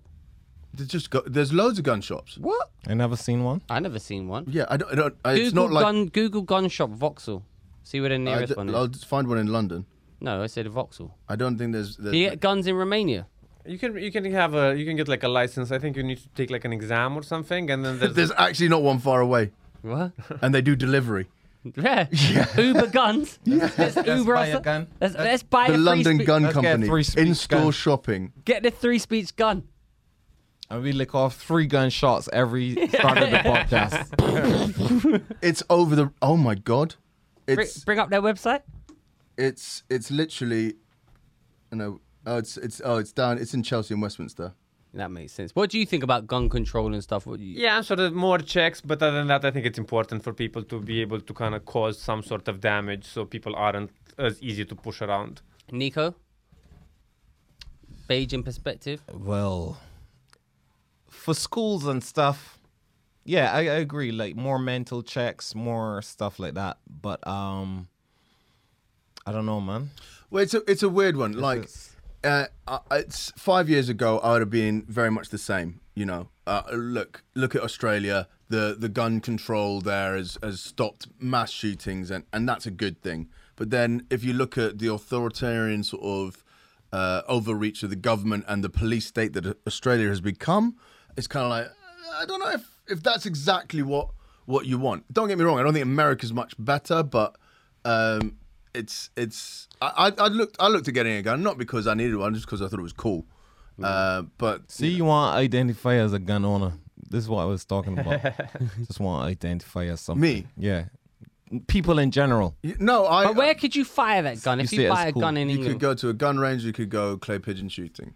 [SPEAKER 4] There's just go, there's loads of gun shops.
[SPEAKER 3] What?
[SPEAKER 1] I never seen one.
[SPEAKER 3] I never seen one.
[SPEAKER 4] Yeah, I don't. I don't I,
[SPEAKER 3] Google
[SPEAKER 4] it's not like
[SPEAKER 3] gun Google gun shop Vauxhall. See where the
[SPEAKER 4] I
[SPEAKER 3] nearest
[SPEAKER 4] d-
[SPEAKER 3] one is.
[SPEAKER 4] I'll just find one in London.
[SPEAKER 3] No, I said Vauxhall.
[SPEAKER 4] I don't think there's. there's
[SPEAKER 3] Do you get guns in Romania?
[SPEAKER 2] You can you can have a you can get like a license. I think you need to take like an exam or something, and then there's
[SPEAKER 4] there's actually not one far away,
[SPEAKER 3] What?
[SPEAKER 4] and they do delivery.
[SPEAKER 3] Yeah. Uber guns. Yeah. Let's Uber
[SPEAKER 1] buy
[SPEAKER 3] us
[SPEAKER 1] a gun.
[SPEAKER 3] Let's, let's buy
[SPEAKER 4] The
[SPEAKER 3] a free
[SPEAKER 4] London
[SPEAKER 3] spe-
[SPEAKER 4] Gun
[SPEAKER 1] Let's get
[SPEAKER 4] Company
[SPEAKER 1] a three-speech
[SPEAKER 4] in-store
[SPEAKER 1] gun.
[SPEAKER 4] shopping.
[SPEAKER 3] Get the three speech gun.
[SPEAKER 1] And we lick off three gunshots every start of the podcast.
[SPEAKER 4] It's over the. Oh my god,
[SPEAKER 3] Bring,
[SPEAKER 4] it's
[SPEAKER 3] bring up their website.
[SPEAKER 4] it's it's literally, you know. Oh, it's it's oh, it's down. It's in Chelsea and Westminster.
[SPEAKER 3] That makes sense. What do you think about gun control and stuff? What do you,
[SPEAKER 2] yeah, sort of more checks. But other than that, I think it's important for people to be able to kind of cause some sort of damage, so people aren't as easy to push around.
[SPEAKER 3] Nico. Beijing perspective.
[SPEAKER 1] well, for schools and stuff, yeah, I, I agree. Like more mental checks, more stuff like that. But um, I don't know, man.
[SPEAKER 4] Well, it's a it's a weird one. like,
[SPEAKER 1] is-
[SPEAKER 4] uh, I- it's five years ago, I would have been very much the same. You know, uh, look look at Australia. The the gun control there has has stopped mass shootings, and and that's a good thing. But then, if you look at the authoritarian sort of uh, overreach of the government and the police state that Australia has become, it's kind of like uh, I don't know if if that's exactly what what you want. Don't get me wrong. I don't think America's much better, but um, it's it's I, I I looked I looked at getting a gun not because I needed one, just because I thought it was cool.
[SPEAKER 2] Mm.
[SPEAKER 4] Uh, but
[SPEAKER 1] See, you want to identify as a gun owner. This is what I was talking about. Just want to identify as something.
[SPEAKER 4] Me?
[SPEAKER 1] Yeah. People in general.
[SPEAKER 4] you- no, I
[SPEAKER 3] But where could you fire that gun if
[SPEAKER 1] You
[SPEAKER 3] you,
[SPEAKER 1] see it as
[SPEAKER 3] buy a
[SPEAKER 1] cool.
[SPEAKER 3] gun in
[SPEAKER 4] uh, you
[SPEAKER 3] England?
[SPEAKER 4] could go to a gun range, you could go clay pigeon shooting.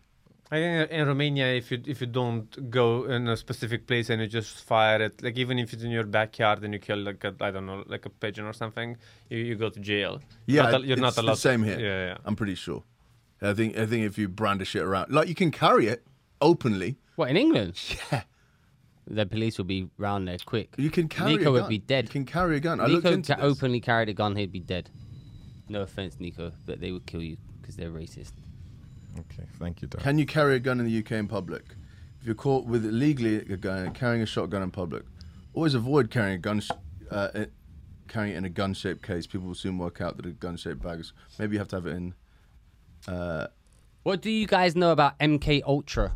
[SPEAKER 2] I think in Romania, if you if you don't go in a specific place and you just fire it, like even if it's in your backyard and you kill like a I don't know like a pigeon or something, you, you go to jail.
[SPEAKER 4] Yeah,
[SPEAKER 2] Not al- you're
[SPEAKER 4] it's
[SPEAKER 2] not allowed.
[SPEAKER 4] The same here.
[SPEAKER 2] Yeah, yeah.
[SPEAKER 4] I'm pretty sure. I think I think if you brand a shit around, like you can carry it openly.
[SPEAKER 3] What in England? Yeah. The police will be round there quick.
[SPEAKER 4] You can carry.
[SPEAKER 3] Nico
[SPEAKER 4] a gun.
[SPEAKER 3] would be dead.
[SPEAKER 4] You can carry a gun. I looked
[SPEAKER 3] Nico
[SPEAKER 4] into
[SPEAKER 3] ca-
[SPEAKER 4] this.
[SPEAKER 3] openly carried a gun, he'd be dead. No offense, Nico, but they would kill you because they're racist.
[SPEAKER 1] Okay. Thank you, Doc.
[SPEAKER 4] Can you carry a gun in the UK in public? If you're caught with illegally a gun, carrying a shotgun in public, always avoid carrying a gun. Sh- uh, it, carrying it in a gun-shaped case. People will soon work out that a gun-shaped bag is. Maybe you have to have it in.
[SPEAKER 3] What do you guys know about MK Ultra?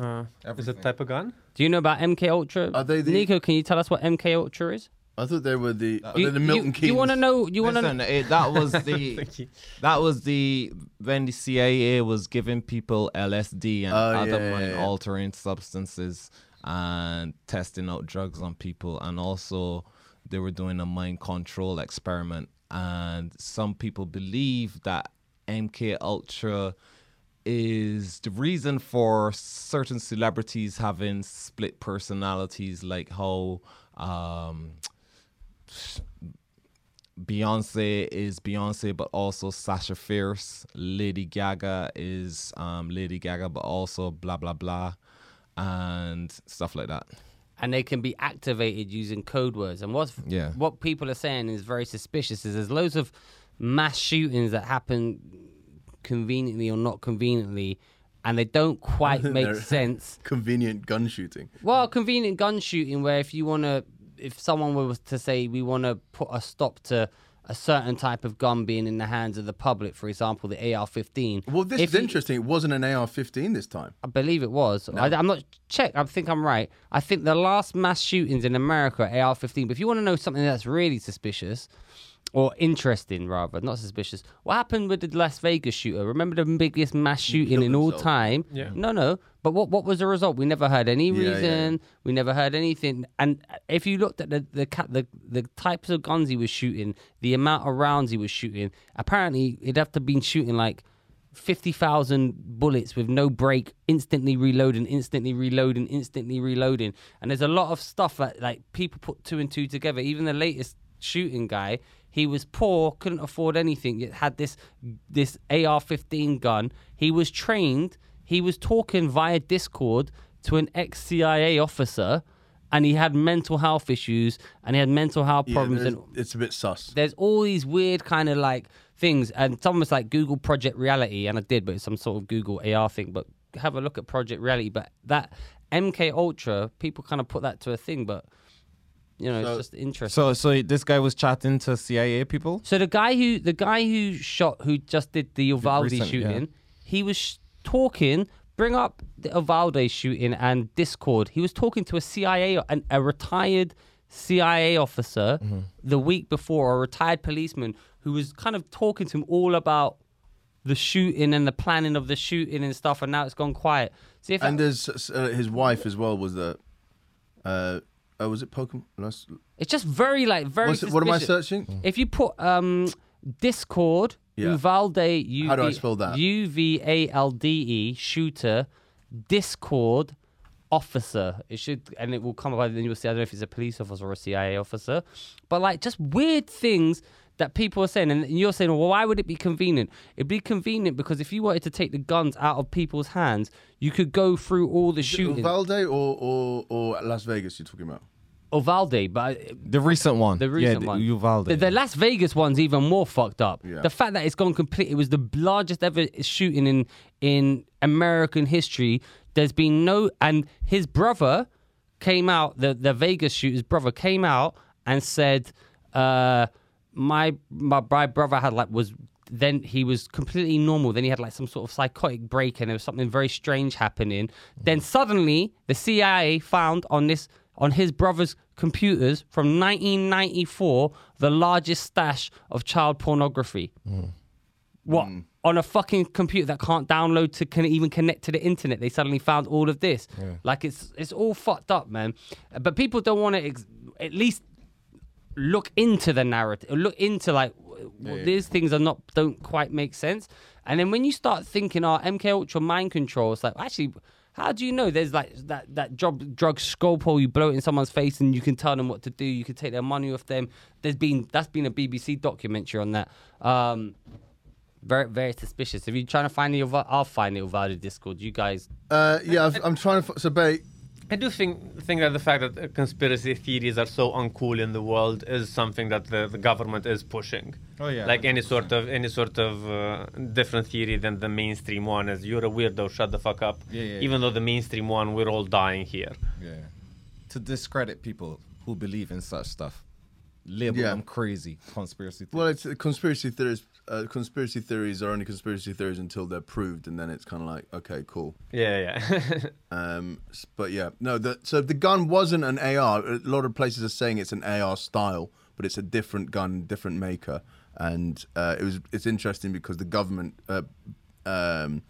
[SPEAKER 2] Uh, is it type of gun?
[SPEAKER 3] Do you know about MK Ultra?
[SPEAKER 4] Are they the-
[SPEAKER 3] Nico, can you tell us what MK Ultra is?
[SPEAKER 4] I thought they were the. are
[SPEAKER 3] you,
[SPEAKER 4] they the Milton
[SPEAKER 3] you,
[SPEAKER 4] Keynes.
[SPEAKER 3] You want to know? You want to
[SPEAKER 1] Listen,
[SPEAKER 3] know?
[SPEAKER 1] it, that was the
[SPEAKER 2] Thank you.
[SPEAKER 1] that was the when the CIA was giving people LSD and
[SPEAKER 4] Oh,
[SPEAKER 1] other
[SPEAKER 4] yeah, yeah,
[SPEAKER 1] mind
[SPEAKER 4] yeah.
[SPEAKER 1] altering substances and testing out drugs on people, and also they were doing a mind control experiment, and some people believe that MK Ultra is the reason for certain celebrities having split personalities, like how. Um, Beyonce is Beyonce, but also Sasha Fierce. Lady Gaga is um, Lady Gaga, but also blah blah blah, and stuff like that.
[SPEAKER 3] And they can be activated using code words. And what's
[SPEAKER 1] Yeah.
[SPEAKER 3] what people are saying is very suspicious. Is there's loads of mass shootings that happen conveniently or not conveniently, and they don't quite make
[SPEAKER 4] They're-
[SPEAKER 3] sense.
[SPEAKER 4] convenient gun shooting.
[SPEAKER 3] Well, convenient gun shooting where if you want to, if someone was to say we want to put a stop to a certain type of gun being in the hands of the public, for example, the AR-15.
[SPEAKER 4] Well, this
[SPEAKER 3] if
[SPEAKER 4] is
[SPEAKER 3] you-
[SPEAKER 4] interesting. It wasn't an AR-15 this time.
[SPEAKER 3] I believe it was. I, am not check. I think I'm right. I think the last mass shootings in America, AR-15. But if you want to know something that's really suspicious or interesting, rather, not suspicious, what happened with the Las Vegas shooter? Remember the biggest mass shooting
[SPEAKER 4] killed
[SPEAKER 3] in all
[SPEAKER 4] himself.
[SPEAKER 3] time?
[SPEAKER 2] Yeah.
[SPEAKER 3] No, no. But what what was the result? We never heard any
[SPEAKER 4] yeah,
[SPEAKER 3] reason. We never heard anything. And if you looked at the the ca- the, the types of guns he was shooting, the amount of rounds he was shooting, apparently he'd have to been shooting like. 50,000 bullets with no break, instantly reloading, instantly reloading, instantly reloading. And there's a lot of stuff that like people put two and two together. Even the latest shooting guy, he was poor, couldn't afford anything, yet had this this AR-15 gun. He was trained, he was talking via Discord to an ex-CIA officer and he had mental health issues and he had mental health problems
[SPEAKER 4] there's-
[SPEAKER 3] and
[SPEAKER 4] it's a bit sus.
[SPEAKER 3] there's all these weird kind of like things, and some was like Google Project Reality, and I did, but it's some sort of Google AR thing. But have a look at Project Reality. But that MK Ultra, people kind of put that to a thing, but you know,
[SPEAKER 4] So-
[SPEAKER 3] it's just interesting.
[SPEAKER 1] So, so this guy was chatting to CIA people.
[SPEAKER 3] So the guy who the guy who shot who just did the Uvalde
[SPEAKER 1] recent, yeah.
[SPEAKER 3] shooting, he was sh- talking. Bring up the Uvalde shooting and Discord. He was talking to a CIA, o- an, a retired CIA officer,
[SPEAKER 4] Mm-hmm.
[SPEAKER 3] the week before, a retired policeman who was kind of talking to him all about the shooting and the planning of the shooting and stuff. And now it's gone quiet. See if
[SPEAKER 4] And there's uh, his wife as well was the. Uh, oh, was it Pokemon? Last-
[SPEAKER 3] it's just very like very.
[SPEAKER 4] what's it- what am I
[SPEAKER 3] suspicious.
[SPEAKER 4] searching?
[SPEAKER 3] If you put um, Discord,
[SPEAKER 4] Yeah.
[SPEAKER 3] Uvalde, U-
[SPEAKER 4] How do I spell that?
[SPEAKER 3] U V A L D E, shooter, Discord, officer. It should, and it will come up, and then you'll see, I don't know if it's a police officer or a CIA officer, but like just weird things that people are saying. And you're saying, well, why would it be convenient? It'd be convenient because if you wanted to take the guns out of people's hands, you could go through all the shooting.
[SPEAKER 4] Valde or, or or Las Vegas? You're talking about?
[SPEAKER 3] Uvalde, but uh,
[SPEAKER 1] The recent one.
[SPEAKER 3] The recent
[SPEAKER 1] yeah,
[SPEAKER 3] one.
[SPEAKER 1] the Uvalde.
[SPEAKER 3] The, the Las Vegas one's even more fucked up.
[SPEAKER 4] Yeah.
[SPEAKER 3] The fact that it's gone complete. It was the largest ever shooting in in American history. There's been no, and his brother came out. The the Vegas shooter's brother came out and said, uh, "My my, my brother had like was." Then he was completely normal. Then he had like some sort of psychotic break, and there was something very strange happening. Then suddenly, the CIA found on this on his brother's computers from 1994 the largest stash of child pornography. What? On a fucking computer that can't download to can even connect to the internet, they suddenly found all of this. Like it's it's all fucked up, man. Uh, But people don't want to ex- at least look into the narrative, or look into like w- w these things are not don't quite make sense. And then when you start thinking, "Oh, MK Ultra mind control," it's like actually, how do you know? There's like that that drug drug scalpel you blow it in someone's face and you can tell them what to do. You can take their money off them. There's been that's been a BBC documentary on that. Um, very very suspicious. If you're trying to find the, Uva- I'll find it without the Discord. You guys,
[SPEAKER 4] Uh, yeah, I've, I'm trying to. f- So, babe,
[SPEAKER 2] I do think think that the fact that uh, conspiracy theories are so uncool in the world is something that the, the government is pushing.
[SPEAKER 1] Oh, yeah,
[SPEAKER 2] like any sort of any sort of uh, different theory than the mainstream one is. You're a weirdo. Shut the fuck up.
[SPEAKER 1] Yeah, yeah,
[SPEAKER 2] Even though the mainstream one, we're all dying here.
[SPEAKER 1] yeah. To discredit people who believe in such stuff, label
[SPEAKER 4] Yeah.
[SPEAKER 1] them crazy conspiracy. Theory.
[SPEAKER 4] well, it's uh, conspiracy theories. Uh, conspiracy theories are only conspiracy theories until they're proved, and then it's kind of like, okay, cool.
[SPEAKER 2] Yeah, yeah.
[SPEAKER 4] Um, s- but yeah, no. The, so the gun wasn't an AR. A lot of places are saying it's an AR style, but it's a different gun, different maker. And uh, it was it's interesting because the government, uh, um,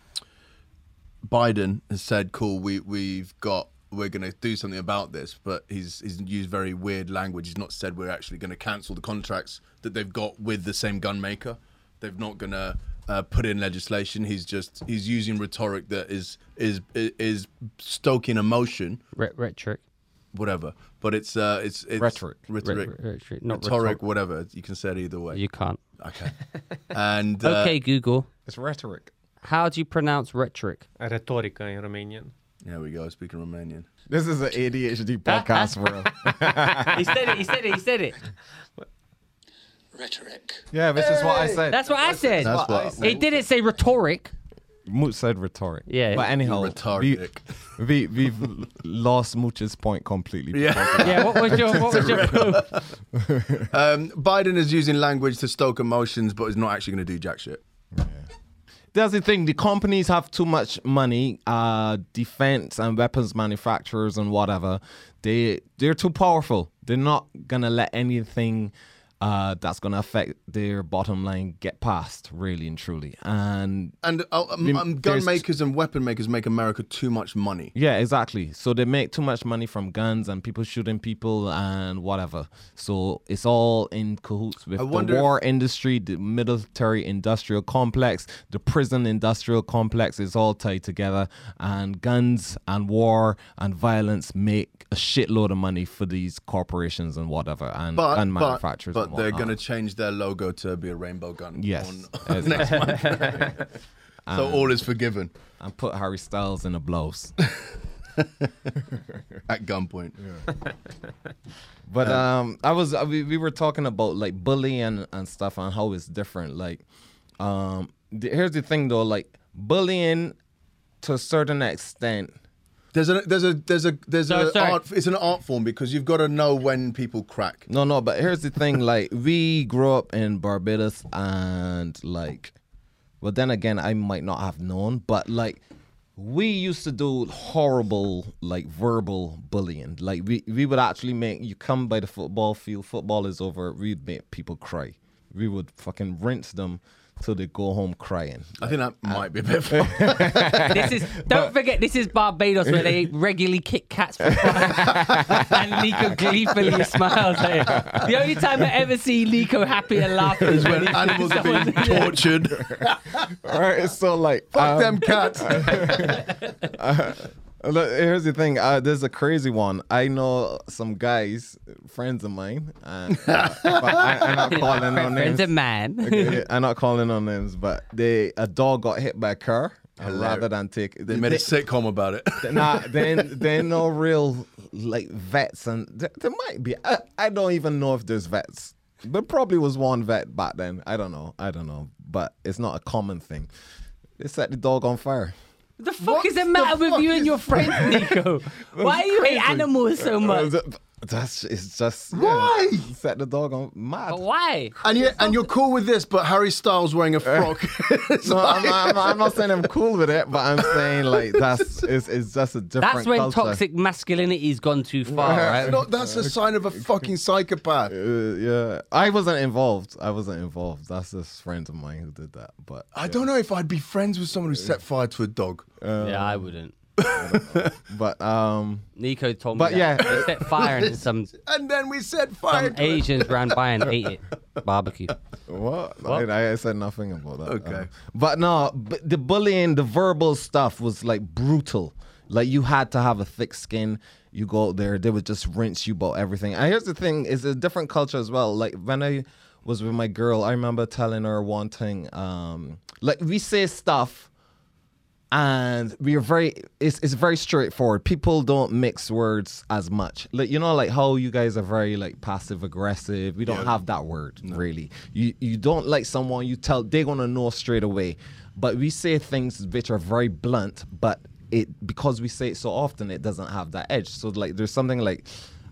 [SPEAKER 4] Biden has said, "Cool, we we've got." We're going to do something about this, but he's he's used very weird language. He's not said we're actually going to cancel the contracts that they've got with the same gun maker. They've not going to uh, put in legislation. He's just he's using rhetoric that is is is stoking emotion,
[SPEAKER 3] re- rhetoric,
[SPEAKER 4] whatever. But it's uh it's, it's
[SPEAKER 1] Rhetoric.
[SPEAKER 4] rhetoric,
[SPEAKER 3] Rhet- rhetoric, not
[SPEAKER 4] rhetoric,
[SPEAKER 3] rhetoric.
[SPEAKER 4] whatever. You can say it either way.
[SPEAKER 3] you can't.
[SPEAKER 4] Okay. And uh,
[SPEAKER 3] Okay, Google,
[SPEAKER 1] it's rhetoric.
[SPEAKER 3] how do you pronounce rhetoric?
[SPEAKER 2] Rhetorica in Romanian.
[SPEAKER 4] There we go. Speaking Romanian.
[SPEAKER 1] This is an ADHD podcast, bro.
[SPEAKER 3] he said it. He said it. He said it.
[SPEAKER 5] rhetoric.
[SPEAKER 1] yeah, this is what I said.
[SPEAKER 3] That's what I said.
[SPEAKER 4] That's what.
[SPEAKER 3] It didn't say rhetoric.
[SPEAKER 1] Mooch said rhetoric.
[SPEAKER 3] Yeah.
[SPEAKER 1] But anyhow,
[SPEAKER 4] Rhetoric.
[SPEAKER 1] We, we, have lost Mooch's point completely.
[SPEAKER 4] Yeah.
[SPEAKER 3] Yeah. What was your? What was your?
[SPEAKER 4] Um, Biden is using language to stoke emotions, but is not actually going to do jack shit.
[SPEAKER 1] That's the thing. The companies have too much money. Uh, defense and weapons manufacturers and whatever. They they're too powerful. They're not gonna let anything uh, that's going to affect their bottom line get past, really and truly. And
[SPEAKER 4] And uh, um,
[SPEAKER 1] Rem-
[SPEAKER 4] um, gun
[SPEAKER 1] there's-
[SPEAKER 4] makers and weapon makers make America too much money.
[SPEAKER 1] Yeah, exactly. So they make too much money from guns and people shooting people and whatever. So it's all in cahoots with
[SPEAKER 4] I
[SPEAKER 1] the
[SPEAKER 4] wonder if-
[SPEAKER 1] war industry, the military industrial complex, the prison industrial complex is all tied together. And guns and war and violence make a shitload of money for these corporations and whatever and
[SPEAKER 4] But,
[SPEAKER 1] gun
[SPEAKER 4] but-
[SPEAKER 1] manufacturers.
[SPEAKER 4] but,
[SPEAKER 1] and
[SPEAKER 4] they're
[SPEAKER 1] whatnot.
[SPEAKER 4] going to change their logo to be a rainbow gun.
[SPEAKER 1] Yes.
[SPEAKER 4] on-
[SPEAKER 1] Yes.
[SPEAKER 4] next month. so all is forgiven
[SPEAKER 1] and put Harry Styles in the blows.
[SPEAKER 4] at gunpoint.
[SPEAKER 1] But um, I was I, we, we were talking about like bullying and stuff and how it's different. Like, um, the, here's the thing though, like bullying to a certain extent.
[SPEAKER 4] There's a there's a there's a there's
[SPEAKER 3] Sorry,
[SPEAKER 4] a
[SPEAKER 3] sorry.
[SPEAKER 4] art. It's an art form because you've got to know when people crack.
[SPEAKER 1] No, no, but here's the thing. Like, we grew up in Barbados and like, well, then again, I might not have known, but like. We used to do horrible, like verbal bullying. Like we, we would actually make you come by the football field. Football is over. We'd make people cry. We would fucking rinse them till they go home crying.
[SPEAKER 4] I think that might be a bit. Far.
[SPEAKER 3] This is don't forget this is Barbados where they regularly kick cats for fun. and Nico gleefully smiles at it. The only time I ever see Nico happy and laughing is
[SPEAKER 4] when animals are being tortured.
[SPEAKER 1] All right, so like, um, Uh,
[SPEAKER 4] Fuck them cats.
[SPEAKER 1] Look, here's the thing. Uh, there's a crazy one. I know some guys, friends of mine, and uh, but I, I'm not calling no
[SPEAKER 3] friends
[SPEAKER 1] names.
[SPEAKER 3] of man.
[SPEAKER 1] Okay, I'm not calling no names, but they a dog got hit by a car, and rather than take,
[SPEAKER 4] They made a sitcom about it.
[SPEAKER 1] nah, then they ain't no real like vets, and there, there might be. I, I don't even know if there's vets. There probably was one vet back then. I don't know. I don't know, but it's not a common thing. They set the dog on fire.
[SPEAKER 3] The fuck
[SPEAKER 4] What
[SPEAKER 3] is the
[SPEAKER 4] the
[SPEAKER 3] matter with
[SPEAKER 4] fuck
[SPEAKER 3] you and
[SPEAKER 4] is-
[SPEAKER 3] your friends, Nico? Why do you hate animals so much?
[SPEAKER 1] That's it's just yeah,
[SPEAKER 4] Why?
[SPEAKER 1] set the dog on mad.
[SPEAKER 3] But why?
[SPEAKER 4] And you and you're cool with this, but Harry Styles wearing a frock. It's
[SPEAKER 1] No, I'm,
[SPEAKER 4] like-
[SPEAKER 1] I'm, I'm not saying I'm cool with it, but I'm saying like that's it's, it's just a different.
[SPEAKER 3] That's when
[SPEAKER 1] culture.
[SPEAKER 3] toxic masculinity's gone too far, right?
[SPEAKER 4] Uh-huh. no, that's a sign of a fucking psychopath.
[SPEAKER 1] Uh, yeah, I wasn't involved. I wasn't involved. That's this friend of mine who did that. But
[SPEAKER 4] I don't know if I'd be friends with someone who set fire to a dog.
[SPEAKER 3] yeah, I wouldn't.
[SPEAKER 1] but um,
[SPEAKER 3] Nico told me.
[SPEAKER 1] But
[SPEAKER 3] that.
[SPEAKER 1] yeah.
[SPEAKER 3] they set fire and some
[SPEAKER 4] And then we set
[SPEAKER 3] some
[SPEAKER 4] fire to it.
[SPEAKER 3] Asians ran by and ate it. Barbecue.
[SPEAKER 1] what? I, I said nothing about that.
[SPEAKER 4] Okay.
[SPEAKER 1] Um, but no, but the bullying, the verbal stuff was like brutal. Like you had to have a thick skin. You go out there, they would just rinse you about everything. And here's the thing: it's a different culture as well. Like when I was with my girl, I remember telling her one thing. Um, like we say stuff and we are very it's, it's very straightforward people don't mix words as much like you know like how you guys are very like passive aggressive we don't have that word really you you don't like someone you tell they're gonna know straight away but we say things which are very blunt but it because we say it so often it doesn't have that edge so like there's something like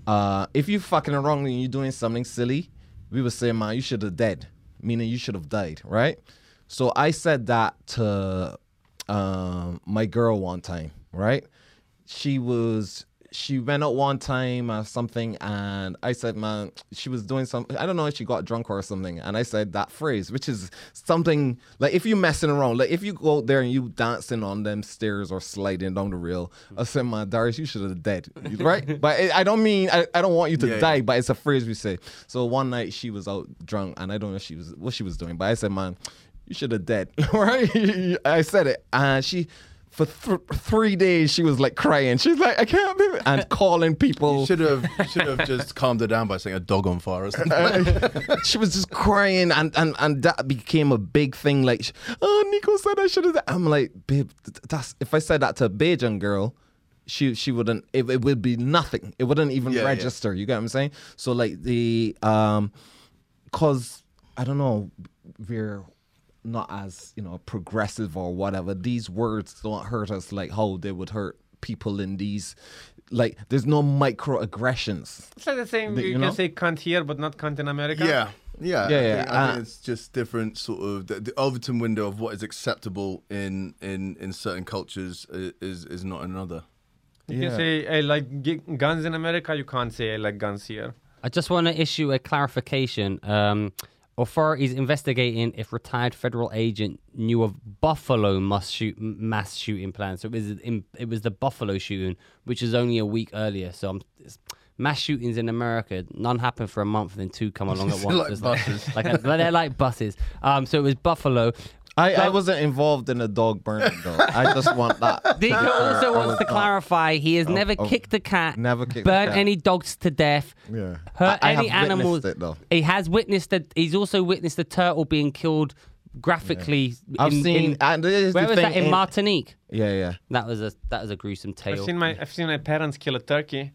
[SPEAKER 1] uh if you fucking wrong and you're doing something silly we would say man you should have dead meaning you should have died right so i said that to um, my girl one time, right? She was she went out one time or something, and I said, man, she was doing some. I don't know if she got drunk or something, and I said that phrase, which is something like if you messing around, like if you go out there and you dancing on them stairs or sliding down the rail, I said, man, Darius, you should have dead, right? but it, I don't mean I, I don't want you to
[SPEAKER 4] Yeah, yeah.
[SPEAKER 1] die, but it's a phrase we say. So one night she was out drunk, and I don't know if she was what she was doing, but I said, man, you should have dead, right? I said it, and she, for th- three days, she was like crying. She's like, I can't believe it, and calling people.
[SPEAKER 4] Should have should have just calmed her down by saying a dog on fire or something.
[SPEAKER 1] she was just crying, and and and that became a big thing. Like, sh- oh, Nico said I should have. I'm like, babe, th- that's if I said that to a Bajan girl. She, she wouldn't it, it would be nothing it wouldn't even
[SPEAKER 4] Yeah, yeah.
[SPEAKER 1] register you get what i'm saying so like the um because I don't know, we're not as you know progressive or whatever. These words don't hurt us like how they would hurt people in these. Like, there's no microaggressions.
[SPEAKER 2] It's like the same.
[SPEAKER 1] The-
[SPEAKER 2] you
[SPEAKER 1] you
[SPEAKER 2] can
[SPEAKER 1] know?
[SPEAKER 2] say can't hear, but not can't in America.
[SPEAKER 4] Yeah. Yeah,
[SPEAKER 1] Yeah,
[SPEAKER 4] I,
[SPEAKER 1] yeah,
[SPEAKER 4] think, I think
[SPEAKER 1] uh,
[SPEAKER 4] it's just different sort of the, the Overton window of what is acceptable in in in certain cultures i- is is not another.
[SPEAKER 2] You can
[SPEAKER 1] Yeah.
[SPEAKER 2] say I like g- guns in America. You can't say I like guns here.
[SPEAKER 3] I just want to issue a clarification. Um, authorities investigating if retired federal agent knew of Buffalo must shoot, mass shooting plan. So it was in, it was the Buffalo shooting, which is only a week earlier. So I'm, it's- mass shootings in America, none happen for a month, and then two come along at once.
[SPEAKER 4] like
[SPEAKER 3] It's like, like they're like buses. Um, so it was Buffalo.
[SPEAKER 1] I, I wasn't involved in a dog burning though. I just want that.
[SPEAKER 3] Dico
[SPEAKER 1] to be clear.
[SPEAKER 3] also
[SPEAKER 1] I
[SPEAKER 3] wants
[SPEAKER 1] was
[SPEAKER 3] to
[SPEAKER 1] not-
[SPEAKER 3] clarify he has never
[SPEAKER 1] oh.
[SPEAKER 3] kicked a cat,
[SPEAKER 1] Never kicked a
[SPEAKER 3] burnt
[SPEAKER 1] cat.
[SPEAKER 3] any dogs to death,
[SPEAKER 1] Yeah.
[SPEAKER 3] hurt
[SPEAKER 1] I- I
[SPEAKER 3] any
[SPEAKER 1] have witnessed
[SPEAKER 3] animals.
[SPEAKER 1] it, though.
[SPEAKER 3] He has witnessed that. He's also witnessed a turtle being killed graphically.
[SPEAKER 1] I've
[SPEAKER 3] in-
[SPEAKER 1] seen.
[SPEAKER 3] in-
[SPEAKER 1] and this is
[SPEAKER 3] where
[SPEAKER 1] the
[SPEAKER 3] was
[SPEAKER 1] thing,
[SPEAKER 3] that in
[SPEAKER 1] and-
[SPEAKER 3] Martinique?
[SPEAKER 1] Yeah, yeah.
[SPEAKER 3] That was a that was a gruesome tale.
[SPEAKER 2] I've seen my I've seen my parents kill a turkey.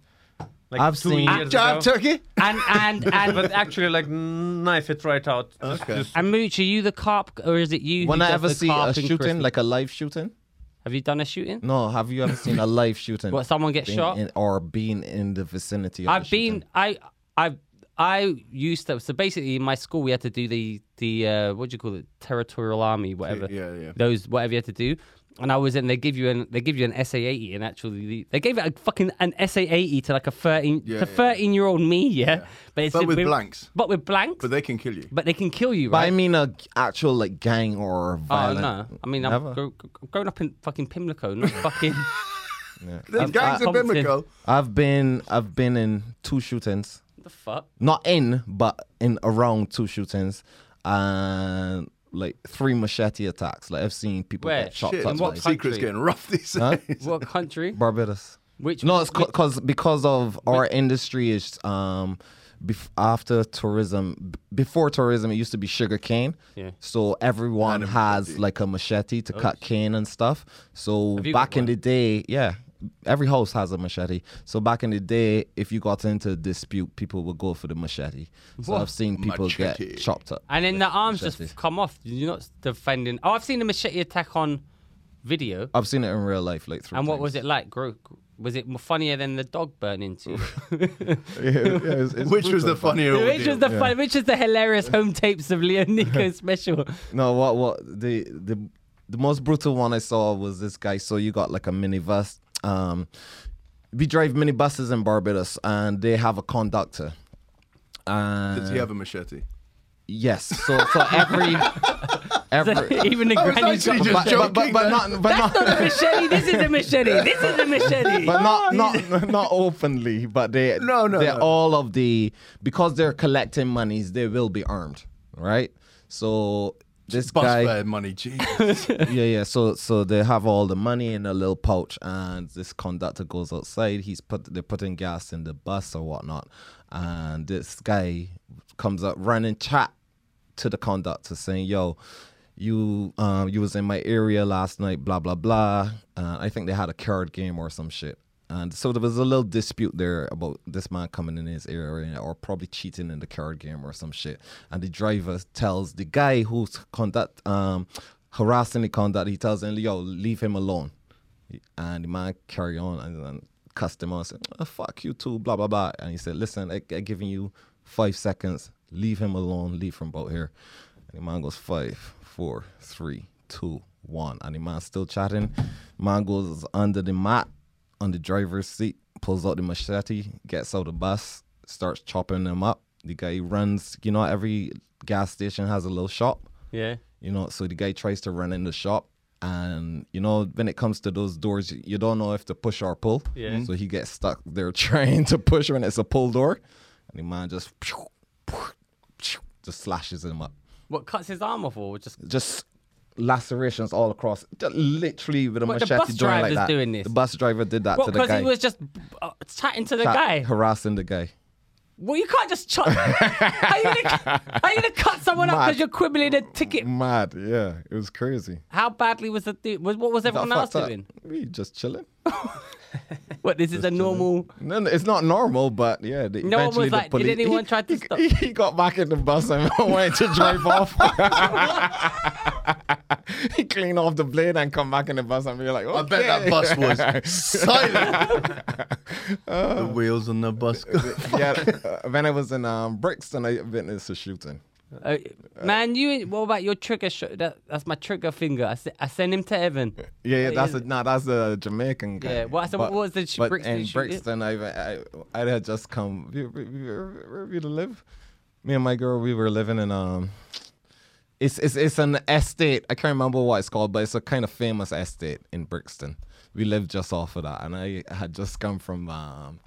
[SPEAKER 2] Like
[SPEAKER 1] I've
[SPEAKER 2] two
[SPEAKER 1] seen-
[SPEAKER 2] years ago.
[SPEAKER 4] turkey.
[SPEAKER 3] and and
[SPEAKER 2] but
[SPEAKER 3] and
[SPEAKER 2] actually, like knife it right out. Just-
[SPEAKER 4] Okay.
[SPEAKER 2] just-
[SPEAKER 3] and Mooch, are you the cop or is it you? who
[SPEAKER 1] When I
[SPEAKER 3] does
[SPEAKER 1] ever
[SPEAKER 3] the
[SPEAKER 1] see
[SPEAKER 3] carp
[SPEAKER 1] a
[SPEAKER 3] in
[SPEAKER 1] shooting,
[SPEAKER 3] Christmas?
[SPEAKER 1] like a live shooting,
[SPEAKER 3] have you done a shooting?
[SPEAKER 1] no. Have you ever seen a live shooting?
[SPEAKER 3] What someone get
[SPEAKER 1] Being
[SPEAKER 3] shot?
[SPEAKER 1] in- or being in the vicinity? Of a
[SPEAKER 3] I've
[SPEAKER 1] shooting?
[SPEAKER 3] been I I I used to so basically in my school we had to do the the uh, what do you call it territorial army whatever
[SPEAKER 4] yeah, yeah.
[SPEAKER 3] those whatever you had to do and I was in they give you an they give you an SA eighty and actually the, they gave it a fucking an SA eighty to like a thirteen
[SPEAKER 4] Yeah,
[SPEAKER 3] to
[SPEAKER 4] yeah, yeah.
[SPEAKER 3] thirteen year old me yeah, but it's
[SPEAKER 4] But with blanks.
[SPEAKER 3] but with blanks
[SPEAKER 4] But they can kill you.
[SPEAKER 3] but they can kill you
[SPEAKER 1] But I
[SPEAKER 3] right.
[SPEAKER 1] mean, a g- actual like gang or
[SPEAKER 3] Oh
[SPEAKER 1] violent.
[SPEAKER 3] no! I mean, I'm
[SPEAKER 1] Never.
[SPEAKER 3] gro- gro- grown up in fucking Pimlico, not fucking.
[SPEAKER 4] There's
[SPEAKER 1] I've-
[SPEAKER 4] gangs in
[SPEAKER 3] Compton.
[SPEAKER 4] Pimlico.
[SPEAKER 1] I've been. I've been in two shootings.
[SPEAKER 3] the fuck?
[SPEAKER 1] Not in, but in around two shootings, and like three machete attacks. Like I've seen people
[SPEAKER 3] Where?
[SPEAKER 1] get shot
[SPEAKER 4] Shit,
[SPEAKER 1] twice.
[SPEAKER 3] what
[SPEAKER 1] like,
[SPEAKER 3] country?
[SPEAKER 4] secret's getting rough these
[SPEAKER 1] Huh?
[SPEAKER 4] days.
[SPEAKER 3] What country?
[SPEAKER 1] Barbados.
[SPEAKER 3] Which
[SPEAKER 1] No, it's because because of our industry is um bef- after tourism b- before tourism it used to be sugar cane.
[SPEAKER 3] Yeah. Oh,
[SPEAKER 1] So everyone
[SPEAKER 4] And a
[SPEAKER 1] has
[SPEAKER 4] machete.
[SPEAKER 1] like a machete to cut cane and stuff. So
[SPEAKER 3] Have you
[SPEAKER 1] back
[SPEAKER 3] got
[SPEAKER 1] in
[SPEAKER 3] one?
[SPEAKER 1] the day, yeah, every house has a machete. So back in the day, if you got into a dispute, people would go for the machete. So I've seen people
[SPEAKER 4] Machete.
[SPEAKER 1] get chopped up.
[SPEAKER 3] And then the arms just
[SPEAKER 1] Machete.
[SPEAKER 3] come off. You're not defending. Oh, I've seen a machete attack on video.
[SPEAKER 1] I've seen it in real life, like three
[SPEAKER 3] and what
[SPEAKER 1] times.
[SPEAKER 3] was it like? Gro- Was it funnier than the dog burning to?
[SPEAKER 1] Yeah, yeah, it's- it's
[SPEAKER 4] Which was
[SPEAKER 1] brutal,
[SPEAKER 4] the
[SPEAKER 1] but-
[SPEAKER 4] funnier
[SPEAKER 3] which was
[SPEAKER 4] audio?
[SPEAKER 3] the fun, which is the hilarious home tapes of Leo Nico special.
[SPEAKER 1] No, what what the the the most brutal one I saw was this guy. So you got like a minibus. Um, we drive minibuses in Barbados, and they have a conductor. And
[SPEAKER 4] Does he have a machete?
[SPEAKER 1] yes, so so every every.
[SPEAKER 3] Even the
[SPEAKER 4] was
[SPEAKER 3] granny
[SPEAKER 4] actually
[SPEAKER 3] got
[SPEAKER 4] just
[SPEAKER 1] But, but, but,
[SPEAKER 3] a
[SPEAKER 4] joking,
[SPEAKER 1] but
[SPEAKER 4] man.
[SPEAKER 1] not but not,
[SPEAKER 3] not a machete. This is a machete. This is a machete.
[SPEAKER 1] but not not not openly. But they
[SPEAKER 4] No, no,
[SPEAKER 1] they're
[SPEAKER 4] no.
[SPEAKER 1] all of the because they're collecting monies. They will be armed, right? So this
[SPEAKER 4] Bus
[SPEAKER 1] guy
[SPEAKER 4] fare money, Jesus.
[SPEAKER 1] yeah, yeah. So so they have all the money in a little pouch, and this conductor goes outside. He's put they're putting gas in the bus or whatnot, and this guy comes up running chat to the conductor saying, "Yo." You um you was in my area last night, blah blah blah. Uh, I think they had a card game or some shit, and so there was a little dispute there about this man coming in his area or probably cheating in the card game or some shit. And the driver tells the guy who's conduct um harassing the conduct, he tells him, "Yo, leave him alone." And the man carry on and, and cussed him out, said, "Ah, "Fuck you too," blah blah blah. And he said, "Listen, I, I giving you five seconds. Leave him alone. Leave him out here." And the man goes five, four, three, two, one. And the man still chatting. Man goes under the mat on the driver's seat, pulls out the machete, gets out the bus, starts chopping them up. The guy runs. You know, every gas station has a little shop
[SPEAKER 3] yeah.
[SPEAKER 1] you know so the guy tries to run in the shop and you know when it comes to those doors you don't know if to push or pull
[SPEAKER 3] Yeah.
[SPEAKER 1] so he gets stuck there trying to push when it's a pull door and the man just just slashes him up
[SPEAKER 3] What cuts his arm off or just
[SPEAKER 1] just lacerations all across just literally with a
[SPEAKER 3] What, the
[SPEAKER 1] machete
[SPEAKER 3] bus
[SPEAKER 1] joint like
[SPEAKER 3] driver's
[SPEAKER 1] that
[SPEAKER 3] doing this?
[SPEAKER 1] the bus driver did that
[SPEAKER 3] what?
[SPEAKER 1] to the
[SPEAKER 3] Because
[SPEAKER 1] guy
[SPEAKER 3] he was just uh, chatting to the
[SPEAKER 1] Start
[SPEAKER 3] guy.
[SPEAKER 1] harassing the guy
[SPEAKER 3] Well, you can't just chop. are, you gonna, are you gonna cut someone up
[SPEAKER 1] Mad.
[SPEAKER 3] because you're quibbling a ticket?
[SPEAKER 1] mad yeah it was crazy
[SPEAKER 3] How badly was the dude? Was what was everyone else doing?
[SPEAKER 1] we just chilling
[SPEAKER 3] What this is a normal.
[SPEAKER 1] No, no, it's not normal, but yeah. The,
[SPEAKER 3] No one
[SPEAKER 1] eventually
[SPEAKER 3] was
[SPEAKER 1] the
[SPEAKER 3] like, did
[SPEAKER 1] police,
[SPEAKER 3] anyone try to
[SPEAKER 1] he,
[SPEAKER 3] stop-
[SPEAKER 1] He, he got back in the bus and went to drive off. he cleaned off the blade and come back in the bus and be like, okay.
[SPEAKER 4] I bet that bus was silent. the wheels on the bus.
[SPEAKER 1] yeah, uh, when I was in um, Brixton, I witnessed a shooting.
[SPEAKER 3] Uh, man, you. ain't- What about your trigger? Sh- that, that's my trigger finger. I, se- I send him to Evan.
[SPEAKER 1] Yeah, yeah,
[SPEAKER 3] Like,
[SPEAKER 1] that's
[SPEAKER 3] is-
[SPEAKER 1] a nah, that's a Jamaican guy.
[SPEAKER 3] Oh, Yeah, well, so what was the sh-
[SPEAKER 1] but
[SPEAKER 3] Brixton
[SPEAKER 1] in
[SPEAKER 3] shoot?
[SPEAKER 1] Brixton, I, I I had just come. We, we, we, where we live? Me and my girl, we were living in um. It's it's it's an estate. I can't remember what it's called, but it's a kind of famous estate in Brixton. We lived just off of that, and I had just come from um.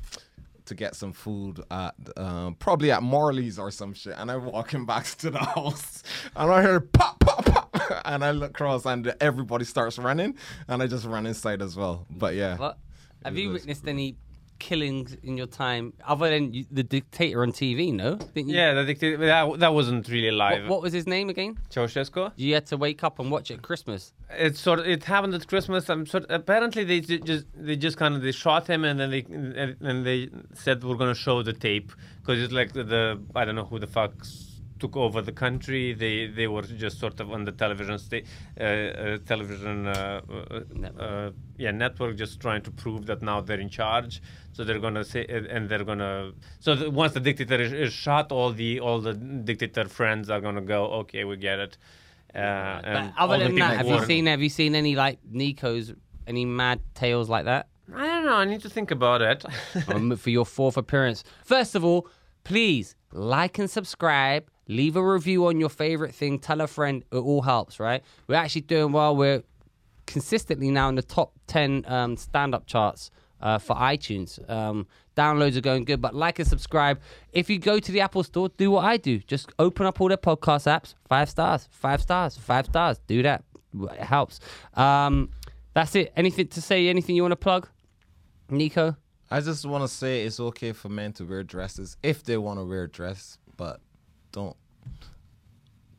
[SPEAKER 1] To get some food at um, probably at Morley's or some shit, and I'm walking back to the house, and I hear pop pop pop, and I look across, and everybody starts running, and I just run inside as well. But yeah,
[SPEAKER 3] What? Have
[SPEAKER 1] It
[SPEAKER 3] you
[SPEAKER 1] was-
[SPEAKER 3] witnessed any killings in your time other than you, the dictator on TV? No. Didn't you?
[SPEAKER 2] Yeah, the dictator, that, that wasn't really
[SPEAKER 3] What,
[SPEAKER 2] live.
[SPEAKER 3] what was his name again?
[SPEAKER 2] Ceausescu?
[SPEAKER 3] You had to wake up and watch it at Christmas.
[SPEAKER 2] It's sort of, it happened at Christmas. I'm sort apparently they ju- just they just kind of they shot him and then they and, and they said we're gonna show the tape because it's like the, the I don't know who the fuck s- took over the country. They they were just sort of on the television sta- uh, uh, television uh, uh, uh, yeah network just trying to prove that now they're in charge. So they're gonna say and they're gonna so the, once the dictator is, is shot, all the all the dictator friends are gonna go okay, we get it. Uh, and
[SPEAKER 1] Um,
[SPEAKER 3] But other
[SPEAKER 2] all the
[SPEAKER 3] than that, have
[SPEAKER 2] people
[SPEAKER 3] you
[SPEAKER 2] were-
[SPEAKER 3] seen have you seen any like Nico's any mad tales like that?
[SPEAKER 2] I don't know. I need to think about it.
[SPEAKER 3] um, for your fourth appearance. First of all, please like and subscribe. Leave a review on your favorite thing. Tell a friend. It all helps, right? We're actually doing well. We're consistently now in the top 10 um, stand up charts uh, for iTunes. Um, downloads are going good, but like and subscribe. If you go to the Apple Store, do what I do. Just open up all their podcast apps. Five stars, five stars, five stars. Do that. It helps. Um, that's it. Anything to say? Anything you want to plug? Nico?
[SPEAKER 1] I just want to say it's okay for men to wear dresses if they want to wear a dress, but don't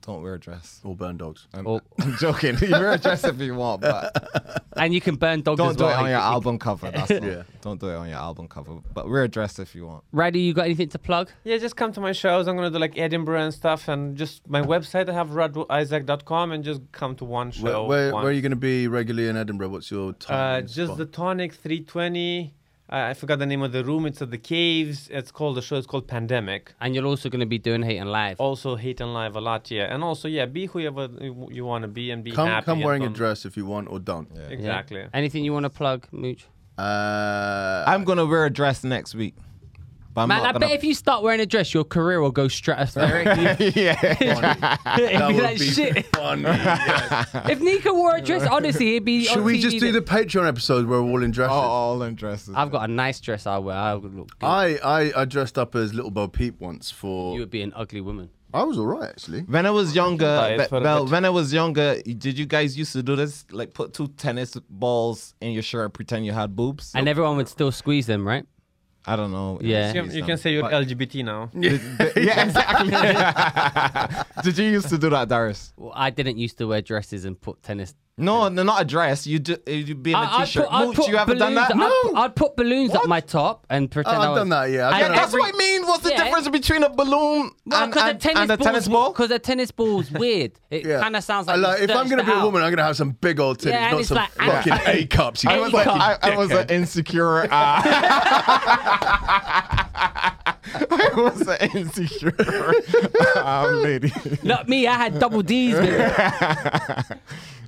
[SPEAKER 1] don't wear a dress.
[SPEAKER 4] All burn dogs.
[SPEAKER 1] I'm,
[SPEAKER 3] Oh.
[SPEAKER 1] Um, I'm joking. you wear a dress if you want, but
[SPEAKER 3] and you can burn dogs
[SPEAKER 1] don't
[SPEAKER 3] as
[SPEAKER 1] do
[SPEAKER 3] well.
[SPEAKER 1] it on your album cover. That's all.
[SPEAKER 4] Yeah.
[SPEAKER 1] Don't do it on your album cover, but wear a dress if you want.
[SPEAKER 3] Ryder, you got anything to plug?
[SPEAKER 2] yeah, just come to my shows. I'm gonna do like Edinburgh and stuff, and just my website. I have radisaac.com, and just come to one
[SPEAKER 4] Where,
[SPEAKER 2] show.
[SPEAKER 4] where,
[SPEAKER 2] once.
[SPEAKER 4] where are you going to be regularly in Edinburgh? What's your time?
[SPEAKER 2] Uh,
[SPEAKER 4] and
[SPEAKER 2] just
[SPEAKER 4] spot?
[SPEAKER 2] the tonic 320. Uh, I forgot the name of the room. It's at the caves. It's called the show. It's called Pandemic.
[SPEAKER 3] And you're also going to be doing Hate and Live.
[SPEAKER 1] Oh,
[SPEAKER 2] Also, hate and live a lot. Yeah, and also yeah, be whoever you, you want to be and be
[SPEAKER 4] come
[SPEAKER 2] happy.
[SPEAKER 4] come
[SPEAKER 2] and
[SPEAKER 4] wearing a
[SPEAKER 2] don't-
[SPEAKER 4] dress if you want or don't.
[SPEAKER 1] Yeah.
[SPEAKER 3] Yeah.
[SPEAKER 2] Exactly.
[SPEAKER 3] Anything you want to plug, Mooch?
[SPEAKER 4] Uh,
[SPEAKER 1] I'm gonna wear a dress next week. But I'm
[SPEAKER 3] Man, I
[SPEAKER 1] not
[SPEAKER 3] bet
[SPEAKER 1] gonna...
[SPEAKER 3] if you start wearing a dress, your career will go stratospheric.
[SPEAKER 1] yeah.
[SPEAKER 3] It'd
[SPEAKER 4] that
[SPEAKER 3] be
[SPEAKER 4] would
[SPEAKER 3] like
[SPEAKER 4] be
[SPEAKER 3] shit.
[SPEAKER 4] funny. yes.
[SPEAKER 3] If Nico wore a dress, honestly, it'd be. on
[SPEAKER 4] Should we
[SPEAKER 3] TV
[SPEAKER 4] just do the
[SPEAKER 3] then.
[SPEAKER 4] Patreon episode where we're all
[SPEAKER 1] all,
[SPEAKER 4] in dresses?
[SPEAKER 1] all in dresses.
[SPEAKER 3] I've got a nice dress I wear. I would look good.
[SPEAKER 4] I, I I dressed up as Little Bo Peep once for.
[SPEAKER 3] you would be an ugly woman.
[SPEAKER 4] I was all right actually.
[SPEAKER 1] When I was younger,
[SPEAKER 2] Bias
[SPEAKER 1] Be-
[SPEAKER 2] for a
[SPEAKER 1] Bell,
[SPEAKER 2] bit.
[SPEAKER 1] when I was younger, did you guys used to do this? Like put two tennis balls in your shirt and pretend you had boobs?
[SPEAKER 3] And everyone would still squeeze them, right?
[SPEAKER 1] I don't know.
[SPEAKER 3] Yeah.
[SPEAKER 2] You, you can say you're LGBT now.
[SPEAKER 1] yeah, exactly. Did you used to do that, Darius?
[SPEAKER 3] Well, I didn't used to wear dresses and put tennis.
[SPEAKER 1] No, no, not a dress. You do, you be in a
[SPEAKER 3] I- I'd
[SPEAKER 1] t-shirt.
[SPEAKER 3] put- I'd
[SPEAKER 1] Mooch,
[SPEAKER 3] put
[SPEAKER 1] you ever done
[SPEAKER 3] balloons-
[SPEAKER 1] that?
[SPEAKER 3] I'd, put- I'd put balloons up my top and pretend
[SPEAKER 4] Oh,
[SPEAKER 3] I
[SPEAKER 4] I've
[SPEAKER 3] was,
[SPEAKER 4] done that, yeah, I've
[SPEAKER 3] And
[SPEAKER 4] done that.
[SPEAKER 1] That's what I mean. What's the
[SPEAKER 3] Yeah.
[SPEAKER 1] difference between a balloon
[SPEAKER 3] Well,
[SPEAKER 1] and,
[SPEAKER 3] 'cause
[SPEAKER 1] and,
[SPEAKER 3] the tennis
[SPEAKER 1] and a tennis ball?
[SPEAKER 3] Because a tennis ball's weird. It
[SPEAKER 4] Yeah.
[SPEAKER 3] kind of sounds
[SPEAKER 4] I
[SPEAKER 3] like.
[SPEAKER 4] like
[SPEAKER 3] you
[SPEAKER 4] if I'm
[SPEAKER 3] searched
[SPEAKER 4] gonna
[SPEAKER 3] it
[SPEAKER 4] be a
[SPEAKER 3] out.
[SPEAKER 4] woman, I'm gonna have some big old titties,
[SPEAKER 3] Yeah, and
[SPEAKER 4] not
[SPEAKER 3] it's
[SPEAKER 4] some
[SPEAKER 3] like- and-
[SPEAKER 4] fucking A cups. You
[SPEAKER 1] I was, like,
[SPEAKER 4] fucking
[SPEAKER 1] I, I was an insecure. Uh, I was an insecure um, lady.
[SPEAKER 3] Not me. I had double D's. baby.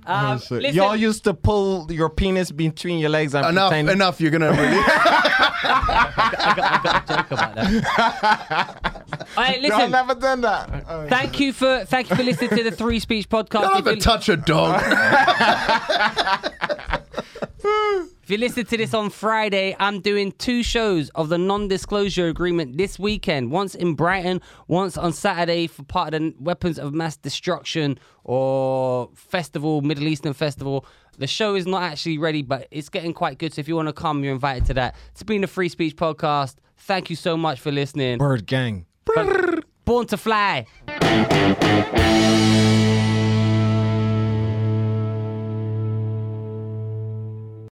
[SPEAKER 4] Oh,
[SPEAKER 3] um,
[SPEAKER 1] So
[SPEAKER 3] listen,
[SPEAKER 1] Y'all used to pull your penis between your legs and
[SPEAKER 4] enough,
[SPEAKER 1] pretend.
[SPEAKER 4] enough. You're gonna release.
[SPEAKER 3] I, got, I got a joke about that. All right,
[SPEAKER 1] No, I've
[SPEAKER 3] listen.
[SPEAKER 1] never done that. Uh,
[SPEAKER 3] Thank you for thank you for listening to the Three Speech Podcast.
[SPEAKER 4] Don't
[SPEAKER 3] If you-
[SPEAKER 4] ever touch a dog.
[SPEAKER 3] If you listen to this on Friday, I'm doing two shows of the non disclosure agreement this weekend. Once in Brighton, once on Saturday for part of the Weapons of Mass Destruction or Festival, Middle Eastern Festival. The show is not actually ready, but it's getting quite good. So if you want to come, you're invited to that. It's been a free speech podcast. Thank you so much for listening.
[SPEAKER 1] Bird gang.
[SPEAKER 3] Born to fly.